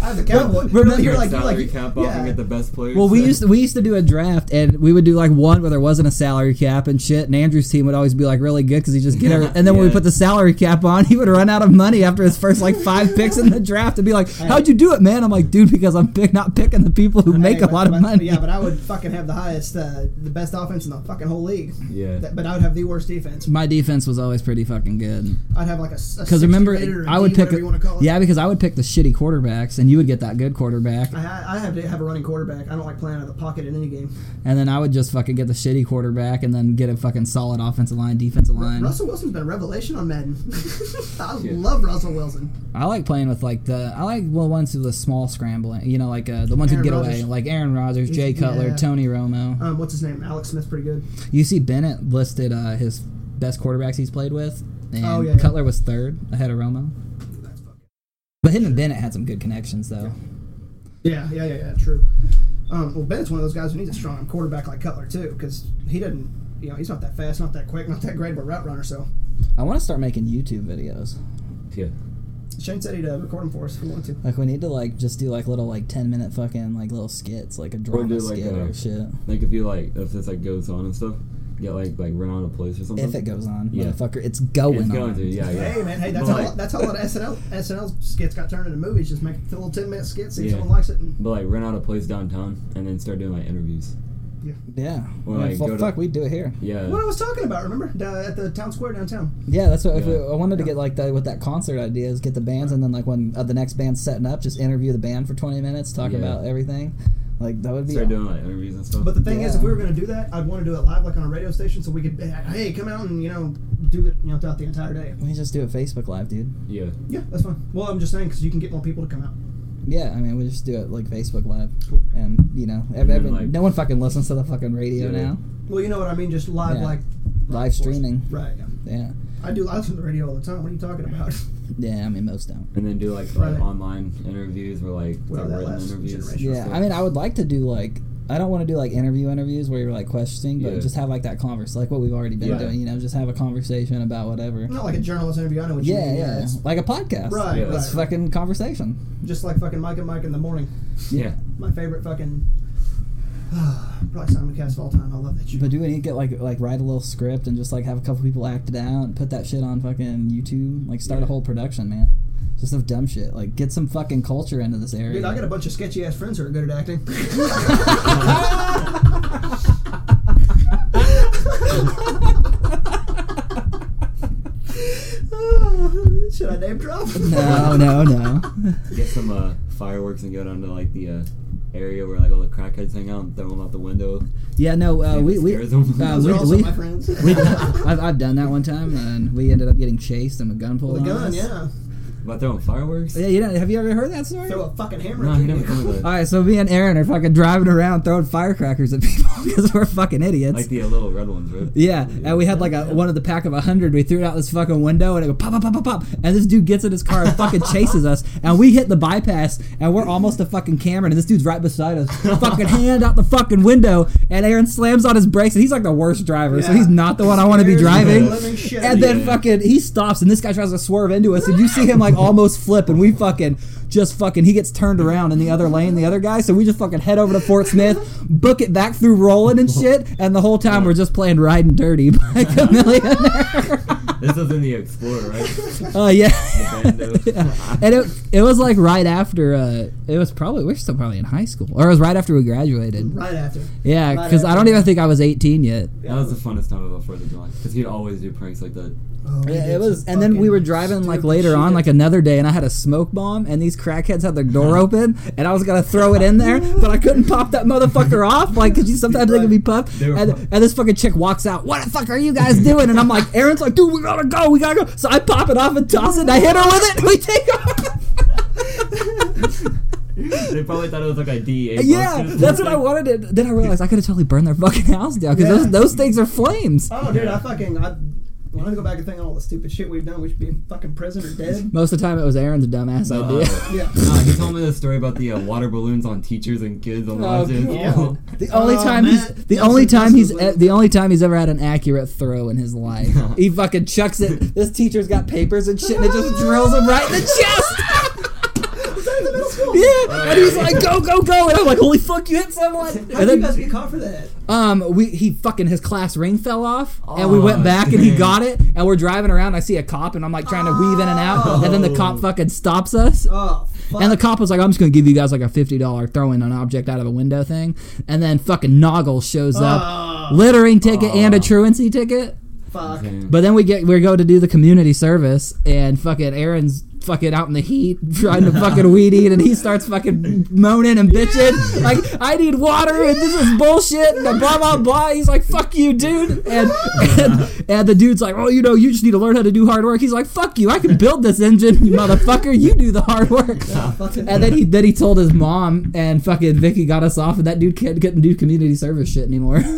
Speaker 2: have the cowboy.
Speaker 1: Remember,
Speaker 2: you're
Speaker 3: Turn
Speaker 2: like, you're
Speaker 3: salary
Speaker 2: like,
Speaker 3: cap off
Speaker 2: yeah.
Speaker 3: and get the best players.
Speaker 1: Well, we used to, we used to do a draft, and we would do like one where there wasn't a salary cap and shit. And Andrew's team would always be like really good because he just get. Every, and then when we
Speaker 3: Yeah.
Speaker 1: put the salary cap on, he would run out of money after his first like five picks in the draft and be like, "How'd you do it, man?" I'm like, "Dude, because I'm pick, not picking the people who make
Speaker 2: Hey,
Speaker 1: a
Speaker 2: but-
Speaker 1: lot of
Speaker 2: but-
Speaker 1: money."
Speaker 2: Yeah, but I would fucking have the highest, uh, the best offense in the fucking whole league.
Speaker 3: Yeah.
Speaker 2: That- But I would have the worst defense.
Speaker 1: my defense was always pretty fucking good
Speaker 2: I'd have like a because
Speaker 1: because remember I would pick
Speaker 2: whatever you want to call it.
Speaker 1: yeah because I would pick the shitty quarterbacks and you would get that good quarterback
Speaker 2: I, I have to have a running quarterback. I don't like playing out of the pocket in any game.
Speaker 1: and then I would just fucking get the shitty quarterback and then get a fucking solid offensive line defensive line
Speaker 2: Russell Wilson's been a revelation on Madden. I
Speaker 3: Yeah.
Speaker 2: love Russell Wilson.
Speaker 1: I like playing with like the I like well ones with the small scrambling, you know, like uh, the ones who
Speaker 2: Aaron
Speaker 1: get
Speaker 2: Rodgers.
Speaker 1: away, like Aaron Rodgers, Jay Cutler,
Speaker 2: Yeah.
Speaker 1: Tony Romo.
Speaker 2: Um, what's his name? Alex Smith, pretty good.
Speaker 1: You see Bennett listed uh, his best quarterbacks he's played with, and
Speaker 2: Oh, yeah, yeah.
Speaker 1: Cutler was third ahead of Romo.
Speaker 2: That's fucking.
Speaker 1: But him and Bennett had some good connections though.
Speaker 2: Yeah, yeah, yeah, yeah. True. Um, well, Bennett's one of those guys who needs a strong quarterback like Cutler too, because he doesn't. You know, he's not that fast, not that quick, not that great of a route runner. So
Speaker 1: I want to start making YouTube videos.
Speaker 3: yeah.
Speaker 2: Shane said he'd uh, record him for us if we want to.
Speaker 1: Like we need to like just do like little like ten minute fucking like little skits, like a drama
Speaker 3: do, like,
Speaker 1: skit
Speaker 3: a-
Speaker 1: or shit.
Speaker 3: Like if you like if this like goes on and stuff, get like like run out of place or something.
Speaker 1: If it Oh, goes on,
Speaker 3: Yeah.
Speaker 1: motherfucker, it's going
Speaker 3: it's
Speaker 1: on.
Speaker 3: going to yeah yeah.
Speaker 2: Hey man, hey, that's
Speaker 3: but,
Speaker 2: how
Speaker 3: like,
Speaker 2: that's how a lot of SNL SNL skits got turned into movies. Just make the little ten minute skits, see if
Speaker 3: Yeah.
Speaker 2: someone likes it. And,
Speaker 3: But like run out of place downtown and then start doing like interviews.
Speaker 1: Yeah.
Speaker 3: Or,
Speaker 1: I mean,
Speaker 3: like,
Speaker 1: fu-
Speaker 3: go to-
Speaker 1: fuck, we do it here.
Speaker 3: Yeah.
Speaker 2: what I was talking about, remember, Down at the town square downtown.
Speaker 1: Yeah, that's what if we,
Speaker 3: Yeah.
Speaker 1: I wanted to get like that with that concert idea is get the bands and then like when uh, the next band's setting up, just interview the band for twenty minutes, talk
Speaker 3: Yeah.
Speaker 1: about everything. Like that would be.
Speaker 3: Start doing like interviews and stuff.
Speaker 2: But the thing is, if
Speaker 1: Yeah.
Speaker 2: we were going to do that, I'd want to do it live, like on a radio station, so we could, be like, hey, come out and you know, do it, you know, throughout the entire day.
Speaker 1: we just do a Facebook live, dude.
Speaker 3: yeah.
Speaker 2: Yeah, that's fine. Well, I'm just saying because you can get more people to come out.
Speaker 1: Yeah, I mean we just do it like Facebook live,
Speaker 2: Cool.
Speaker 1: and you know, ev-
Speaker 3: And then,
Speaker 1: every-
Speaker 3: like-
Speaker 1: no one fucking listens to the fucking radio
Speaker 3: Yeah.
Speaker 1: now.
Speaker 2: Well, you know what I mean, just live
Speaker 1: Yeah.
Speaker 2: like
Speaker 1: Live streaming.
Speaker 2: Right. Yeah.
Speaker 1: Yeah,
Speaker 2: I do. I listen to the radio all the time. What are you talking about?
Speaker 1: yeah. I mean most don't.
Speaker 3: And then do like, like
Speaker 2: Right.
Speaker 3: online interviews or like,
Speaker 2: Well,
Speaker 3: like
Speaker 2: that
Speaker 3: written
Speaker 2: last
Speaker 3: interviews.
Speaker 2: generation.
Speaker 1: Yeah, I mean I would like to do like. I don't want to do like interview interviews where you're like questioning, but
Speaker 3: Yeah.
Speaker 1: just have like that converse, like what we've already been
Speaker 3: Yeah.
Speaker 1: doing. You know, just have a conversation about whatever.
Speaker 2: Not like a journalist interview. I know what you
Speaker 1: yeah,
Speaker 2: mean.
Speaker 1: yeah,
Speaker 2: it's
Speaker 1: like a podcast.
Speaker 2: Right,
Speaker 3: Yeah.
Speaker 2: right.
Speaker 1: It's fucking conversation.
Speaker 2: Just like fucking Mike and Mike in the morning.
Speaker 3: yeah.
Speaker 2: My favorite fucking Probably Simon Cast of all time. I love that shit.
Speaker 1: But do we need to get like like write a little script and just like have a couple people act it out and put that shit on fucking YouTube? Like start a whole production, man. Just of dumb shit. Like get some fucking culture into this area.
Speaker 2: Dude, I got a bunch of sketchy ass friends who are good at acting. Should I name drop?
Speaker 1: no, no, no.
Speaker 3: Get some uh, fireworks and go down to like the uh, area where like all the crackheads hang out and throw them out the window.
Speaker 1: Yeah, no. Uh,
Speaker 3: Yeah,
Speaker 1: we we,
Speaker 3: scares 'em.
Speaker 1: uh,
Speaker 2: Those
Speaker 1: we,
Speaker 2: are also
Speaker 1: we
Speaker 2: my friends.
Speaker 1: I've, I've done that one time, and we ended up getting chased and a gun pulled.
Speaker 2: the
Speaker 1: on
Speaker 2: gun,
Speaker 1: us.
Speaker 2: yeah.
Speaker 3: About throwing fireworks?
Speaker 1: Yeah, you know, have you ever heard that story?
Speaker 2: Throw a fucking hammer
Speaker 3: No,
Speaker 2: at
Speaker 3: he
Speaker 2: you.
Speaker 3: never told me
Speaker 1: All
Speaker 3: that.
Speaker 1: right, so me and Aaron are fucking driving around throwing firecrackers at people because we're fucking idiots.
Speaker 3: Like the little red ones, right?
Speaker 1: Yeah, and we had like a one of the pack of a hundred. We threw it out this fucking window, and it go pop, pop, pop, pop, pop. And this dude gets in his car and fucking chases us, and we hit the bypass, and we're almost to fucking Cameron, and this dude's right beside us, fucking hand out the fucking window, and Aaron slams on his brakes, and he's like the worst driver, so
Speaker 2: Yeah.
Speaker 1: he's not the one I want to be
Speaker 2: Scares
Speaker 1: driving.
Speaker 2: the living shit
Speaker 1: And then
Speaker 3: Yeah.
Speaker 1: fucking he stops, and this guy tries to swerve into us, and you see him like almost flip, and we fucking. Just fucking, he gets turned around in the other lane, the other guy. So we just fucking head over to Fort Smith, book it back through rolling and shit. And the whole time we're just playing Riding Dirty by Chameleon.
Speaker 3: This was in the Explorer, right?
Speaker 1: Oh, yeah.
Speaker 3: Bando.
Speaker 1: Yeah. And it, it was like right after, uh, it was probably, we're still probably in high school. Or it was right after we graduated.
Speaker 2: Right after.
Speaker 1: Yeah,
Speaker 2: Right
Speaker 1: because I don't
Speaker 2: after.
Speaker 1: even think I was 18 yet.
Speaker 3: That was the funnest time about Fourth of July because he'd always do pranks like that.
Speaker 2: Oh, we
Speaker 1: Yeah,
Speaker 2: did
Speaker 1: it was,
Speaker 2: some
Speaker 1: and then we
Speaker 2: fucking
Speaker 1: were driving like
Speaker 2: stupid
Speaker 1: later
Speaker 2: shit.
Speaker 1: on, like another day, and I had a smoke bomb, and these crackheads had their door
Speaker 2: Uh-huh.
Speaker 1: open, and I was gonna throw it in there, but I couldn't pop that motherfucker off, like, cause you sometimes they can be puffed.
Speaker 3: They were
Speaker 1: And,
Speaker 3: puffed.
Speaker 1: and this fucking chick walks out, what the fuck are you guys doing? And I'm like, Aaron's like, dude, we gotta go, we gotta go. So I pop it off and toss it, and I hit her with it, and we take off.
Speaker 3: They probably thought it was like a DEA.
Speaker 1: yeah,
Speaker 3: bust or
Speaker 1: that's what I
Speaker 3: something.
Speaker 1: wanted. To, then I realized I could have totally burned their fucking house down, cause
Speaker 2: Yeah.
Speaker 1: those those things are flames.
Speaker 2: Oh, dude, I fucking. I, when I go back and think of all the stupid shit we've done, we should be in fucking prison or dead.
Speaker 1: Most of the time, it was Aaron's dumbass
Speaker 2: uh-huh.
Speaker 3: No.
Speaker 1: idea.
Speaker 2: Yeah.
Speaker 3: Nah, he told me the story about the uh, water balloons on teachers and kids on
Speaker 1: Oh,
Speaker 3: lunches.
Speaker 1: God. The only
Speaker 2: Oh,
Speaker 1: time
Speaker 2: man.
Speaker 1: he's the
Speaker 2: That's
Speaker 1: only
Speaker 2: a-
Speaker 1: time he's
Speaker 2: that's a-
Speaker 1: the only time he's ever had an accurate throw in his life. he fucking chucks it. This teacher's got papers and shit, and it just drills him right in the chest. yeah, and he's like, "Go, go, go!" And I'm like, "Holy fuck, you hit someone!"
Speaker 2: How
Speaker 1: And
Speaker 2: did you guys
Speaker 1: then,
Speaker 2: get caught for that?
Speaker 1: um, we he fucking his class ring fell off, and we went
Speaker 2: Oh,
Speaker 3: Aw,
Speaker 1: back, and he
Speaker 3: dang.
Speaker 1: got it, and we're driving around. I see a cop, and I'm like trying to weave in and out, and then the cop fucking stops us,
Speaker 2: Oh, fuck.
Speaker 1: and the cop was like, I'm just going to give you guys like a $50 throwing an object out of a window thing. And then fucking Noggle shows up,
Speaker 2: Oh.
Speaker 1: littering ticket and a
Speaker 3: Oh.
Speaker 1: truancy ticket.
Speaker 2: fuck.
Speaker 3: Damn.
Speaker 1: But then we get, we go to do the community service and fucking Aaron's fucking out in the heat trying to fucking weed eat and he starts fucking moaning and bitching. Like, I need water and this is bullshit and blah, blah, blah. He's like, fuck you, dude. And, and, and the dude's like, oh, you know, you just need to learn how to do hard work. He's like, fuck you. I can build this engine, you motherfucker. You do the hard work.
Speaker 2: Fucking-
Speaker 1: And then he then he told his mom, and fucking Vicky got us off, and that dude can't couldn't do community service shit anymore.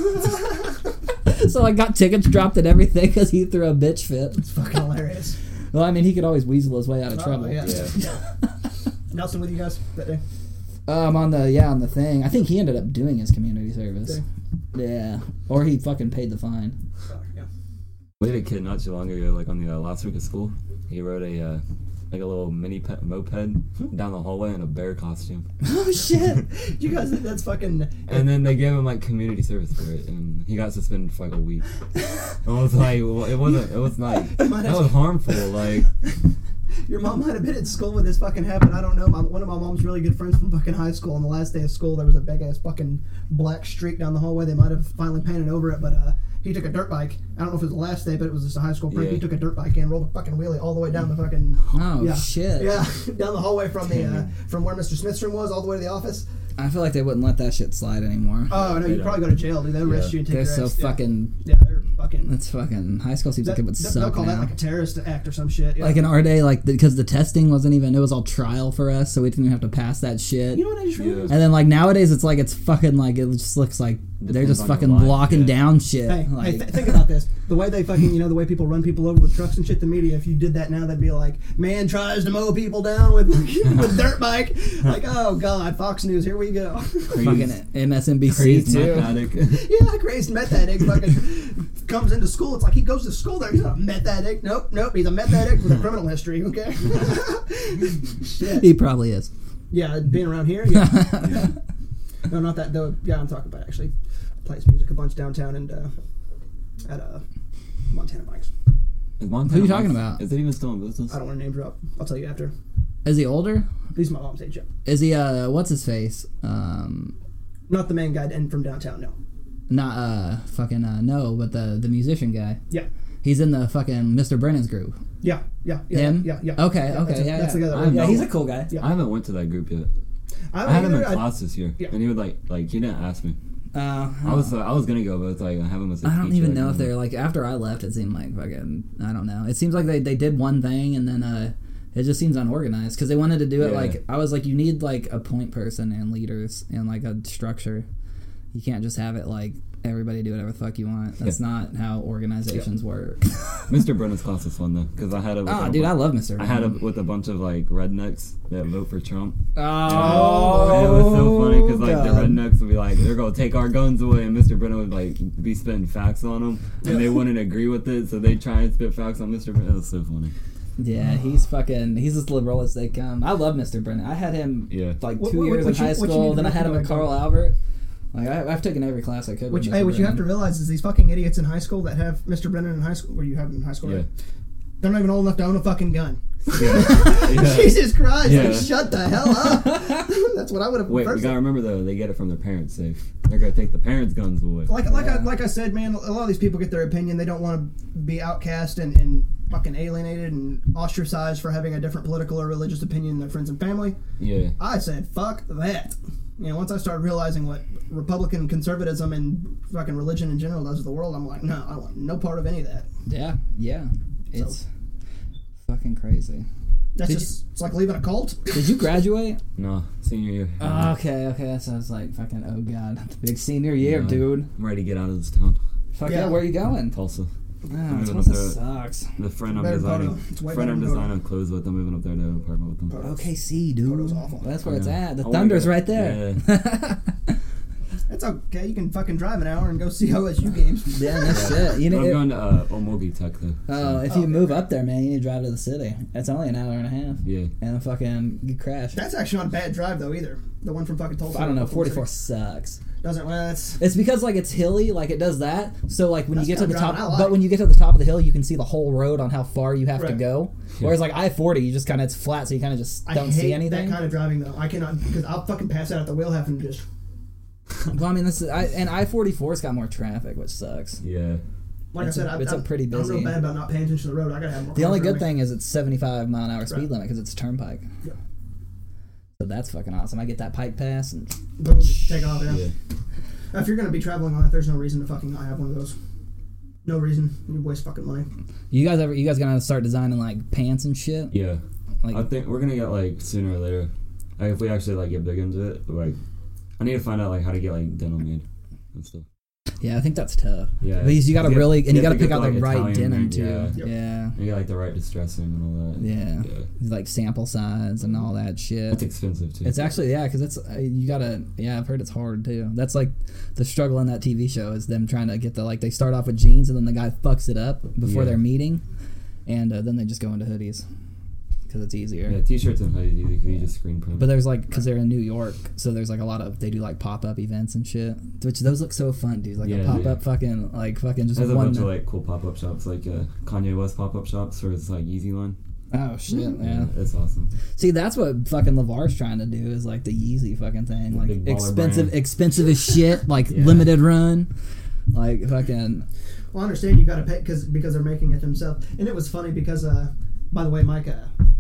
Speaker 1: so I got tickets dropped and everything because he threw a bitch fit.
Speaker 2: It's fucking hilarious.
Speaker 1: Well, I mean, he could always weasel his way out of
Speaker 2: Oh,
Speaker 1: trouble.
Speaker 2: yeah.
Speaker 3: Yeah.
Speaker 2: Nelson with you guys that day.
Speaker 1: Um, on the yeah, on the thing, I think he ended up doing his community service. Yeah, or he fucking paid the fine.
Speaker 2: Fuck, yeah.
Speaker 3: We had a kid not too long ago, like on the uh, last week of school. He rode a uh, like a little mini pe- moped down the hallway in a bear costume,
Speaker 1: Oh shit!
Speaker 2: You guys, that's fucking.
Speaker 3: and then they gave him like community service for it, and he got suspended for like a week. I was like, well, it wasn't, it was like that was harmful. Like,
Speaker 2: Your mom might have been at school when this fucking happened. I don't know. My, one of my mom's really good friends from fucking high school. On the last day of school, there was a big ass fucking black streak down the hallway. They might have finally painted over it, but uh, he took a dirt bike. I don't know if it was the last day, but it was just a high school prank. He
Speaker 3: Yeah.
Speaker 2: took a dirt bike and rolled a fucking wheelie all the way down the fucking
Speaker 1: Oh
Speaker 2: Yeah.
Speaker 1: shit!
Speaker 2: yeah down the hallway from the uh, from where Mr. Smith's room was all the way to the office.
Speaker 1: I feel like they wouldn't let that shit slide anymore.
Speaker 2: Oh no,
Speaker 3: They
Speaker 2: you
Speaker 3: don't.
Speaker 2: probably go to jail, dude. They arrest
Speaker 3: Yeah.
Speaker 2: you and take
Speaker 1: They're
Speaker 2: your
Speaker 1: so
Speaker 2: ass- yeah.
Speaker 1: fucking.
Speaker 2: Yeah, they're fucking.
Speaker 1: That's fucking high school seems like it would
Speaker 2: They'll-
Speaker 1: suck
Speaker 2: they'll call
Speaker 1: now.
Speaker 2: that like a terrorist act or some shit. Yeah.
Speaker 1: Like in our day, like because the testing wasn't even it was all trial for us, so we didn't even have to pass that shit.
Speaker 2: you know what I just realized?
Speaker 1: and then like nowadays, it's like it's fucking like it just looks like they're
Speaker 3: Depends
Speaker 1: just
Speaker 3: on your
Speaker 1: fucking
Speaker 3: life,
Speaker 1: blocking
Speaker 3: yeah.
Speaker 1: down shit.
Speaker 2: Hey,
Speaker 1: like,
Speaker 2: hey th- think about this. The way they fucking, you know, the way people run people over with trucks and shit, the media, if you did that now, they'd be like, man tries to mow people down with, with dirt bike. Like, oh, God, Fox News, here we go.
Speaker 1: fucking MSNBC
Speaker 3: crazy
Speaker 1: too.
Speaker 3: mathematic.
Speaker 2: yeah, crazed meth addict fucking comes into school. It's like he goes to school there. He's not a meth addict. Nope, nope. He's a meth addict with a criminal history, okay? shit.
Speaker 1: He probably is.
Speaker 2: Yeah, being around here, yeah. no, not that. The guy I'm talking about actually plays music a bunch downtown and uh, at uh, Montana Bikes.
Speaker 3: Is Montana
Speaker 1: Who you talking
Speaker 3: Mike's-
Speaker 1: about?
Speaker 3: Is it even still in business?
Speaker 2: I don't want to name drop. I'll tell you after.
Speaker 1: Is he older?
Speaker 2: He's my mom's age. Yeah.
Speaker 1: Is he uh what's his face? Um
Speaker 2: Not the main guy and from downtown. No.
Speaker 1: not uh fucking uh no, but the the musician guy.
Speaker 2: Yeah.
Speaker 1: He's in the fucking Mr. Brennan's group.
Speaker 2: Yeah. Yeah. Yeah.
Speaker 1: Him?
Speaker 2: Yeah. Yeah.
Speaker 1: Okay, okay,
Speaker 2: That's, it.
Speaker 1: yeah,
Speaker 2: that's
Speaker 1: yeah. Uh,
Speaker 2: the guy that
Speaker 3: I
Speaker 2: wrote
Speaker 3: know.
Speaker 4: Yeah,
Speaker 2: it.
Speaker 4: he's a cool guy.
Speaker 2: Yeah.
Speaker 3: I haven't went to that group yet.
Speaker 2: I,
Speaker 3: I had him in
Speaker 2: either- I-
Speaker 3: class this year,
Speaker 2: Yeah. Uh-huh.
Speaker 3: and he would like like he didn't ask me.
Speaker 1: Uh,
Speaker 3: I was uh, I was gonna go, but it's like I have him as a
Speaker 1: I don't
Speaker 3: teacher,
Speaker 1: even
Speaker 3: like,
Speaker 1: know if
Speaker 3: I'm-
Speaker 1: they're like after I left it seemed like fucking I don't know. It seems like they, they did one thing and then uh it just seems unorganized because they wanted to do it
Speaker 3: Yeah.
Speaker 1: like I was like you need like a point person and leaders and like a structure. You can't just have it like everybody do whatever the fuck you want. That's not how organizations work.
Speaker 3: Mr. Brennan's class is fun though, because I had a.
Speaker 1: Ah, dude, I love Mr.
Speaker 3: I had a
Speaker 1: Brennan.
Speaker 3: with a bunch of like rednecks that vote for Trump.
Speaker 1: Oh,
Speaker 3: it was so funny because like the
Speaker 1: God.
Speaker 3: rednecks would be like, "They're gonna take our guns away," and Mr. Brennan would like be spitting facts on them, and they wouldn't agree with it, so they try and spit facts on Mr. Brennan. It was so funny. Mm.
Speaker 1: Yeah, he's fucking. He's as liberal as they come. I love Mr. Brennan. I had him
Speaker 3: Yeah.
Speaker 1: like
Speaker 2: What-
Speaker 1: two
Speaker 2: what-
Speaker 1: years
Speaker 2: what
Speaker 1: in
Speaker 2: you-
Speaker 1: high
Speaker 2: what you
Speaker 1: school.
Speaker 2: need
Speaker 1: Then I
Speaker 2: to
Speaker 1: had him with
Speaker 2: recognize
Speaker 1: Carl Albert. Like I, I've taken every class I could.
Speaker 2: Which,
Speaker 1: with
Speaker 2: hey,
Speaker 1: Mr.
Speaker 2: what you have to
Speaker 1: Brennan.
Speaker 2: realize is these fucking idiots in high school that have Mr. Brennan in high school, where you have him in high school,
Speaker 3: Yeah.
Speaker 2: right? they're not even old enough to own a fucking gun.
Speaker 3: Yeah. Yeah.
Speaker 2: Jesus Christ!
Speaker 3: Yeah.
Speaker 2: Like, shut the hell up. That's what I would have.
Speaker 3: Wait, we
Speaker 2: first-
Speaker 3: gotta remember though, they get it from their parents' safe. They're gonna take the parents' guns away.
Speaker 2: like like I,
Speaker 1: Yeah.
Speaker 2: like I said, man, a lot of these people get their opinion. They don't want to be outcast and, and fucking alienated and ostracized for having a different political or religious opinion than their friends and family.
Speaker 3: Yeah,
Speaker 2: I said, fuck that. You know, once I started realizing what Republican conservatism and fucking religion in general does to the world, I'm like, no, I want no part of any of that.
Speaker 1: Yeah, yeah. It's fucking crazy.
Speaker 2: That's
Speaker 1: Did
Speaker 2: just it's like leaving a cult.
Speaker 1: Did you graduate?
Speaker 3: no, senior year.
Speaker 1: Ah, okay, okay. That sounds like fucking. Oh god, the big senior year,
Speaker 3: Yeah.
Speaker 1: dude.
Speaker 3: I'm ready to get out of this town,
Speaker 1: Fuck yeah.
Speaker 2: Yeah.
Speaker 1: Where are you going?
Speaker 3: Tulsa.
Speaker 1: Oh,
Speaker 3: gonna
Speaker 1: Tulsa
Speaker 3: throw it.
Speaker 1: sucks.
Speaker 3: The friend I'm
Speaker 2: Better go to-
Speaker 3: designing,
Speaker 2: it's way
Speaker 3: friend
Speaker 2: better
Speaker 3: I'm
Speaker 2: to go to-
Speaker 3: designing clothes with. I'm moving up there to an apartment with them.
Speaker 1: OKC, dude.
Speaker 2: Toto's awful.
Speaker 1: That's where it's
Speaker 3: Yeah.
Speaker 1: at. The
Speaker 3: I wanna
Speaker 1: Thunder's
Speaker 3: go-
Speaker 1: right there.
Speaker 2: It's okay. You can fucking drive an hour and go see OSU games.
Speaker 1: Yeah, no shit. You
Speaker 3: But
Speaker 1: know,
Speaker 3: I'm
Speaker 1: it-
Speaker 3: going to uh, Omogi Tech though.
Speaker 1: Oh, if you move up there, man, you need to drive to the city. It's only an hour and a half.
Speaker 3: yeah.
Speaker 1: And fucking you crash.
Speaker 2: That's actually not a bad drive though either. The one from fucking Tulsa.
Speaker 1: I don't know, 44 sucks.
Speaker 2: doesn't. Well, that's
Speaker 1: It's because like it's hilly, like it does that. So like when
Speaker 2: That's
Speaker 1: you get to
Speaker 2: kinda
Speaker 1: the top,
Speaker 2: driving I like.
Speaker 1: but when you get to the top of the hill, you can see the whole road on how far you have to
Speaker 2: Right.
Speaker 1: go. Whereas like I 40, you just kind of it's flat, so you kind of just
Speaker 2: I
Speaker 1: don't
Speaker 2: hate
Speaker 1: see anything.
Speaker 2: that kind of driving though. I cannot because I'll fucking pass out at the wheel having to just
Speaker 1: well, I mean, this is I, and I 44's got more traffic, which sucks.
Speaker 3: Yeah.
Speaker 2: like
Speaker 1: It's a-
Speaker 2: I said. I,
Speaker 1: it's a
Speaker 2: I,
Speaker 1: pretty
Speaker 2: I'm
Speaker 1: busy-
Speaker 2: real bad about not paying attention to the road. I gotta have more.
Speaker 1: The only
Speaker 2: cars around
Speaker 1: good
Speaker 2: me.
Speaker 1: thing is it's 75 mile an hour speed
Speaker 2: Right.
Speaker 1: limit because it's a turnpike.
Speaker 2: Yeah.
Speaker 1: So that's fucking awesome. I get that pike pass and
Speaker 2: Boom, just take off. Yeah.
Speaker 3: Yeah.
Speaker 2: If you're gonna be traveling on it, there's no reason to fucking not have one of those. No reason. You waste fucking money.
Speaker 1: You guys ever? You guys gonna start designing like pants and shit?
Speaker 3: Yeah.
Speaker 1: Like,
Speaker 3: I think we're gonna get like sooner or later. Like if we actually like get big into it, like I need to find out like how to get like denim made and stuff.
Speaker 1: yeah, I think that's tough.
Speaker 3: Yeah.
Speaker 1: Because you gotta
Speaker 3: Yeah,
Speaker 1: really, and you
Speaker 3: have
Speaker 1: gotta
Speaker 3: to
Speaker 1: pick
Speaker 3: go
Speaker 1: out
Speaker 3: for,
Speaker 1: the
Speaker 3: like,
Speaker 1: right
Speaker 3: Italian
Speaker 1: denim
Speaker 3: made,
Speaker 1: too. Yeah.
Speaker 3: yeah.
Speaker 1: yeah,
Speaker 3: You get like the right distressing and all that.
Speaker 1: like sample size and all that shit.
Speaker 3: It's expensive too.
Speaker 1: It's actually yeah, because it's uh, you gotta yeah. I've heard it's hard too. That's like the struggle in that TV show is them trying to get the like they start off with jeans and then the guy fucks it up before
Speaker 3: Yeah.
Speaker 1: their meeting, and uh, then they just go into hoodies because it's easier.
Speaker 3: yeah, t-shirts and hoodies easy 'cause you just screen print.
Speaker 1: But there's like, cause they're in New York, so there's like a lot of they do like pop up events and shit, which those look so fun, dude. Like a
Speaker 3: Yeah,
Speaker 1: pop
Speaker 3: dude.
Speaker 1: up fucking like fucking just
Speaker 3: there's a
Speaker 1: one.
Speaker 3: bunch of like cool pop-up shops, like uh, Kanye West pop-up shops for his like Yeezy line.
Speaker 1: oh shit, yeah.
Speaker 3: it's awesome.
Speaker 1: See, that's what fucking Lavar's trying to do is like the Yeezy fucking thing, like
Speaker 3: Big baller
Speaker 1: expensive,
Speaker 3: brand.
Speaker 1: expensive as shit, like
Speaker 3: Yeah.
Speaker 1: limited run, like fucking
Speaker 2: Well, I understand you gotta pay because because they're making it themselves. And it was funny because uh, by the way, Mike uh,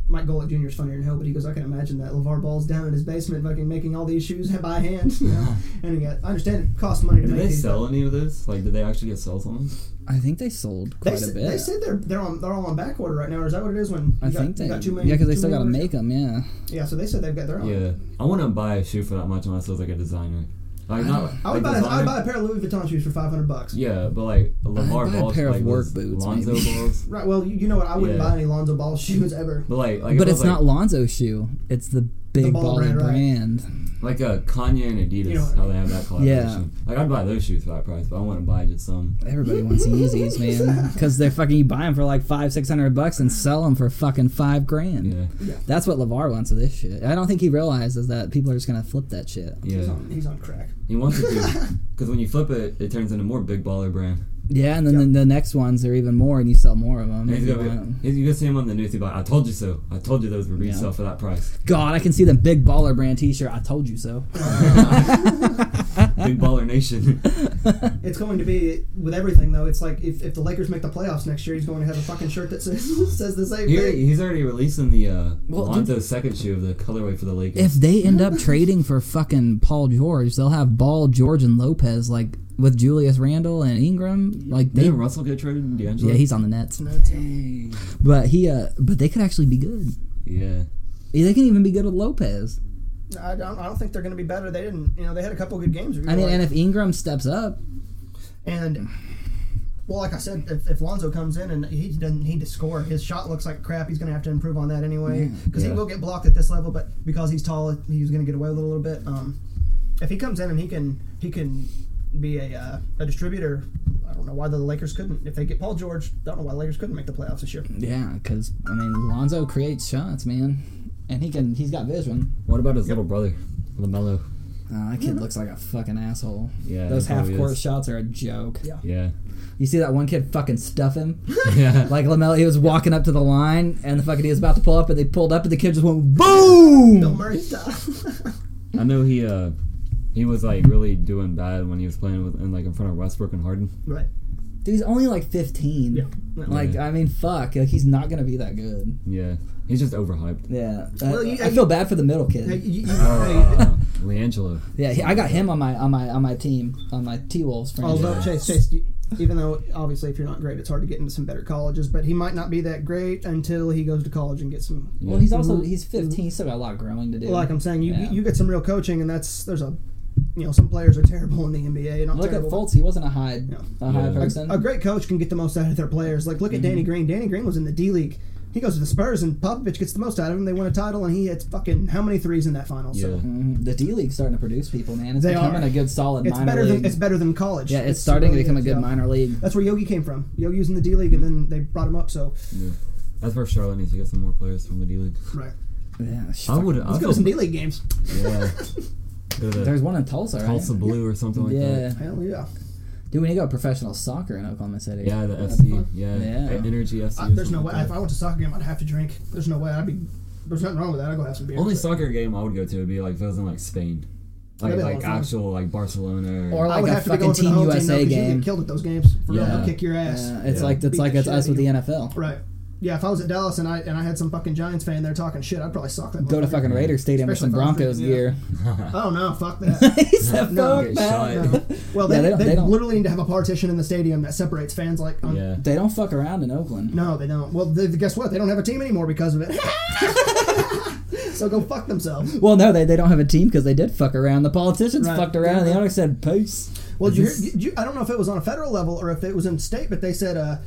Speaker 2: Mike Golick Jr. is funnier than hell, but he goes, I can imagine that LeVar Ball's down in his basement, fucking making all these shoes by hand. You know? and he got, I understand it costs money to
Speaker 3: Did
Speaker 2: make
Speaker 3: they
Speaker 2: these.
Speaker 3: sell
Speaker 2: but
Speaker 3: any of this? Like, did they actually get sales on this?
Speaker 1: I think they sold
Speaker 2: They,
Speaker 1: quite a
Speaker 2: said-
Speaker 1: bit.
Speaker 2: they said they're they're on they're all on back order right now. Or is that what it is? When
Speaker 1: I
Speaker 2: you got,
Speaker 1: think they,
Speaker 2: you
Speaker 1: yeah,
Speaker 2: got
Speaker 1: 'cause
Speaker 2: too many.
Speaker 1: they
Speaker 2: too
Speaker 1: still
Speaker 2: many
Speaker 1: gotta
Speaker 2: orders?
Speaker 1: make them, yeah.
Speaker 2: Yeah, so they said they've got their own.
Speaker 3: Yeah, I wouldn't buy a shoe for that much unless I was like a designer. Like, not.
Speaker 2: I would
Speaker 3: like,
Speaker 2: buy a, I
Speaker 3: designer-
Speaker 2: would buy a pair of Louis Vuitton shoes for five hundred bucks.
Speaker 3: Yeah, but like Lamar
Speaker 1: buy a
Speaker 3: balls,
Speaker 1: pair of
Speaker 3: like
Speaker 1: work
Speaker 3: those
Speaker 1: boots,
Speaker 3: Lonzo
Speaker 1: maybe.
Speaker 3: balls.
Speaker 2: Right. Well, you, you know what? I wouldn't
Speaker 3: Yeah.
Speaker 2: buy any Lonzo Ball shoes ever.
Speaker 3: But like, like
Speaker 1: but
Speaker 3: if I
Speaker 1: it's
Speaker 3: was, like,
Speaker 1: not Lonzo's shoe; it's the big baller
Speaker 2: ball brand, right.
Speaker 1: brand.
Speaker 3: Like uh, Kanye and Adidas,
Speaker 2: You know what I
Speaker 3: how they have that collaboration. Like I'd buy those shoes for that price, but I want to buy just some.
Speaker 1: Everybody wants Yeezys, man, because they're fucking. You buy them for like five, six hundred bucks and sell them for fucking five grand.
Speaker 3: Yeah,
Speaker 1: That's what Levar wants with this shit. I don't think he realizes that people are just gonna flip that shit.
Speaker 2: He's
Speaker 3: yeah.
Speaker 2: on, he's on crack.
Speaker 3: He wants it to, because when you flip it, it turns into more big baller brand.
Speaker 1: Yeah, and then
Speaker 2: Yep.
Speaker 1: the, the next ones are even more, and you sell more of them.
Speaker 3: And he's gonna be, he's, you gonna see him on the news. He's like, "I told you so. I told you those were resell for that price.
Speaker 1: God, I can see the big baller brand T-shirt. I told you so.
Speaker 3: Big baller nation."
Speaker 2: It's going to be with everything though. It's like if, if the Lakers make the playoffs next year, he's going to have a fucking shirt that says says the same
Speaker 3: He,
Speaker 2: thing.
Speaker 3: he's already releasing the uh,
Speaker 1: Well,
Speaker 3: Lonzo second shoe of the colorway for the Lakers.
Speaker 1: If they end up trading for fucking Paul George, they'll have Ball, George, and Lopez like with Julius Randle and Ingram. Like they,
Speaker 3: Didn't Russell get traded? to D'Angelo?
Speaker 1: yeah, he's on the Nets.
Speaker 2: No, it's not.
Speaker 1: But he, uh, but they could actually be good.
Speaker 3: yeah.
Speaker 1: They can even be good with Lopez.
Speaker 2: I don't, I don't think they're going to be better. They didn't, you know, they had a couple good games.
Speaker 1: I mean,
Speaker 2: Like-
Speaker 1: and if Ingram steps up,
Speaker 2: And well, like I said, if, if Lonzo comes in and he doesn't need to score, his shot looks like crap. He's going to have to improve on that anyway because
Speaker 3: Mm, Yeah.
Speaker 2: he will get blocked at this level. But because he's tall, he's going to get away with it a little bit. Um, if he comes in and he can he can be a uh, a distributor. I don't know why the Lakers couldn't. If they get Paul George, I don't know why the Lakers couldn't make the playoffs this year.
Speaker 1: yeah, because I mean, Lonzo creates shots, man, and he can. He's got vision.
Speaker 3: What about his little brother, Lamelo?
Speaker 1: Uh, that kid looks like a fucking asshole.
Speaker 3: Yeah,
Speaker 1: Those
Speaker 3: he probably
Speaker 1: half court
Speaker 3: is.
Speaker 1: shots are a joke.
Speaker 2: Yeah.
Speaker 3: Yeah.
Speaker 1: You see that one kid fucking stuff him?
Speaker 3: Yeah.
Speaker 1: Like Lamelo, he was walking up to the line, and the fucking he was about to pull up, and they pulled up, and the kid just went boom.
Speaker 2: Bill Murray style.
Speaker 3: I know he uh he was like really doing bad when he was playing with and like in front of Westbrook and Harden.
Speaker 2: right.
Speaker 1: Dude, he's only like 15.
Speaker 2: Yeah.
Speaker 1: Like I mean, fuck, like he's not gonna be that good.
Speaker 3: Yeah. He's just overhyped.
Speaker 1: Yeah.
Speaker 2: Well,
Speaker 1: I,
Speaker 2: you-
Speaker 1: I feel bad for the middle kid.
Speaker 2: Hey, you- you- hey,
Speaker 3: Oh, Leangelo.
Speaker 1: Yeah, he- I got him on my on my on my team on my T Wolves franchise.
Speaker 2: Although Chase, Chase, you- even though obviously if you're not great, it's hard to get into some better colleges. But he might not be that great until he goes to college and gets some.
Speaker 1: well, he's also he's 15. He's still got a lot of growing to do.
Speaker 2: Like I'm saying, you
Speaker 1: Yeah.
Speaker 2: you get some real coaching, and that's there's a, you know, some players are terrible in the NBA. Not
Speaker 1: look
Speaker 2: terrible,
Speaker 1: at
Speaker 2: but
Speaker 1: Fultz. He wasn't a high a high
Speaker 3: Yeah.
Speaker 1: person.
Speaker 2: A great coach can get the most out of their players. Like look at Danny
Speaker 1: Mm-hmm.
Speaker 2: Green. Danny Green was in the D League. He goes to the Spurs, and Popovich gets the most out of him. They win a title, and he hits fucking how many threes in that final?
Speaker 3: Yeah.
Speaker 2: So
Speaker 1: Mhm. The D League's starting to produce people, man. It's
Speaker 2: They
Speaker 1: becoming
Speaker 2: are.
Speaker 1: a good solid
Speaker 2: it's
Speaker 1: minor
Speaker 2: better
Speaker 1: league.
Speaker 2: than it's better than college.
Speaker 1: yeah, it's, starting
Speaker 2: really
Speaker 1: to become a good
Speaker 2: so.
Speaker 1: minor league.
Speaker 2: That's where Yogi came from. Yogi was in the D League, and then they brought him up.
Speaker 1: Oh,
Speaker 2: So
Speaker 3: That's where Charlotte needs to get some more players from the D League.
Speaker 2: right,
Speaker 1: Yeah, sh-
Speaker 3: I would I
Speaker 2: let's go to some D League games.
Speaker 3: Yeah. Go to
Speaker 1: There's one in Tulsa, right?
Speaker 3: Tulsa Blue or something like
Speaker 1: yeah.
Speaker 3: that.
Speaker 2: Hell yeah.
Speaker 1: Dude, we need to go professional soccer in Oklahoma City.
Speaker 3: Yeah, the FC.
Speaker 2: fun.
Speaker 3: Yeah.
Speaker 1: Yeah.
Speaker 3: Energy FC.
Speaker 2: I,
Speaker 3: or
Speaker 2: Uh, there's no
Speaker 3: something
Speaker 2: way.
Speaker 3: like
Speaker 2: If
Speaker 3: that.
Speaker 2: I went to soccer game, I'd have to drink. There's no way. I'd be. There's nothing wrong with that. I'd go have some beer.
Speaker 3: Only
Speaker 2: But
Speaker 3: soccer game I would go to would be like if it was in like Spain. Like
Speaker 2: That'd be a lot
Speaker 3: like
Speaker 2: of fun.
Speaker 3: actual like Barcelona
Speaker 1: Or
Speaker 3: or,
Speaker 2: I
Speaker 1: like
Speaker 2: would
Speaker 1: a
Speaker 2: have to be
Speaker 1: fucking
Speaker 2: going for the
Speaker 1: Team
Speaker 2: whole team, though,
Speaker 1: USA
Speaker 2: 'cause You
Speaker 1: game.
Speaker 2: get killed at those games. For real,
Speaker 3: Yeah.
Speaker 2: they'll kick your ass.
Speaker 1: Uh, it's
Speaker 3: Yeah.
Speaker 1: like it's
Speaker 2: Beat
Speaker 1: like
Speaker 2: the
Speaker 1: it's
Speaker 2: shit
Speaker 1: us
Speaker 2: out
Speaker 1: with
Speaker 2: of
Speaker 1: the
Speaker 2: you.
Speaker 1: NFL.
Speaker 2: Right. Yeah. If I was at Dallas and I and I had some fucking Giants fan there talking shit, I'd probably sock that.
Speaker 1: Go to
Speaker 2: motherfucker.
Speaker 1: fucking Raiders Stadium with some
Speaker 2: Especially if I
Speaker 1: Broncos
Speaker 2: was drinking,
Speaker 1: gear.
Speaker 2: Oh no! Fuck that.
Speaker 1: He said,
Speaker 2: No.
Speaker 1: "Fuck
Speaker 3: Get
Speaker 1: that."
Speaker 3: shot.
Speaker 2: No. Well, they,
Speaker 1: Yeah, they don't-
Speaker 2: they,
Speaker 1: they don't-
Speaker 2: literally need to have a partition in the stadium that separates fans. Like, um,
Speaker 3: yeah.
Speaker 1: They don't fuck around in Oakland.
Speaker 2: no, they don't. Well, they, guess what? They don't have a team anymore because of it. so go fuck themselves.
Speaker 1: Well, no, they, they don't have a team because they did fuck around. The politicians
Speaker 2: Right.
Speaker 1: fucked around, and the
Speaker 2: Yeah.
Speaker 1: owner said, "Peace."
Speaker 2: Well, did you hear,
Speaker 1: Is this-
Speaker 2: did you, I don't know if it was on a federal level or if it was in state, but they said uh,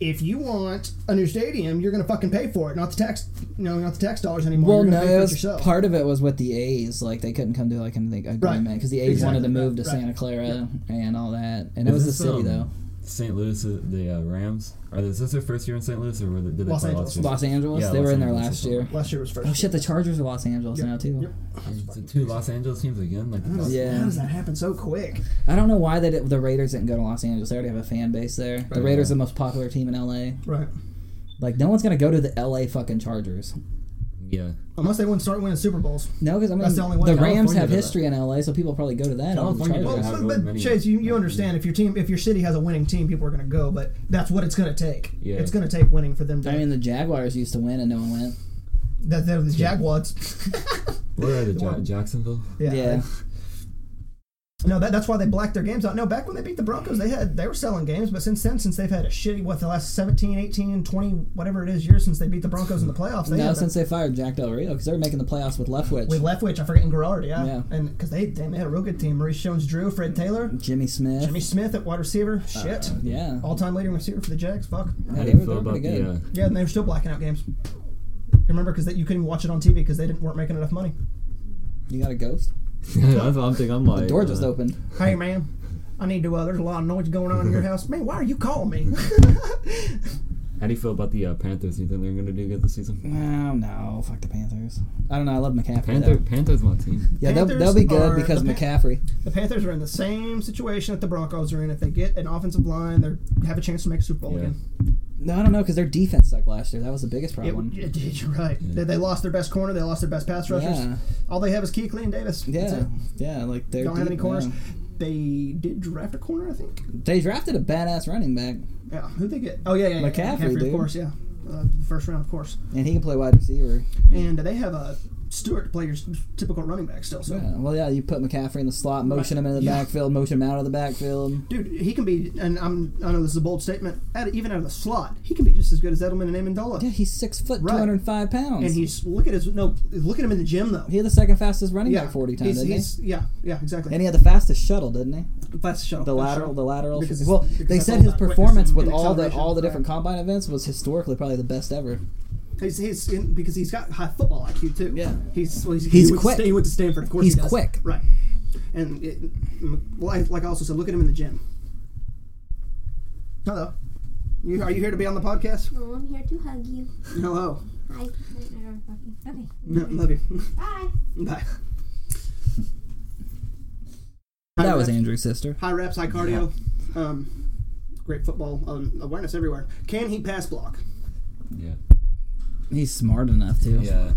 Speaker 2: if you want a new stadium, you're going to fucking pay for it, not the tax, no, not the tax dollars anymore.
Speaker 1: Well,
Speaker 2: you're
Speaker 1: no,
Speaker 2: gonna pay
Speaker 1: it
Speaker 2: for it
Speaker 1: was,
Speaker 2: yourself.
Speaker 1: part of it was with the A's. Like they couldn't come to like an agreement because the A's
Speaker 2: Exactly.
Speaker 1: wanted to move to
Speaker 2: Right.
Speaker 1: Santa Clara and all that, and it was the
Speaker 3: this,
Speaker 1: city
Speaker 3: um,
Speaker 1: though,
Speaker 3: St. Louis, uh, the uh, Rams. Are this, is this their first year in St. Louis, or were they, did
Speaker 2: Los
Speaker 3: they play
Speaker 2: Angeles.
Speaker 3: last year?
Speaker 1: Los Angeles.
Speaker 3: Yeah,
Speaker 1: they
Speaker 3: Los
Speaker 1: were in there
Speaker 3: Angeles
Speaker 1: last
Speaker 3: or
Speaker 1: year.
Speaker 2: Last year was first.
Speaker 1: Oh shit, the Chargers are Los Angeles
Speaker 2: Yep.
Speaker 1: now too.
Speaker 2: Yep.
Speaker 3: The two Los Angeles teams again, like the
Speaker 1: Yeah.
Speaker 2: How does that happen so quick?
Speaker 1: I don't know why they did, the Raiders didn't go to Los Angeles. They already have a fan base there. The
Speaker 3: Right.
Speaker 1: Raiders are the most popular team in LA.
Speaker 2: Right.
Speaker 1: Like no one's gonna go to the LA fucking Chargers.
Speaker 3: yeah.
Speaker 2: Unless they win, start winning Super Bowls.
Speaker 1: No, because I mean
Speaker 2: That's the only way.
Speaker 1: Rams
Speaker 3: California
Speaker 1: have
Speaker 3: did
Speaker 1: history in LA, so people probably go to that. over the
Speaker 3: California
Speaker 1: Chargers.
Speaker 3: did that.
Speaker 2: Well,
Speaker 3: have
Speaker 2: but,
Speaker 3: really
Speaker 2: but
Speaker 3: many-
Speaker 2: Chase, you, you understand if your team, if your city has a winning team, people are going to go. But that's what it's going to take.
Speaker 3: Yeah.
Speaker 2: It's going to take winning for them to.
Speaker 1: I mean, the Jaguars used to win and no one went.
Speaker 2: that they're the Jaguars.
Speaker 3: Where are the Ja- Jacksonville?
Speaker 1: Yeah.
Speaker 2: No, that, that's why they blacked their games out. No, back when they beat the Broncos, they had they were selling games, but since then, since they've had a shitty what the last 17, 18, 20, whatever it is years since they beat the Broncos in the playoffs, they
Speaker 1: No,
Speaker 2: had
Speaker 1: since they fired Jack Del Rio because they were making the playoffs with Leftwich,
Speaker 2: with Leftwich, I forget, and Garrard, yeah,
Speaker 1: Yeah.
Speaker 2: and because they damn they had a real good team: Maurice Jones-Drew, Fred Taylor,
Speaker 1: Jimmy Smith.
Speaker 2: Jimmy Smith at wide receiver, shit,
Speaker 1: Uh, yeah.
Speaker 2: all-time leading receiver for the Jags, fuck,
Speaker 1: Yeah,
Speaker 3: How
Speaker 1: they were-
Speaker 3: do you
Speaker 1: they
Speaker 3: feel
Speaker 1: were
Speaker 3: about
Speaker 1: pretty
Speaker 3: the?
Speaker 1: good.
Speaker 3: Uh,
Speaker 2: yeah, and they were still blacking out games. You Remember, because you couldn't watch it on TV because they didn't weren't making enough money.
Speaker 1: You got a ghost?
Speaker 3: uh, That's what I'm thinking. I'm like
Speaker 1: The door
Speaker 3: uh,
Speaker 1: just opened.
Speaker 2: Hey man, I need to. Uh, there's a lot of noise going on in your house, man. Why are you calling me?
Speaker 3: How do you feel about the uh, Panthers? You think they're gonna do good this season?
Speaker 1: No, no, fuck the Panthers. I don't know. I love McCaffrey.
Speaker 3: Panther,
Speaker 1: though.
Speaker 3: Panthers my team.
Speaker 1: Yeah, they'll,
Speaker 2: Panthers
Speaker 1: they'll be good
Speaker 2: are
Speaker 1: because
Speaker 2: the Pan-
Speaker 1: McCaffrey.
Speaker 2: the Panthers are in the same situation that the Broncos are in. If they get an offensive line, they have a chance to make a Super Bowl
Speaker 3: Yeah.
Speaker 2: again.
Speaker 1: No, I don't know because their defense sucked last year. That was the biggest
Speaker 2: Yeah,
Speaker 1: problem.
Speaker 2: yeah, dude, you're right. They, they lost their best corner. They lost their best pass rushers.
Speaker 1: Yeah.
Speaker 2: All they have is Keekly and Davis. That's
Speaker 1: Yeah,
Speaker 2: it.
Speaker 1: yeah, like they
Speaker 2: Don't have any corners. They did draft a corner, I think.
Speaker 1: They drafted a badass running back,
Speaker 2: Yeah. Who they get? Oh yeah, yeah. yeah,
Speaker 1: McCaffrey,
Speaker 2: of
Speaker 1: dude.
Speaker 2: course. Yeah. Uh, first round, of course.
Speaker 1: and he can play wide receiver.
Speaker 2: And they have a Stewart to play your typical running back still. So,
Speaker 1: Yeah, well, yeah, you put McCaffrey in the slot, motion him into the
Speaker 2: Yeah.
Speaker 1: backfield, motion him out of the backfield.
Speaker 2: dude, he can be. And I'm. I know this is a bold statement. At, even out of the slot, he can be just as good as Edelman and Amendola.
Speaker 1: Yeah, he's six foot,
Speaker 2: Right.
Speaker 1: two hundred five pounds,
Speaker 2: And he's look at his no. Look at him in the gym though.
Speaker 1: he had the second fastest running
Speaker 2: yeah,
Speaker 1: back forty times,
Speaker 2: he's-
Speaker 1: didn't
Speaker 2: he's- Yeah, yeah,
Speaker 1: he?
Speaker 2: exactly.
Speaker 1: And he had the fastest shuttle, didn't he?
Speaker 2: that's shuttle.
Speaker 1: The
Speaker 2: that's
Speaker 1: lateral,
Speaker 2: shuttle.
Speaker 1: the lateral.
Speaker 2: Because
Speaker 1: shuttle.
Speaker 2: it's-
Speaker 1: well,
Speaker 2: because
Speaker 1: they
Speaker 2: that's
Speaker 1: said
Speaker 2: all
Speaker 1: his
Speaker 2: about quickness
Speaker 1: performance
Speaker 2: and
Speaker 1: with all the
Speaker 2: acceleration,
Speaker 1: all the
Speaker 2: right.
Speaker 1: different combine events was historically probably the best ever.
Speaker 2: He's, he's in, because he's got high football IQ too.
Speaker 1: Yeah.
Speaker 2: he's well, he's,
Speaker 1: He's
Speaker 2: he went
Speaker 1: quick.
Speaker 2: To, Sta- he went to Stanford. Of course,
Speaker 1: He's
Speaker 2: he does.
Speaker 1: quick.
Speaker 2: Right, and it, m- like, like I also said, look at him in the gym. Hello, you, are you here to be on the podcast?
Speaker 4: Oh, I'm here to hug you.
Speaker 2: Hello,
Speaker 4: Hi. Okay.
Speaker 2: no, love you.
Speaker 4: Bye.
Speaker 2: Bye.
Speaker 1: That
Speaker 2: High
Speaker 1: was
Speaker 2: reps-
Speaker 1: Andrew's sister.
Speaker 2: high reps, high cardio. Um, great football um, awareness everywhere. Can he pass block?
Speaker 3: Yeah.
Speaker 1: He's smart enough too.
Speaker 3: Yeah.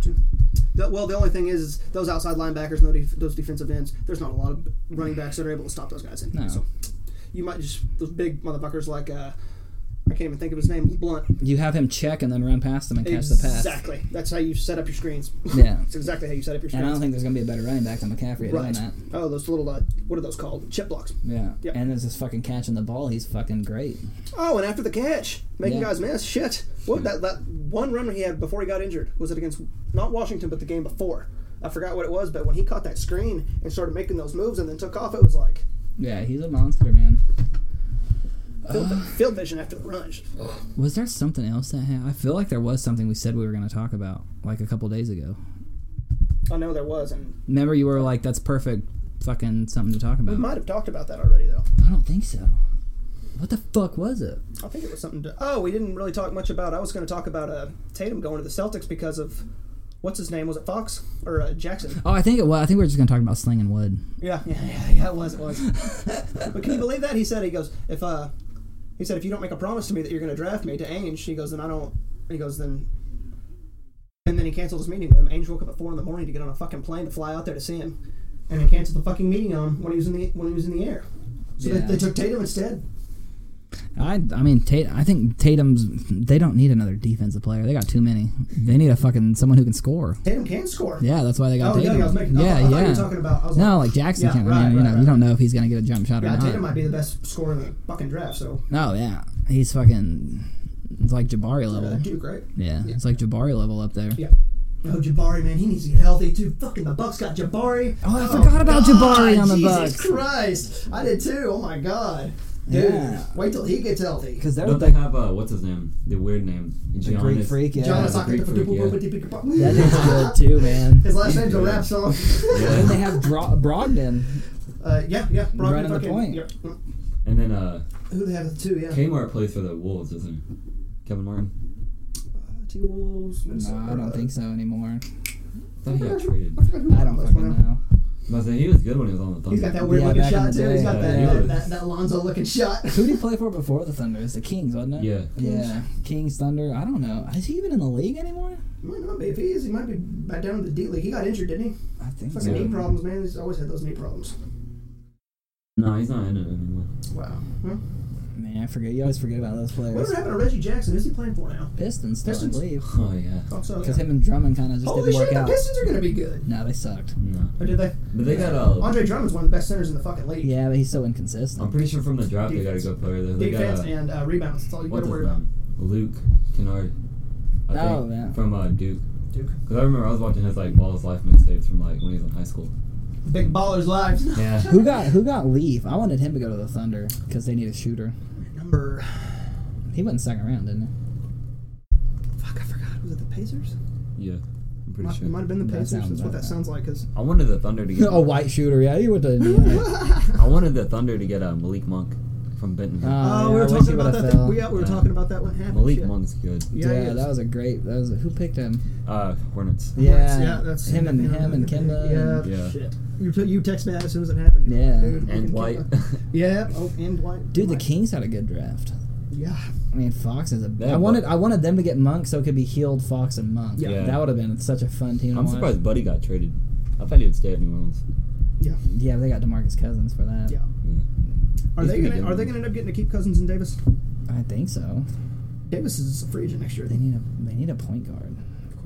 Speaker 2: The- well, the only thing is, is those outside linebackers, and those def- those defensive ends. There's not a lot of running backs that are able to stop those guys. Anyway,
Speaker 1: No.
Speaker 2: So you might just those big motherfuckers like uh, I can't even think of his name. Blunt.
Speaker 1: You have him check and then run past him and catch the pass.
Speaker 2: Exactly. That's how you set up your screens.
Speaker 1: Yeah.
Speaker 2: That's exactly how you set up your
Speaker 1: And
Speaker 2: screens.
Speaker 1: I don't think there's gonna be a better running back than McCaffrey at doing
Speaker 2: right.
Speaker 1: that.
Speaker 2: Oh, those little uh, what are those called? Chip blocks.
Speaker 1: Yeah.
Speaker 2: Yep.
Speaker 1: And there's just fucking catching the ball. He's fucking great.
Speaker 2: Oh, and after the catch, making
Speaker 1: Yeah.
Speaker 2: guys miss. Shit. What that that one run he had before he got injured was it against not Washington but the game before. I forgot what it was, but when he caught that screen and started making those moves and then took off, it was like
Speaker 1: Yeah, he's a monster, man.
Speaker 2: field, field vision after the run. Just-
Speaker 1: Was there something else that happened? I feel like there was something we said we were going to talk about like a couple days ago.
Speaker 2: I know there was, and
Speaker 1: Remember, you were like, "That's perfect, fucking something to talk
Speaker 2: we
Speaker 1: about."
Speaker 2: might have talked about that already, though.
Speaker 1: I don't think so. What the fuck was it?
Speaker 2: I think it was something to. Oh, we didn't really talk much about. I was going to talk about uh, Tatum going to the Celtics because of what's his name? Was it Fox or uh, Jackson?
Speaker 1: Oh, I think it was. I think we were just going to talk about slinging wood.
Speaker 2: Yeah, yeah, yeah, yeah, it was, it was. but can you believe that? He said, he goes, if, uh, he said, if you don't make a promise to me that you're going to draft me to Ainge, he goes, then I don't, he goes, then, and then he canceled his meeting with him. Ainge woke up at four in the morning to get on a fucking plane to fly out there to see him. And he canceled the fucking meeting on him when he was in the, when he was in the air. So
Speaker 1: Yeah.
Speaker 2: they, they took Tatum instead.
Speaker 1: I, I mean, Tate, I think Tatum's. They don't need another defensive player. They got too many. They need a fucking someone who can score.
Speaker 2: Tatum can score.
Speaker 1: Yeah, that's why they got
Speaker 2: Oh, yeah,
Speaker 1: Tatum.
Speaker 2: yeah, I was making, I,
Speaker 1: yeah,
Speaker 2: thought- I thought you
Speaker 1: yeah.
Speaker 2: were talking about, I was
Speaker 1: no,
Speaker 2: like,
Speaker 1: like Jackson
Speaker 2: Yeah,
Speaker 1: can't. I
Speaker 2: right,
Speaker 1: mean, you
Speaker 2: right,
Speaker 1: know,
Speaker 2: right.
Speaker 1: you don't know if he's going to get a jump shot or
Speaker 2: yeah,
Speaker 1: not.
Speaker 2: Tatum might be the best scorer in the fucking draft, so,
Speaker 1: No, yeah, he's fucking. It's like Jabari
Speaker 2: uh,
Speaker 1: level.
Speaker 2: Duke, right?
Speaker 1: Yeah, it's like Jabari level up there.
Speaker 2: Yeah. Oh, Jabari, man, he needs to get healthy too. Fucking the Bucks got Jabari.
Speaker 1: Oh, I forgot about Jabari on the
Speaker 2: Jesus
Speaker 1: Bucks.
Speaker 2: Christ, I did too. Oh my God, dude,
Speaker 1: Yeah.
Speaker 2: wait till he gets healthy.
Speaker 1: Because they're
Speaker 3: Don't they have uh what's his name? The weird name.
Speaker 1: the Greek freak. Yeah,
Speaker 2: John
Speaker 3: the Greek freak, yeah.
Speaker 1: that is good too, man.
Speaker 2: His last name's a rap song.
Speaker 1: And they have Bro- Brogdon.
Speaker 2: uh, yeah, yeah. Brock
Speaker 1: Right on the
Speaker 2: fucking-
Speaker 1: point.
Speaker 2: yeah.
Speaker 3: And then uh
Speaker 2: Who they have the two? Yeah.
Speaker 3: Kmart plays for the Wolves, doesn't he? Kevin Martin.
Speaker 2: Uh, T Wolves.
Speaker 1: No, I don't think so anymore.
Speaker 3: I thought he got traded.
Speaker 1: I don't fucking know.
Speaker 3: But I said he was good when he was on the Thunder.
Speaker 2: He's got that weird
Speaker 1: Yeah,
Speaker 2: looking
Speaker 1: back in
Speaker 2: shot
Speaker 1: the
Speaker 2: too. He's
Speaker 1: day.
Speaker 2: got that,
Speaker 3: Yeah.
Speaker 2: that, that, that Lonzo looking shot.
Speaker 1: Who did he play for before the Thunder? It's the Kings, wasn't it?
Speaker 3: Yeah.
Speaker 1: Yeah, Kings Thunder. I don't know. Is he even in the league anymore?
Speaker 2: Might not be. If he is, he might be back down in the D League. He got injured, didn't he?
Speaker 1: I think
Speaker 2: Fucking
Speaker 1: so.
Speaker 2: knee problems, man. He's always had those knee problems.
Speaker 3: No, he's not in it anymore.
Speaker 2: Wow. Well,
Speaker 1: Man, I forget. You always forget about those players.
Speaker 2: Whatever happened to Reggie Jackson? Who's he playing for now?
Speaker 1: Pistons, though,
Speaker 2: Pistons?
Speaker 1: I believe.
Speaker 3: Oh yeah.
Speaker 2: Oh, so,
Speaker 1: Because him and Drummond kind of just
Speaker 2: Holy
Speaker 1: didn't work
Speaker 2: shit,
Speaker 1: out.
Speaker 2: the Pistons are gonna be good.
Speaker 1: No, they sucked.
Speaker 3: No.
Speaker 2: Or did they?
Speaker 3: But they got uh
Speaker 2: Andre Drummond's one of the best centers in the fucking league.
Speaker 1: Yeah, but he's so inconsistent.
Speaker 3: I'm pretty sure from the draft they got a good player there. They
Speaker 2: Defense
Speaker 3: got uh,
Speaker 2: and uh, rebounds. That's all you
Speaker 3: what's
Speaker 2: gotta
Speaker 3: his
Speaker 2: worry about.
Speaker 3: name? Luke Kennard. I think,
Speaker 1: Oh, yeah.
Speaker 3: From uh, Duke.
Speaker 2: Duke.
Speaker 3: Because I remember I was watching his like Ball's Life mixtapes from like when he was in high school.
Speaker 2: Big ballers lives.
Speaker 3: Oh, Yeah.
Speaker 1: Who got who got leave? I wanted him to go to the Thunder because they need a shooter.
Speaker 2: Number.
Speaker 1: He went in second round, didn't he?
Speaker 2: Fuck, I forgot. Was it the Pacers?
Speaker 3: yeah. pretty
Speaker 2: Might,
Speaker 3: sure.
Speaker 2: might have been the
Speaker 1: That
Speaker 2: Pacers.
Speaker 1: sounds
Speaker 2: That's what
Speaker 1: about
Speaker 2: that sounds like. Cause
Speaker 3: I wanted the Thunder to get.
Speaker 1: a white shooter. Yeah, you went to Indiana.
Speaker 3: I wanted the Thunder to get uh, Malik Monk from Bentonville.
Speaker 1: Uh,
Speaker 2: uh,
Speaker 1: yeah,
Speaker 2: we
Speaker 1: I
Speaker 2: were
Speaker 1: wish he
Speaker 2: talking about
Speaker 1: would've
Speaker 2: that.
Speaker 1: fell.
Speaker 2: Thing. We, yeah, we were
Speaker 3: Yeah.
Speaker 2: talking about that. What happened?
Speaker 3: Malik
Speaker 2: shit.
Speaker 3: Monk's good.
Speaker 1: yeah,
Speaker 2: Yeah, yeah,
Speaker 1: that was a great. That was who picked him?
Speaker 3: Uh, Hornets.
Speaker 1: Yeah,
Speaker 2: yeah, that's
Speaker 1: him and him and Kemba.
Speaker 2: Yeah,
Speaker 1: and-
Speaker 3: Yeah.
Speaker 2: shit. You, t- you text me that as soon as it happened.
Speaker 1: Yeah.
Speaker 2: Dude, fucking
Speaker 3: And White.
Speaker 2: Kemba. Yeah. Oh, and White.
Speaker 1: Dude, the
Speaker 2: White.
Speaker 1: Kings had a good draft.
Speaker 2: Yeah.
Speaker 1: I mean, Fox is a.
Speaker 3: They
Speaker 1: I
Speaker 3: have
Speaker 1: wanted
Speaker 3: both.
Speaker 1: I wanted them to get Monk so it could be healed Fox and Monk.
Speaker 2: Yeah.
Speaker 3: Yeah.
Speaker 1: that would have been such a fun team. to
Speaker 3: I'm
Speaker 1: watch.
Speaker 3: surprised Buddy got traded. I thought he would stay at New Orleans.
Speaker 2: Yeah.
Speaker 1: Yeah, they got Demarcus Cousins for that.
Speaker 2: Yeah.
Speaker 3: Yeah.
Speaker 2: Are
Speaker 3: He's
Speaker 2: they
Speaker 3: gonna
Speaker 2: gonna
Speaker 3: get
Speaker 2: Are they
Speaker 3: him.
Speaker 2: gonna end up getting to keep Cousins and Davis?
Speaker 1: I think so.
Speaker 2: Davis is a free agent next year.
Speaker 1: They need a they need a point guard.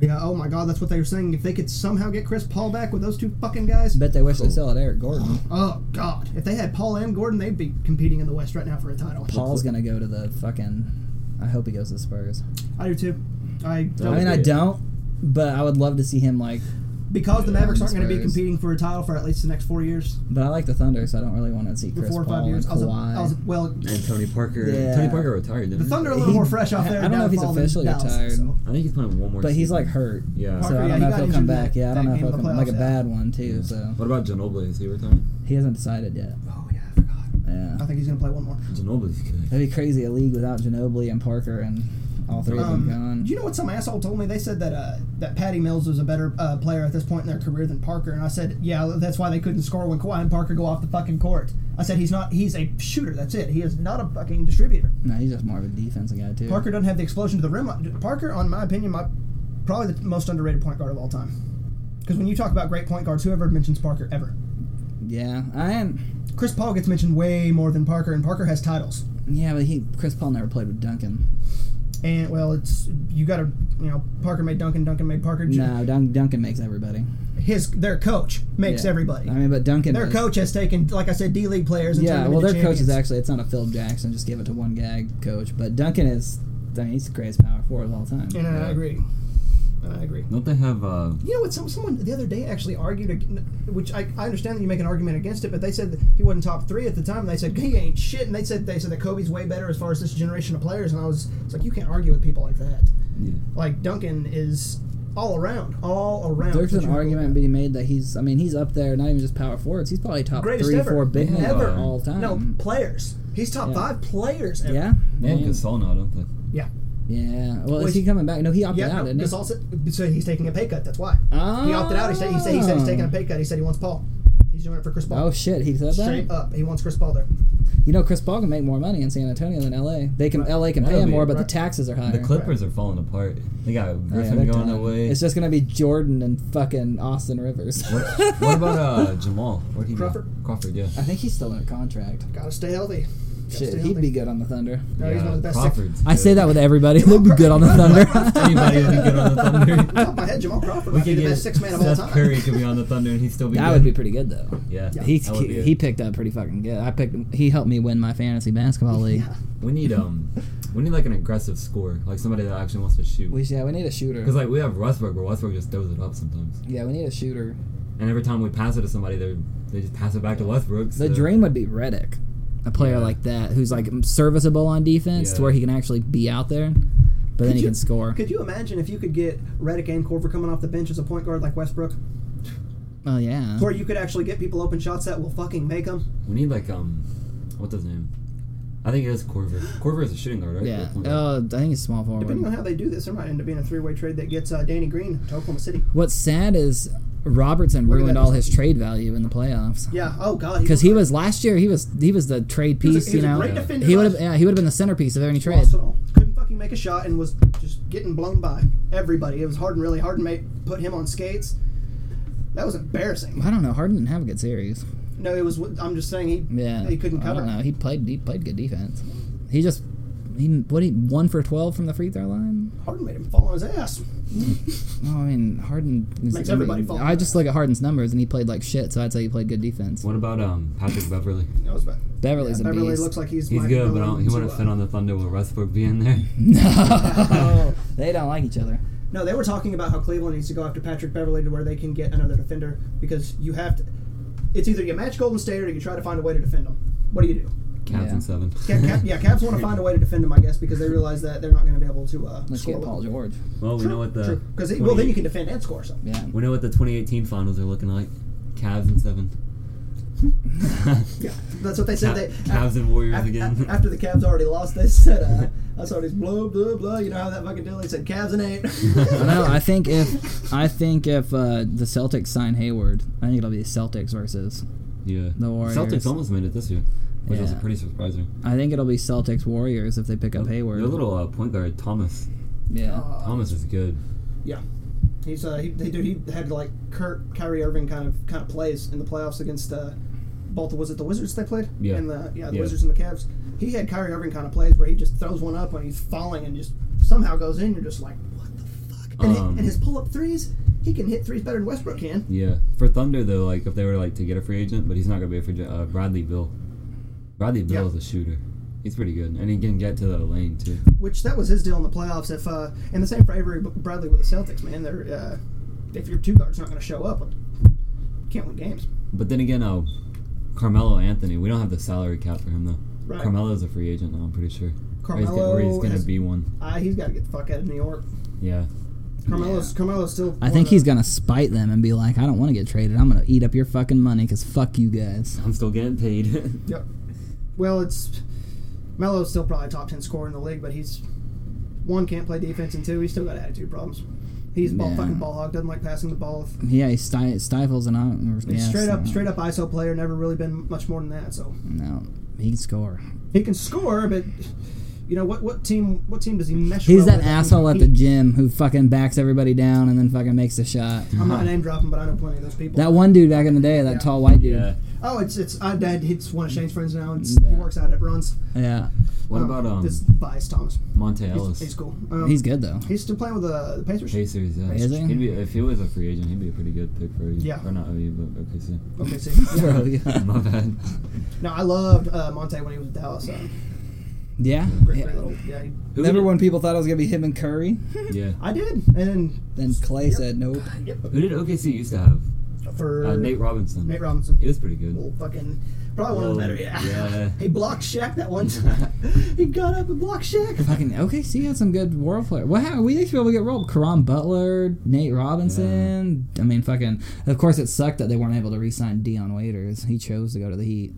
Speaker 2: Yeah. Oh my God, that's what they were saying. If they could somehow get Chris Paul back with those two fucking guys.
Speaker 1: Bet they wish they still had Eric Gordon. Uh,
Speaker 2: Oh God! If they had Paul and Gordon, they'd be competing in the West right now for a title.
Speaker 1: Paul's gonna go to the fucking. I hope he goes to the Spurs.
Speaker 2: I do too. I
Speaker 1: I
Speaker 3: would
Speaker 1: mean, I
Speaker 3: be it.
Speaker 1: don't, but I would love to see him like.
Speaker 2: because the Mavericks
Speaker 1: Yeah,
Speaker 2: aren't going to be
Speaker 1: Spurs.
Speaker 2: competing for a title for at least the next four years,
Speaker 1: But I like the Thunder, so I don't really want to see
Speaker 2: for
Speaker 1: Chris
Speaker 2: four or
Speaker 1: Paul
Speaker 2: five years.
Speaker 1: and
Speaker 2: I was, a-
Speaker 1: Kawhi.
Speaker 2: I was a- well,
Speaker 3: And Tony Parker.
Speaker 1: Yeah.
Speaker 3: Tony Parker retired. Didn't
Speaker 2: the
Speaker 3: he?
Speaker 2: Thunder are a little
Speaker 1: He-
Speaker 2: more fresh out
Speaker 1: I-
Speaker 2: there.
Speaker 1: I don't know if he's
Speaker 2: down falling
Speaker 1: officially
Speaker 2: Dallas,
Speaker 1: retired.
Speaker 2: so.
Speaker 3: I think he's playing one more.
Speaker 1: but he's
Speaker 3: season.
Speaker 1: like hurt,
Speaker 3: Yeah.
Speaker 1: so
Speaker 2: Parker,
Speaker 1: I
Speaker 2: yeah,
Speaker 1: don't
Speaker 2: he
Speaker 1: know if
Speaker 2: got
Speaker 1: he'll come
Speaker 2: injured
Speaker 1: back.
Speaker 2: that-
Speaker 1: Yeah, I don't
Speaker 2: that
Speaker 1: know if he'll
Speaker 2: game in
Speaker 1: come
Speaker 2: the
Speaker 1: like a
Speaker 2: playoffs, yeah.
Speaker 1: bad one too. So
Speaker 3: What about Ginobili? Is he retiring?
Speaker 1: he hasn't decided yet.
Speaker 2: Oh yeah, I forgot.
Speaker 1: Yeah,
Speaker 2: I think he's going to play one more.
Speaker 3: Ginobili's good.
Speaker 1: that'd be crazy. A league without Ginobili and Parker and all three of them
Speaker 2: Um,
Speaker 1: gone.
Speaker 2: do you know what some asshole told me? They said that uh, that Patty Mills was a better uh, player at this point in their career than Parker, and I said, yeah, that's why they couldn't score when Kawhi and Parker go off the fucking court. I said he's not. He's a shooter. That's it. He is not a fucking distributor.
Speaker 1: no, he's just more of a defensive guy too.
Speaker 2: Parker doesn't have the explosion to the rim. Parker, on my opinion, my probably the most underrated point guard of all time. Because when you talk about great point guards, whoever mentions Parker ever.
Speaker 1: Yeah, I am.
Speaker 2: Chris Paul gets mentioned way more than Parker, and Parker has titles.
Speaker 1: Yeah, but he Chris Paul never played with Duncan.
Speaker 2: And well, it's you got to you know Parker made Duncan, Duncan made Parker.
Speaker 1: No, Dun- Duncan makes everybody.
Speaker 2: His their coach makes
Speaker 1: Yeah.
Speaker 2: everybody.
Speaker 1: I mean, but Duncan.
Speaker 2: Their
Speaker 1: is-
Speaker 2: coach has taken, like I said, D League players. And
Speaker 1: Yeah,
Speaker 2: turned them
Speaker 1: well,
Speaker 2: into
Speaker 1: their coach is
Speaker 2: champions.
Speaker 1: actually it's not a Phil Jackson. Just give it to one guy coach. But Duncan is. I mean, he's the greatest power forward of all time.
Speaker 2: And I agree. And I agree.
Speaker 3: Don't they have? Uh,
Speaker 2: You know what? Some, someone the other day actually argued, ag- which I, I understand that you make an argument against it, but they said that he wasn't top three at the time. And they said he ain't shit, and they said they said that Kobe's way better as far as this generation of players. And I was it's like you can't argue with people like that.
Speaker 3: yeah.
Speaker 2: Like Duncan is all around, all around.
Speaker 1: There's
Speaker 2: But
Speaker 1: an
Speaker 2: you-
Speaker 1: argument being made that he's. I mean, he's up there. Not even just power forwards. He's probably top
Speaker 2: Greatest
Speaker 1: three,
Speaker 2: ever.
Speaker 1: four big men
Speaker 2: Ever.
Speaker 1: of all time.
Speaker 2: No players. He's top
Speaker 1: Yeah.
Speaker 2: five players. Ever.
Speaker 1: Yeah.
Speaker 3: They have
Speaker 1: Yeah.
Speaker 3: Gasol now, don't they?
Speaker 2: Yeah.
Speaker 1: Yeah. Well,
Speaker 2: Well,
Speaker 1: is he coming back? No, he opted
Speaker 2: Yeah,
Speaker 1: out,
Speaker 2: no,
Speaker 1: didn't he? Oh.
Speaker 2: Gasol said, so he's taking a pay cut. That's why he opted out. He said, he said he said he's taking a pay cut. He said he wants Paul. He's doing it for Chris Paul.
Speaker 1: Oh shit, he said that.
Speaker 2: Straight up, he wants Chris Paul there.
Speaker 1: You know, Chris Paul can make more money in San Antonio than LA. They can LA can pay
Speaker 3: That'll
Speaker 1: him
Speaker 3: be-
Speaker 1: more, but
Speaker 2: right.
Speaker 1: the taxes are higher.
Speaker 3: The Clippers are falling apart. They got
Speaker 1: Oh, Yeah,
Speaker 3: Griffin
Speaker 1: they're
Speaker 3: going
Speaker 1: done.
Speaker 3: away.
Speaker 1: It's just gonna be Jordan and fucking Austin Rivers.
Speaker 3: what, what about uh, Jamal? Where'd he
Speaker 2: Crawford?
Speaker 3: go? Crawford, yeah.
Speaker 1: I think he's still in a contract.
Speaker 2: Gotta stay healthy. Gotta
Speaker 1: Shit,
Speaker 2: stay
Speaker 1: he'd
Speaker 2: healthy.
Speaker 1: be good on the Thunder.
Speaker 2: No,
Speaker 3: yeah
Speaker 2: he's one of the best. Six.
Speaker 3: Crawford's
Speaker 1: I say
Speaker 3: good.
Speaker 1: that with everybody. They'd be good on the Thunder.
Speaker 3: Anybody would be good on the
Speaker 2: Off the top
Speaker 3: Thunder.
Speaker 2: of my head, Jamal Crawford
Speaker 3: we
Speaker 2: might
Speaker 3: could
Speaker 2: be the
Speaker 3: get
Speaker 2: best six man of all
Speaker 3: Seth
Speaker 2: time.
Speaker 3: Curry could be on the Thunder and he'd still be
Speaker 1: that
Speaker 3: good.
Speaker 1: would be pretty good though.
Speaker 3: Yeah.
Speaker 1: He
Speaker 3: that would be
Speaker 1: he,
Speaker 3: it.
Speaker 1: he picked up pretty fucking good. I picked him. He helped me win my fantasy basketball league.
Speaker 2: Yeah.
Speaker 3: We need um, we need like an aggressive scorer, like somebody that actually wants to shoot.
Speaker 1: We yeah, we need a shooter.
Speaker 3: Because like we have Westbrook, where Westbrook just throws it up sometimes,
Speaker 1: Yeah, we need a shooter.
Speaker 3: and every time we pass it to somebody, they they just pass it back to Westbrook.
Speaker 1: The
Speaker 3: so-
Speaker 1: dream would be Reddick, a player
Speaker 3: Yeah.
Speaker 1: like that who's like serviceable on defense to
Speaker 3: Yeah.
Speaker 1: where he can actually be out there, but then
Speaker 2: Could
Speaker 1: he
Speaker 2: you-
Speaker 1: can score.
Speaker 2: Could you imagine if you could get Redick and Corver coming off the bench as a point guard like Westbrook,
Speaker 1: oh yeah.
Speaker 2: where you could actually get people open shots that will fucking make them?
Speaker 3: We need like um, what's his name? I think it is Corver. Corver is a shooting guard, right?
Speaker 1: Yeah.
Speaker 3: Or point guard.
Speaker 1: Oh, I think it's small forward.
Speaker 2: Depending on how they do this, there might end up being a three way trade that gets uh, Danny Green to Oklahoma City.
Speaker 1: What's sad is Robertson
Speaker 2: Look at
Speaker 1: ruined
Speaker 2: that.
Speaker 1: all his trade value in the playoffs.
Speaker 2: Yeah. Oh God.
Speaker 1: Because he was last year, he was he was the trade
Speaker 2: He was a-
Speaker 1: piece,
Speaker 2: he was
Speaker 1: you
Speaker 2: a
Speaker 1: know.
Speaker 2: great defender
Speaker 1: He would have
Speaker 2: last-
Speaker 1: yeah, he would have been the centerpiece of any trade.
Speaker 2: lost it all. Couldn't fucking make a shot and was just getting blown by everybody. It was Harden really. Harden made put him on skates. That was embarrassing.
Speaker 1: I don't know. Harden didn't have a good series.
Speaker 2: No, it was. I'm just saying he.
Speaker 1: Yeah,
Speaker 2: He couldn't cover.
Speaker 1: I don't know. He played he played good defense. He just he what he one for twelve from the free throw line.
Speaker 2: Harden made him fall on his ass.
Speaker 1: No, I mean Harden is,
Speaker 2: Makes everybody fall.
Speaker 1: I just look at Harden's numbers and he played like shit, so I'd say he played good defense.
Speaker 3: What about um Patrick Beverly?
Speaker 2: That was bad.
Speaker 1: Beverly's a
Speaker 2: Beverly
Speaker 1: beast.
Speaker 2: looks like he's.
Speaker 3: He's
Speaker 2: might be
Speaker 3: good, but I
Speaker 2: going
Speaker 3: don't, he
Speaker 2: to,
Speaker 3: wouldn't
Speaker 2: uh,
Speaker 3: fit on the Thunder with Westbrook being there.
Speaker 1: no, they don't like each other.
Speaker 2: No, they were talking about how Cleveland needs to go after Patrick Beverly to where they can get another defender because you have to. It's either you match Golden State or you try to find a way to defend them. What do you do?
Speaker 3: Cavs
Speaker 1: Yeah.
Speaker 3: in seven.
Speaker 2: Ca- Ca- yeah, Cavs want to find a way to defend him, I guess, because they realize that they're not going to be able to. Uh,
Speaker 1: Let's
Speaker 2: score
Speaker 1: get
Speaker 2: with
Speaker 1: Paul
Speaker 2: him.
Speaker 1: George.
Speaker 3: Well, we know what the
Speaker 2: True, because well, then
Speaker 3: 28
Speaker 2: you can defend and score. So
Speaker 1: Yeah.
Speaker 3: We know what the 2018 finals are looking like. Cavs in seven.
Speaker 2: yeah, that's what they said. They
Speaker 3: Cavs and Warriors
Speaker 2: af- af-
Speaker 3: again.
Speaker 2: After the Cavs already lost, they said, uh, "I saw these blah blah blah." You know how that fucking deal? They said Cavs and eight.
Speaker 1: I know. I think if I think if uh, the Celtics sign Hayward, I think it'll be Celtics versus.
Speaker 3: yeah.
Speaker 1: The Warriors.
Speaker 3: Celtics almost made it this year, which was
Speaker 1: Yeah.
Speaker 3: pretty surprising.
Speaker 1: I think it'll be Celtics Warriors if they pick up Hayward.
Speaker 3: Your little uh, point guard Thomas.
Speaker 1: yeah.
Speaker 2: Uh,
Speaker 3: Thomas is good.
Speaker 2: Yeah. He's uh, he, they, dude, he had like Kurt, Kyrie Irving kind of kind of plays in the playoffs against uh, both the was it the Wizards they played
Speaker 3: Yeah.
Speaker 2: and the yeah the
Speaker 3: Yeah.
Speaker 2: Wizards and the Cavs. He had Kyrie Irving kind of plays where he just throws one up when he's falling and just somehow goes in. You're just like, what the fuck? And, he-
Speaker 3: Um,
Speaker 2: and his pull up threes, he can hit threes better than Westbrook can.
Speaker 3: Yeah. For Thunder though, like if they were like to get a free agent, but he's not gonna be a free agent. Uh, Bradley Bill. Bradley Bill
Speaker 2: Yeah.
Speaker 3: is a shooter. He's pretty good, and he can get to the lane too.
Speaker 2: Which that was his deal in the playoffs. If uh, and the same for Avery Bradley with the Celtics, man. They're uh, if your two guards not going to show up, can't win games.
Speaker 3: But then again, uh, Carmelo Anthony. We don't have the salary cap for him though.
Speaker 2: Right.
Speaker 3: Carmelo's a free agent now. I'm pretty sure. Or he's gonna-
Speaker 2: Carmelo
Speaker 3: or he's gonna
Speaker 2: has-
Speaker 3: be one.
Speaker 2: Uh, he's got to get the fuck out of New York.
Speaker 3: Yeah.
Speaker 2: Carmelo's Carmelo's still.
Speaker 1: I think he's gonna spite them and be like, "I don't want to get traded. I'm gonna eat up your fucking money because fuck you guys."
Speaker 3: I'm still getting paid.
Speaker 2: Yep. Well, it's Melo's still probably top ten scorer in the league, but he's one can't play defense and two he's still got attitude problems. He's ball
Speaker 1: Yeah.
Speaker 2: fucking ball hog. Doesn't like passing the ball.
Speaker 1: Yeah, he sti- stifles and I don't.
Speaker 2: He's
Speaker 1: yeah,
Speaker 2: straight
Speaker 1: so-
Speaker 2: up, straight up ISO player. Never really been much more than that. So
Speaker 1: No, he can score.
Speaker 2: he can score, but you know what? What team? What team does he mesh?
Speaker 1: He's
Speaker 2: well
Speaker 1: that
Speaker 2: with?
Speaker 1: asshole at
Speaker 2: He-
Speaker 1: the gym who fucking backs everybody down and then fucking makes a shot.
Speaker 2: I'm not name dropping, but I know plenty of those people.
Speaker 1: That one dude back in the day, that tall white dude.
Speaker 3: Yeah.
Speaker 2: oh, it's it's I dad. He's one of Shane's friends now. It's, He
Speaker 1: Yeah.
Speaker 2: works out at runs.
Speaker 1: Yeah.
Speaker 3: What about um
Speaker 2: this bias Thomas?
Speaker 3: Monte
Speaker 2: He's,
Speaker 3: Ellis?
Speaker 2: he's cool. Um,
Speaker 1: He's good though.
Speaker 2: He's still playing with uh, the, the Pacers.
Speaker 3: Pacers, yeah.
Speaker 1: Is he?
Speaker 3: He'd be, if he was a free agent, he'd be a pretty good pick for you.
Speaker 2: Yeah.
Speaker 3: Or not OU, but OKC.
Speaker 2: Okay, see.
Speaker 1: Bro,
Speaker 3: My bad.
Speaker 2: No, I loved uh, Monte when he was in Dallas. So.
Speaker 1: yeah.
Speaker 2: Great,
Speaker 1: yeah.
Speaker 2: great little, yeah. he-
Speaker 3: Who
Speaker 1: Remember
Speaker 3: did-
Speaker 1: when people thought it was gonna be him and Curry?
Speaker 3: Yeah.
Speaker 2: I did, and
Speaker 1: Then Clay said nope.
Speaker 3: Who did OKC used to have?
Speaker 2: for
Speaker 3: Uh, Nate Robinson.
Speaker 2: Nate Robinson,
Speaker 3: He was pretty good.
Speaker 2: Well, fucking probably one of the
Speaker 3: Well,
Speaker 2: better. Yeah.
Speaker 3: yeah.
Speaker 2: he blocked Shaq that one time. he got up and blocked Shaq.
Speaker 1: Fucking okay, see, you had some good world players. Well, how we used to be able to get rolled. Karan Butler, Nate Robinson. I mean, fucking. Of course, it sucked that they weren't able to re-sign Dion Waiters. He chose to go to the Heat.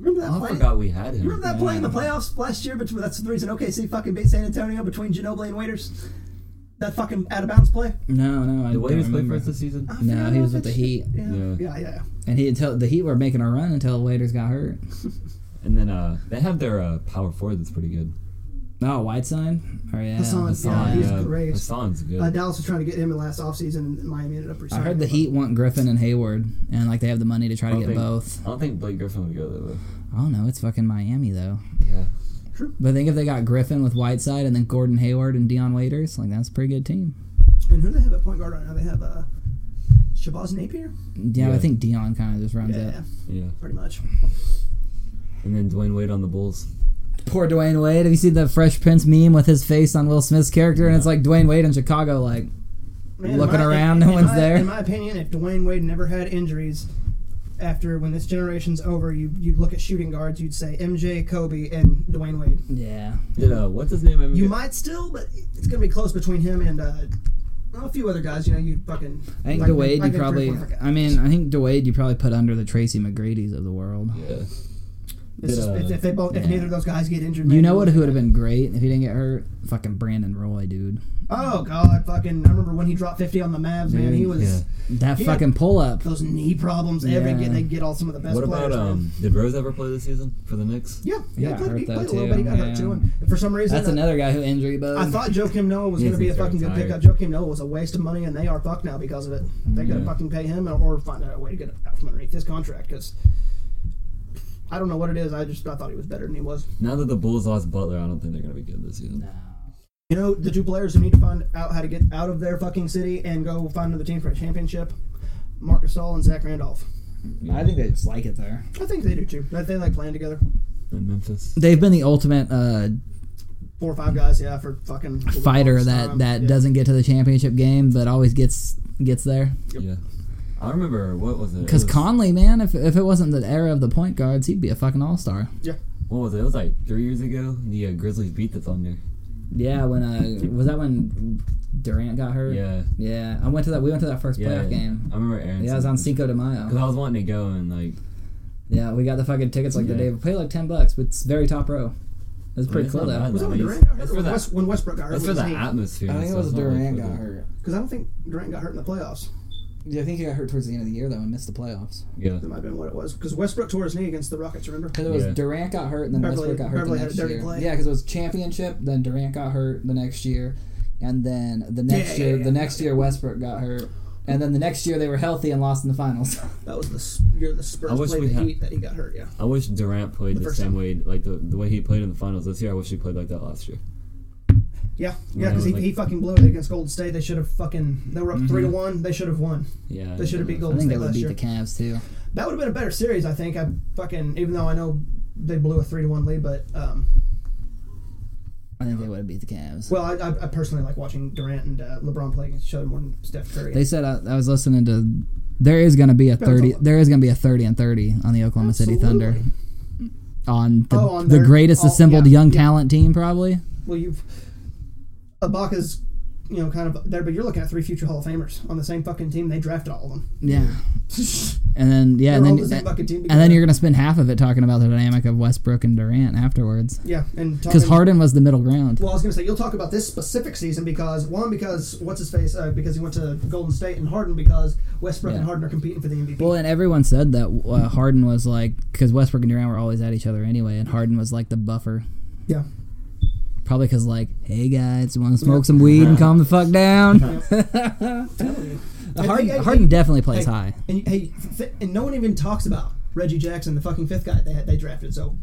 Speaker 2: Remember that
Speaker 3: I
Speaker 2: play?
Speaker 3: forgot we had him.
Speaker 2: Remember that play in the playoffs last year? But that's the reason OKC fucking beat San Antonio between Ginobili and Waiters. That fucking out of bounds play.
Speaker 1: No, no, I
Speaker 3: Did
Speaker 1: don't
Speaker 3: Waiters play
Speaker 1: remember.
Speaker 3: for us this season?
Speaker 2: I
Speaker 1: No,
Speaker 2: forgot
Speaker 1: he
Speaker 2: about
Speaker 1: was with
Speaker 2: that
Speaker 1: the
Speaker 2: shit.
Speaker 1: Heat.
Speaker 2: Yeah,
Speaker 3: Yeah.
Speaker 2: yeah, yeah.
Speaker 1: and he until the Heat were making a run until Waiters got hurt.
Speaker 3: And then uh, they have their uh, power forward that's pretty good.
Speaker 1: Oh, Whiteside. Oh yeah.
Speaker 2: Hassan.
Speaker 3: Hassan.
Speaker 2: he's
Speaker 3: yeah.
Speaker 2: great.
Speaker 3: Hassan's good.
Speaker 2: Uh, Dallas was trying to get him in last offseason, and Miami ended up
Speaker 1: I
Speaker 2: resigning.
Speaker 1: heard the
Speaker 2: him.
Speaker 1: Heat want Griffin and Hayward, and like they have the money to try to
Speaker 3: I
Speaker 1: get
Speaker 3: don't think-
Speaker 1: both.
Speaker 3: I don't think Blake Griffin would go there though.
Speaker 1: I don't know. It's fucking Miami though.
Speaker 3: Yeah.
Speaker 1: But think if they got Griffin with Whiteside and then Gordon Hayward and Dion Waiters, like that's a pretty good team.
Speaker 2: And who do they have at point guard right now? They have uh, Shabazz Napier.
Speaker 1: Yeah, I
Speaker 3: Yeah.
Speaker 1: think Dion kind of just runs
Speaker 2: Yeah,
Speaker 1: it.
Speaker 3: Yeah.
Speaker 2: pretty much.
Speaker 3: And then Dwayne Wade on the Bulls.
Speaker 1: Poor Dwayne Wade. Have you seen the Fresh Prince meme with his face on Will Smith's character? And it's like Dwayne Wade in Chicago, like
Speaker 2: Man, in
Speaker 1: Looking
Speaker 2: my-
Speaker 1: around, no
Speaker 2: in- in
Speaker 1: one's
Speaker 2: my-
Speaker 1: there.
Speaker 2: In my opinion, if Dwayne Wade never had injuries, after when this generation's over, you you look at shooting guards, you'd say MJ, Kobe, and Dwayne Wade.
Speaker 1: yeah.
Speaker 3: Did uh, what's his name? ever
Speaker 2: You
Speaker 3: get-
Speaker 2: might still, but it's gonna be close between him and uh, well, a few other guys. You know, you fucking.
Speaker 1: I think
Speaker 2: like-
Speaker 1: Dwayne you
Speaker 2: like a three,
Speaker 1: probably.
Speaker 2: four guy.
Speaker 1: I mean, I think Dwayne you probably put under the Tracy McGrady's of the world.
Speaker 3: Yeah.
Speaker 2: It's just-
Speaker 3: uh,
Speaker 2: if, if they both, if
Speaker 1: yeah.
Speaker 2: neither of those guys get injured,
Speaker 1: You
Speaker 2: man,
Speaker 1: know what? Who would have been great if he didn't get hurt? Fucking Brandon Roy, dude.
Speaker 2: Oh god, fucking! I remember when he dropped fifty on the Mavs, man.
Speaker 1: Dude,
Speaker 2: He was
Speaker 3: yeah.
Speaker 1: That
Speaker 2: He had-
Speaker 1: fucking pull up.
Speaker 2: those knee problems. Every
Speaker 1: Yeah.
Speaker 2: get they get all some of the best.
Speaker 3: What
Speaker 2: players,
Speaker 3: about
Speaker 2: man.
Speaker 3: um? Did Rose ever play this season for the Knicks?
Speaker 2: Yeah,
Speaker 1: Yeah, I
Speaker 2: he played, he
Speaker 1: heard that
Speaker 2: played a little
Speaker 1: too,
Speaker 2: bit. He got hurt
Speaker 1: yeah.
Speaker 2: too, and for some reason, uh,
Speaker 1: That's
Speaker 2: I,
Speaker 1: another guy who injury bug.
Speaker 2: I thought Joakim Noah was
Speaker 3: He
Speaker 2: going to be a
Speaker 3: needs to
Speaker 2: fucking good
Speaker 3: retire.
Speaker 2: pickup. Joakim Noah was a waste of money, and they are fucked now because of it. They got to
Speaker 3: Yeah.
Speaker 2: fucking pay him or, or find out a way to get out from underneath his contract because I don't know what it is. I just I thought he was better than he was.
Speaker 3: Now that the Bulls lost Butler, I don't think they're gonna be good this season.
Speaker 2: You know, the two players who need to find out how to get out of their fucking city and go find another team for a championship. Marcus Gasol and Zach Randolph.
Speaker 1: I think they just like it there.
Speaker 2: I think they do too. They, they like playing together.
Speaker 3: In Memphis.
Speaker 1: They've been the ultimate uh,
Speaker 2: Four or five guys, yeah, for fucking the
Speaker 1: fighter
Speaker 2: longest
Speaker 1: that
Speaker 2: time.
Speaker 1: that
Speaker 2: Yeah.
Speaker 1: doesn't get to the championship game, but always gets gets there.
Speaker 3: Yeah. I remember what was it? It
Speaker 1: Because
Speaker 3: was-
Speaker 1: Conley, man, if, if it wasn't the era of the point guards, he'd be a fucking all star.
Speaker 2: Yeah.
Speaker 3: what was it? It was like three years ago. The uh, Grizzlies beat the Thunder.
Speaker 1: Yeah, when uh, was that when Durant got hurt?
Speaker 3: Yeah,
Speaker 1: Yeah, I went to that. We went to that first
Speaker 3: yeah.
Speaker 1: playoff game.
Speaker 3: I remember Aaron.
Speaker 1: Yeah, I was on Cinco de
Speaker 3: Because
Speaker 1: Mayo.
Speaker 3: I was wanting to go and like
Speaker 1: Yeah, we got the fucking tickets like the
Speaker 3: Yeah. Oh,
Speaker 1: day. We paid like ten bucks, but it's very top row. It was pretty
Speaker 3: it's
Speaker 1: cool
Speaker 3: not
Speaker 1: though.
Speaker 3: bad,
Speaker 2: Was that
Speaker 3: though.
Speaker 2: when
Speaker 3: It's-
Speaker 2: Durant got hurt?
Speaker 3: it's
Speaker 2: Or
Speaker 3: for
Speaker 2: when
Speaker 3: the-
Speaker 2: West, when Westbrook got hurt?
Speaker 3: It's
Speaker 2: with
Speaker 3: for the
Speaker 2: his knee?
Speaker 3: atmosphere.
Speaker 5: I think
Speaker 3: and
Speaker 5: it was
Speaker 3: stuff, not really
Speaker 5: Durant
Speaker 3: for
Speaker 5: got
Speaker 3: the-
Speaker 5: hurt.
Speaker 2: Because I don't think Durant got hurt in the playoffs.
Speaker 5: Yeah, I think he got hurt towards the end of the year though and missed the playoffs.
Speaker 3: Yeah,
Speaker 2: That might have been what it was. Because Westbrook tore his knee against the Rockets, remember?
Speaker 5: Because it was
Speaker 3: Yeah.
Speaker 5: Durant got hurt and then
Speaker 2: Beverly-
Speaker 5: Westbrook got hurt the
Speaker 2: Beverly had a
Speaker 5: next
Speaker 2: dirty
Speaker 5: year.
Speaker 2: play.
Speaker 5: Yeah, because it was championship, then Durant got hurt the next year, and then the next
Speaker 2: yeah,
Speaker 5: year,
Speaker 2: yeah,
Speaker 5: the
Speaker 2: yeah.
Speaker 5: next year Westbrook got hurt, and then the next year they were healthy and lost in the finals.
Speaker 2: That was the s- year the Spurs
Speaker 3: I wish we
Speaker 2: played the
Speaker 3: had-
Speaker 2: Heat that he got hurt, yeah.
Speaker 3: I wish Durant played
Speaker 2: The
Speaker 3: the,
Speaker 2: first
Speaker 3: same
Speaker 2: time.
Speaker 3: way, like the, the way he played in the finals this year. I wish he played like that last year.
Speaker 2: Yeah,
Speaker 3: Yeah,
Speaker 2: yeah, because he,
Speaker 3: like-
Speaker 2: he fucking blew it against Golden State. They should have fucking. They were up 3 to 1. They should have won.
Speaker 3: Yeah,
Speaker 2: They should have beat
Speaker 1: Mm-hmm. I
Speaker 2: Golden
Speaker 1: think
Speaker 2: State
Speaker 1: they would
Speaker 2: last
Speaker 1: beat
Speaker 2: year.
Speaker 1: the Cavs too.
Speaker 2: That would have been a better series, I think. I fucking. Even though I know they blew a 3 to 1 lead, but. um
Speaker 1: I think they would have beat the Cavs.
Speaker 2: Well, I, I, I personally like watching Durant and uh, LeBron play against each other more than Steph Curry.
Speaker 1: They said I, I was listening to. There is going to be a thirty. There is going to be a thirty and thirty on the Oklahoma City Thunder. On the,
Speaker 2: Oh, on
Speaker 1: the
Speaker 2: their-
Speaker 1: greatest
Speaker 2: all-
Speaker 1: assembled
Speaker 2: yeah,
Speaker 1: young
Speaker 2: yeah.
Speaker 1: talent team, probably.
Speaker 2: well, you've Ibaka's, you know, kind of there, but you're looking at three future Hall of Famers on the same fucking team. They drafted all of them.
Speaker 1: Yeah. And then yeah,
Speaker 2: They're all
Speaker 1: and
Speaker 2: the
Speaker 1: then
Speaker 2: same fucking team
Speaker 1: and then
Speaker 2: together.
Speaker 1: you're gonna spend half of it talking about the dynamic of Westbrook and Durant afterwards,
Speaker 2: Yeah, and
Speaker 1: because
Speaker 2: talking-
Speaker 1: Harden was the middle ground.
Speaker 2: Well, I was gonna say you'll talk about this specific season because one because what's his face uh, because he went to Golden State and Harden because Westbrook
Speaker 1: Yeah.
Speaker 2: and Harden are competing for the MVP.
Speaker 1: Well, and everyone said that uh, Harden was like because Westbrook and Durant were always at each other anyway, and Harden was like the buffer.
Speaker 2: yeah,
Speaker 1: Probably because like, hey guys, want to smoke some weed and calm the fuck down? Harden,
Speaker 2: hey, hey,
Speaker 1: Harden
Speaker 2: hey.
Speaker 1: definitely plays
Speaker 2: Hey,
Speaker 1: high.
Speaker 2: and hey, th- and no one even talks about Reggie Jackson, the fucking fifth guy they had, they drafted. So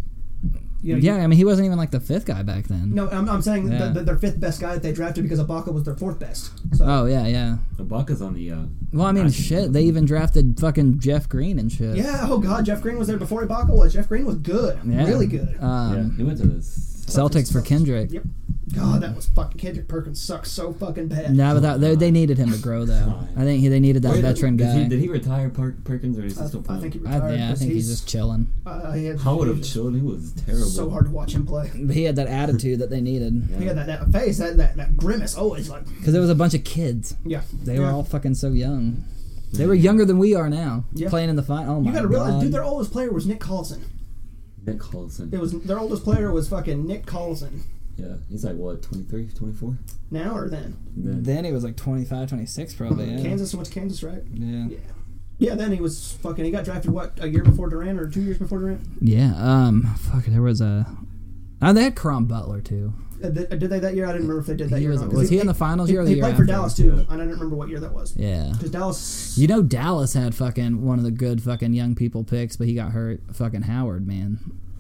Speaker 2: you know, you-
Speaker 1: Yeah, I mean he wasn't even like the fifth guy back then.
Speaker 2: No, I'm, I'm saying
Speaker 1: Yeah.
Speaker 2: that that their fifth best guy that they drafted because Ibaka was their fourth best. So
Speaker 1: Oh yeah, yeah.
Speaker 3: The Buck is on the. Uh,
Speaker 1: Well, I mean,
Speaker 3: Nice.
Speaker 1: shit. They even drafted fucking Jeff Green and shit.
Speaker 2: yeah, oh god, Jeff Green was there before Ibaka was. Jeff Green was good,
Speaker 1: Yeah.
Speaker 2: really good.
Speaker 3: yeah,
Speaker 1: Um,
Speaker 3: he went to this.
Speaker 1: Celtics for Kendrick.
Speaker 2: Yep. God, that was fucking Kendrick Perkins sucks so fucking bad.
Speaker 1: No, but that, they, they needed him to grow though. I think he, they needed that
Speaker 3: Wait,
Speaker 1: veteran
Speaker 3: did
Speaker 1: guy.
Speaker 3: He, did he retire Per- Perkins or is he
Speaker 2: I,
Speaker 3: still
Speaker 2: I
Speaker 3: playing?
Speaker 2: think he
Speaker 1: I,
Speaker 2: retired.
Speaker 1: yeah, I
Speaker 2: 'cause
Speaker 1: think he's, just chilling.
Speaker 2: Uh, he had,
Speaker 3: I would have
Speaker 2: he-
Speaker 3: chilled. He was terrible.
Speaker 2: So hard to watch him play.
Speaker 1: But he had that attitude that they needed
Speaker 2: He had that, that face, that, that that grimace. Always like,
Speaker 1: because there was a bunch of kids.
Speaker 2: yeah.
Speaker 1: They
Speaker 2: yeah.
Speaker 1: were all fucking so young. They were younger than we are now.
Speaker 2: Yeah.
Speaker 1: Playing in the final. Oh my
Speaker 2: You gotta realize,
Speaker 1: God.
Speaker 2: dude, their oldest player was Nick Collison.
Speaker 3: Nick Collison.
Speaker 2: It was their oldest player was fucking Nick Collison.
Speaker 3: yeah, he's like what 23, 24?
Speaker 2: Now or then?
Speaker 3: Then,
Speaker 1: then he was like 25, 26 probably. Yeah.
Speaker 2: Kansas went to Kansas, right?
Speaker 1: Yeah.
Speaker 2: Yeah. Yeah, then he was fucking. He got drafted what a year before Durant or two years before Durant.
Speaker 1: Yeah. Um. Fuck. There was a. Oh, they had Crom Butler too.
Speaker 2: Uh, th- Did they that year? I didn't remember if they did that
Speaker 1: He
Speaker 2: year.
Speaker 1: was-
Speaker 2: or not, 'cause
Speaker 1: was he in the finals
Speaker 2: he,
Speaker 1: year or the
Speaker 2: he
Speaker 1: year
Speaker 2: played
Speaker 1: after?
Speaker 2: for Dallas too, and I don't remember what year that was.
Speaker 1: Yeah.
Speaker 2: Because Dallas,
Speaker 1: You know Dallas had fucking one of the good fucking young people picks, but he got hurt. Fucking Howard, man.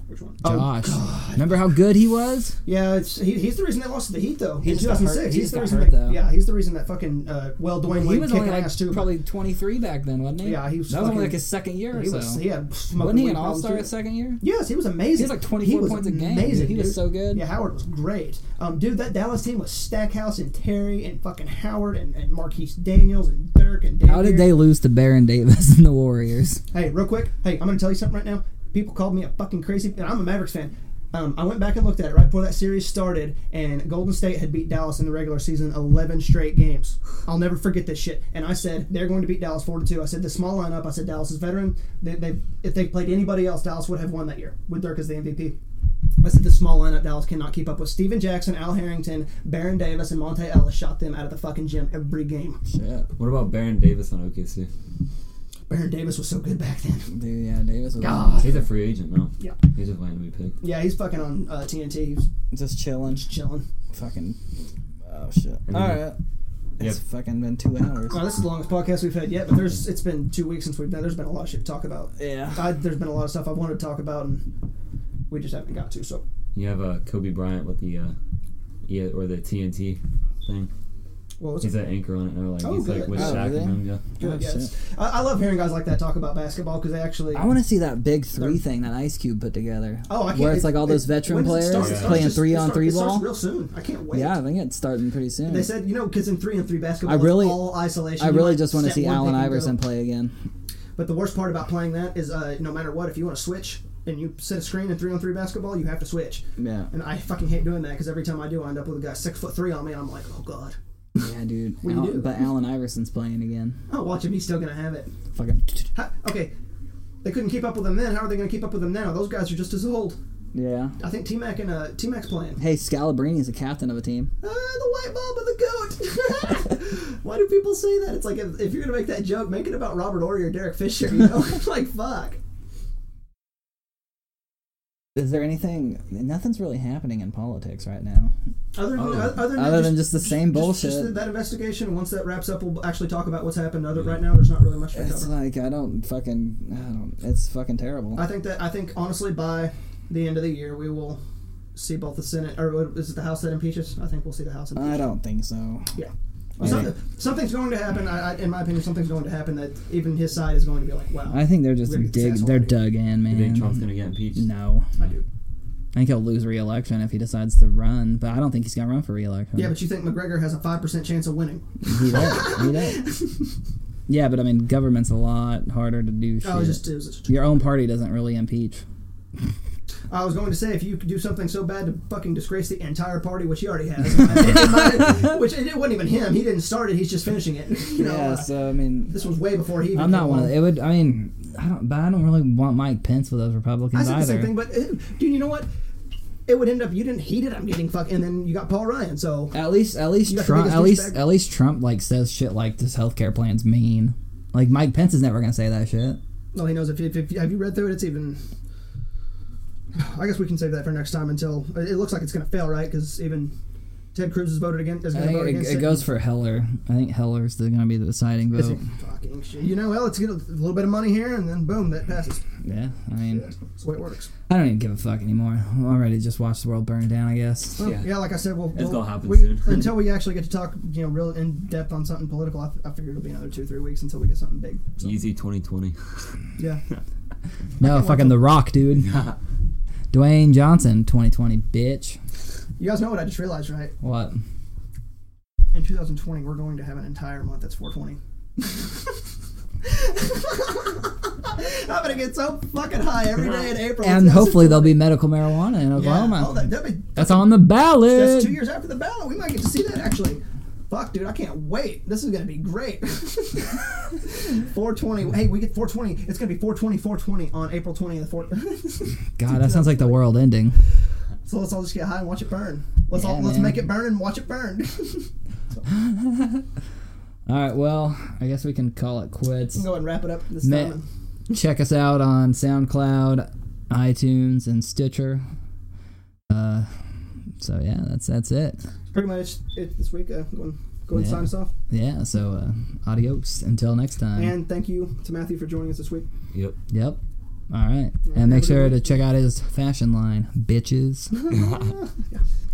Speaker 2: which one?
Speaker 1: Josh. Oh, Remember how good he was?
Speaker 2: Yeah, it's, he, he's the reason they lost to the Heat though.
Speaker 1: He
Speaker 2: in
Speaker 1: just got
Speaker 2: 2006,
Speaker 1: hurt- he just
Speaker 2: he's the
Speaker 1: got
Speaker 2: reason.
Speaker 1: hurt,
Speaker 2: that,
Speaker 1: though.
Speaker 2: Yeah, he's the reason that fucking uh, well Dwayne
Speaker 1: he
Speaker 2: Wade
Speaker 1: was
Speaker 2: kicking
Speaker 1: only like
Speaker 2: ass too.
Speaker 1: probably 23 back then, wasn't he?
Speaker 2: Yeah, he was
Speaker 1: That was only
Speaker 2: fucking-
Speaker 1: like his second year or
Speaker 2: he
Speaker 1: so.
Speaker 2: was. He had smoking
Speaker 1: wasn't he
Speaker 2: weed
Speaker 1: an All
Speaker 2: problems,
Speaker 1: Star
Speaker 2: too.
Speaker 1: his second year?
Speaker 2: Yes, he was amazing.
Speaker 1: He was like 24
Speaker 2: was
Speaker 1: points a game,
Speaker 2: Amazing.
Speaker 1: dude. He was
Speaker 2: dude.
Speaker 1: so good.
Speaker 2: Yeah, Howard was great. Um, dude, that Dallas team was Stackhouse and Terry and fucking Howard and, and Marquise Daniels and Dirk and.
Speaker 1: How did
Speaker 2: Damir.
Speaker 1: they lose to Baron Davis and the Warriors?
Speaker 2: Hey, real quick. Hey, I'm gonna tell you something right now. People called me a fucking crazy, and I'm a Mavericks fan. Um, I went back and looked at it right before that series started, and Golden State had beat Dallas in the regular season 11 straight games. I'll never forget this shit. And I said they're going to beat Dallas 4 to 2. I said the small lineup. I said Dallas is veteran. They, they, if they played anybody else, Dallas would have won that year with Dirk as the MVP. I said the small lineup Dallas cannot keep up with. Steven Jackson, Al Harrington, Baron Davis, and Monte Ellis shot them out of the fucking gym every game.
Speaker 1: Shit.
Speaker 3: what about Baron Davis on OKC?
Speaker 2: Baron Davis was so good back then.
Speaker 1: Dude, yeah, Davis was
Speaker 2: God.
Speaker 3: He's a free agent now.
Speaker 2: Yeah.
Speaker 3: He's just waiting to be picked.
Speaker 2: Yeah, he's fucking on uh, TNT. He was
Speaker 1: just chilling.
Speaker 2: chilling.
Speaker 1: Fucking. Oh, shit. All right. It's
Speaker 3: Yep.
Speaker 1: fucking been two hours.
Speaker 2: Well, this is the longest podcast we've had yet, but there's it's been two weeks since we've done. There's been a lot of shit to talk about.
Speaker 1: Yeah.
Speaker 2: I, there's been a lot of stuff I wanted to talk about, and we just haven't got to. So
Speaker 3: You have uh, Kobe Bryant with the, uh, yeah, or the TNT thing.
Speaker 2: what was it?
Speaker 3: He's an anchor on it now. Like
Speaker 2: Oh,
Speaker 3: he's like
Speaker 2: good.
Speaker 3: with
Speaker 1: Oh,
Speaker 3: Shaq
Speaker 1: really?
Speaker 3: and him. Yeah.
Speaker 1: Oh,
Speaker 2: Good, yes.
Speaker 1: shit.
Speaker 2: I, I love hearing guys like that talk about basketball because they actually.
Speaker 1: I want to see that big three thing that Ice Cube put together.
Speaker 2: oh, I can't.
Speaker 1: Where it's like all those
Speaker 2: it-
Speaker 1: veteran
Speaker 2: when does
Speaker 1: players
Speaker 2: it start? It starts
Speaker 1: playing
Speaker 2: just-
Speaker 1: three
Speaker 2: it
Speaker 1: on
Speaker 2: starts-
Speaker 1: three
Speaker 2: it starts
Speaker 1: ball.
Speaker 2: real soon. I can't wait.
Speaker 1: Yeah, I think it's starting pretty soon.
Speaker 2: They said you know because in three on three basketball,
Speaker 1: I really-
Speaker 2: it's all isolation.
Speaker 1: I
Speaker 2: You
Speaker 1: really
Speaker 2: might
Speaker 1: just want to
Speaker 2: set
Speaker 1: see
Speaker 2: one
Speaker 1: Allen
Speaker 2: pick and go.
Speaker 1: Iverson play again.
Speaker 2: But the worst part about playing that is, uh, no matter what, if you want to switch, and you set a screen in three on three basketball, you have to switch.
Speaker 1: Yeah.
Speaker 2: And I fucking hate doing that because every time I do, I end up with a guy six foot three on me, and I'm like, oh god.
Speaker 1: Yeah, dude.
Speaker 2: What do you
Speaker 1: Al-
Speaker 2: do?
Speaker 1: But Allen Iverson's playing again.
Speaker 2: Oh, watch him, he's still gonna have it.
Speaker 1: Fucking.
Speaker 2: How, okay, they couldn't keep up with him then. How are they gonna keep up with him now? Those guys are just as old.
Speaker 1: Yeah.
Speaker 2: I think T Mac and uh, T Mac's playing.
Speaker 1: Hey, Scalabrini's the captain of a team.
Speaker 2: Ah, the white mom of the goat. Why do people say that? It's like if, if you're gonna make that joke, make it about Robert Ory or Derek Fisher. You know, like fuck.
Speaker 1: Is there anything? Nothing's really happening in politics right now.
Speaker 2: Other than,
Speaker 3: Other-
Speaker 2: other than,
Speaker 1: Oh, other
Speaker 2: that,
Speaker 1: than just the same
Speaker 2: Just,
Speaker 1: bullshit.
Speaker 2: that investigation. Once that wraps up, we'll actually talk about what's happened. Other right now, there's not really much to
Speaker 1: It's
Speaker 2: cover.
Speaker 1: like I don't fucking. I don't. It's fucking terrible.
Speaker 2: I think that I think honestly by the end of the year we will see both the Senate or what- is it the House that impeaches? I think we'll see the House impeach.
Speaker 1: I don't think so.
Speaker 2: Yeah.
Speaker 1: I
Speaker 2: Something,
Speaker 1: think,
Speaker 2: something's going to happen. I, I, in my opinion, something's going to happen that even his side is going to be like, wow.
Speaker 1: I think they're just
Speaker 2: We're gonna
Speaker 1: dig.
Speaker 2: get
Speaker 1: They're
Speaker 2: gaslit.
Speaker 1: dug in,
Speaker 3: You
Speaker 1: man.
Speaker 3: think Trump's gonna get impeached?
Speaker 1: No,
Speaker 2: I do.
Speaker 1: I think he'll lose re-election if he decides to run. But I don't think he's gonna run for re-election.
Speaker 2: Yeah, but you think McGregor has a five percent chance of winning?
Speaker 1: he don't. He don't. Yeah, but I mean, government's a lot harder to do. Shit.
Speaker 2: I was Oh, just, it was just-
Speaker 1: Your own party doesn't really impeach.
Speaker 2: I was going to say if you could do something so bad to fucking disgrace the entire party, which he already has, in my- which it, wasn't even him. He didn't start it. He's just finishing it. You know,
Speaker 1: yeah,
Speaker 2: uh,
Speaker 1: so I mean,
Speaker 2: this was way before he. Even
Speaker 1: I'm not
Speaker 2: came
Speaker 1: one.
Speaker 2: on.
Speaker 1: Of the, it would. I mean, I don't. But I don't really want Mike Pence with those
Speaker 2: I
Speaker 1: Republicans
Speaker 2: said the
Speaker 1: either.
Speaker 2: same thing, but uh, dude, you know what? It would end up you didn't heat it. I'm getting fuck, and then you got Paul Ryan. So
Speaker 1: At least, at
Speaker 2: You
Speaker 1: least
Speaker 2: got the
Speaker 1: Trump,
Speaker 2: biggest
Speaker 1: at least,
Speaker 2: douchebag.
Speaker 1: at least Trump like says shit like this healthcare plan's mean. Like Mike Pence is never gonna say that shit.
Speaker 2: well, he knows if, if, if have you read through it? It's even. I guess we can save that for next time. Until it looks like it's going to fail, right? Because even Ted Cruz has voted against. Is
Speaker 1: I
Speaker 2: going to
Speaker 1: think
Speaker 2: vote
Speaker 1: it,
Speaker 2: against
Speaker 1: it goes for Heller. I think Heller's the, gonna be the deciding
Speaker 2: It's-
Speaker 1: vote.
Speaker 2: Fucking shit. You know, well, let's get a little bit of money here, and then boom, that passes.
Speaker 1: Yeah, I mean,
Speaker 2: That's the way it works.
Speaker 1: I don't even give a fuck anymore. I'm already just watched the world burn down. I guess.
Speaker 2: Well, yeah.
Speaker 3: Yeah.
Speaker 2: like I said, we'll,
Speaker 3: It's
Speaker 2: we'll-
Speaker 3: gonna happen
Speaker 2: we-
Speaker 3: soon.
Speaker 2: until we actually get to talk, you know, real in depth on something political. I, I figure it'll be another two, three weeks until we get something big.
Speaker 3: Easy 2020.
Speaker 2: Yeah.
Speaker 1: No, fucking The Rock, dude. Dwayne Johnson, 2020, bitch.
Speaker 2: You guys know what I just realized, right?
Speaker 1: What?
Speaker 2: in 2020 we're going to have an entire month that's 420 i'm gonna get so fucking high every day in april
Speaker 1: And hopefully there'll be medical marijuana in
Speaker 2: yeah,
Speaker 1: Oklahoma.
Speaker 2: oh, that, that'd be,
Speaker 1: That's on the ballot.
Speaker 2: that's two years after the ballot we might get to see that actually fuck dude i can't wait this is gonna be great 420 hey we get 420 it's gonna be 420 420 on april 20th Four-
Speaker 1: God, that sounds like the world ending.
Speaker 2: so let's all just get high and watch it burn let's all
Speaker 1: Yeah,
Speaker 2: let's
Speaker 1: man.
Speaker 2: make it burn and watch it burn
Speaker 1: All right, well, I guess we can call it quits.
Speaker 2: go and wrap it up this
Speaker 1: Ma-
Speaker 2: time
Speaker 1: check us out on SoundCloud, iTunes, and Stitcher. Uh, so yeah, that's that's it.
Speaker 2: pretty much it this week uh, go and, go and
Speaker 1: Yeah.
Speaker 2: sign us off
Speaker 1: Yeah. So uh, adios until next time.
Speaker 2: And thank you to Matthew for joining us this week.
Speaker 3: Yep.
Speaker 1: yep. All right.
Speaker 2: have
Speaker 1: And
Speaker 2: a
Speaker 1: make
Speaker 2: good
Speaker 1: sure
Speaker 2: one.
Speaker 1: to check out his fashion line, bitches.
Speaker 2: Yeah.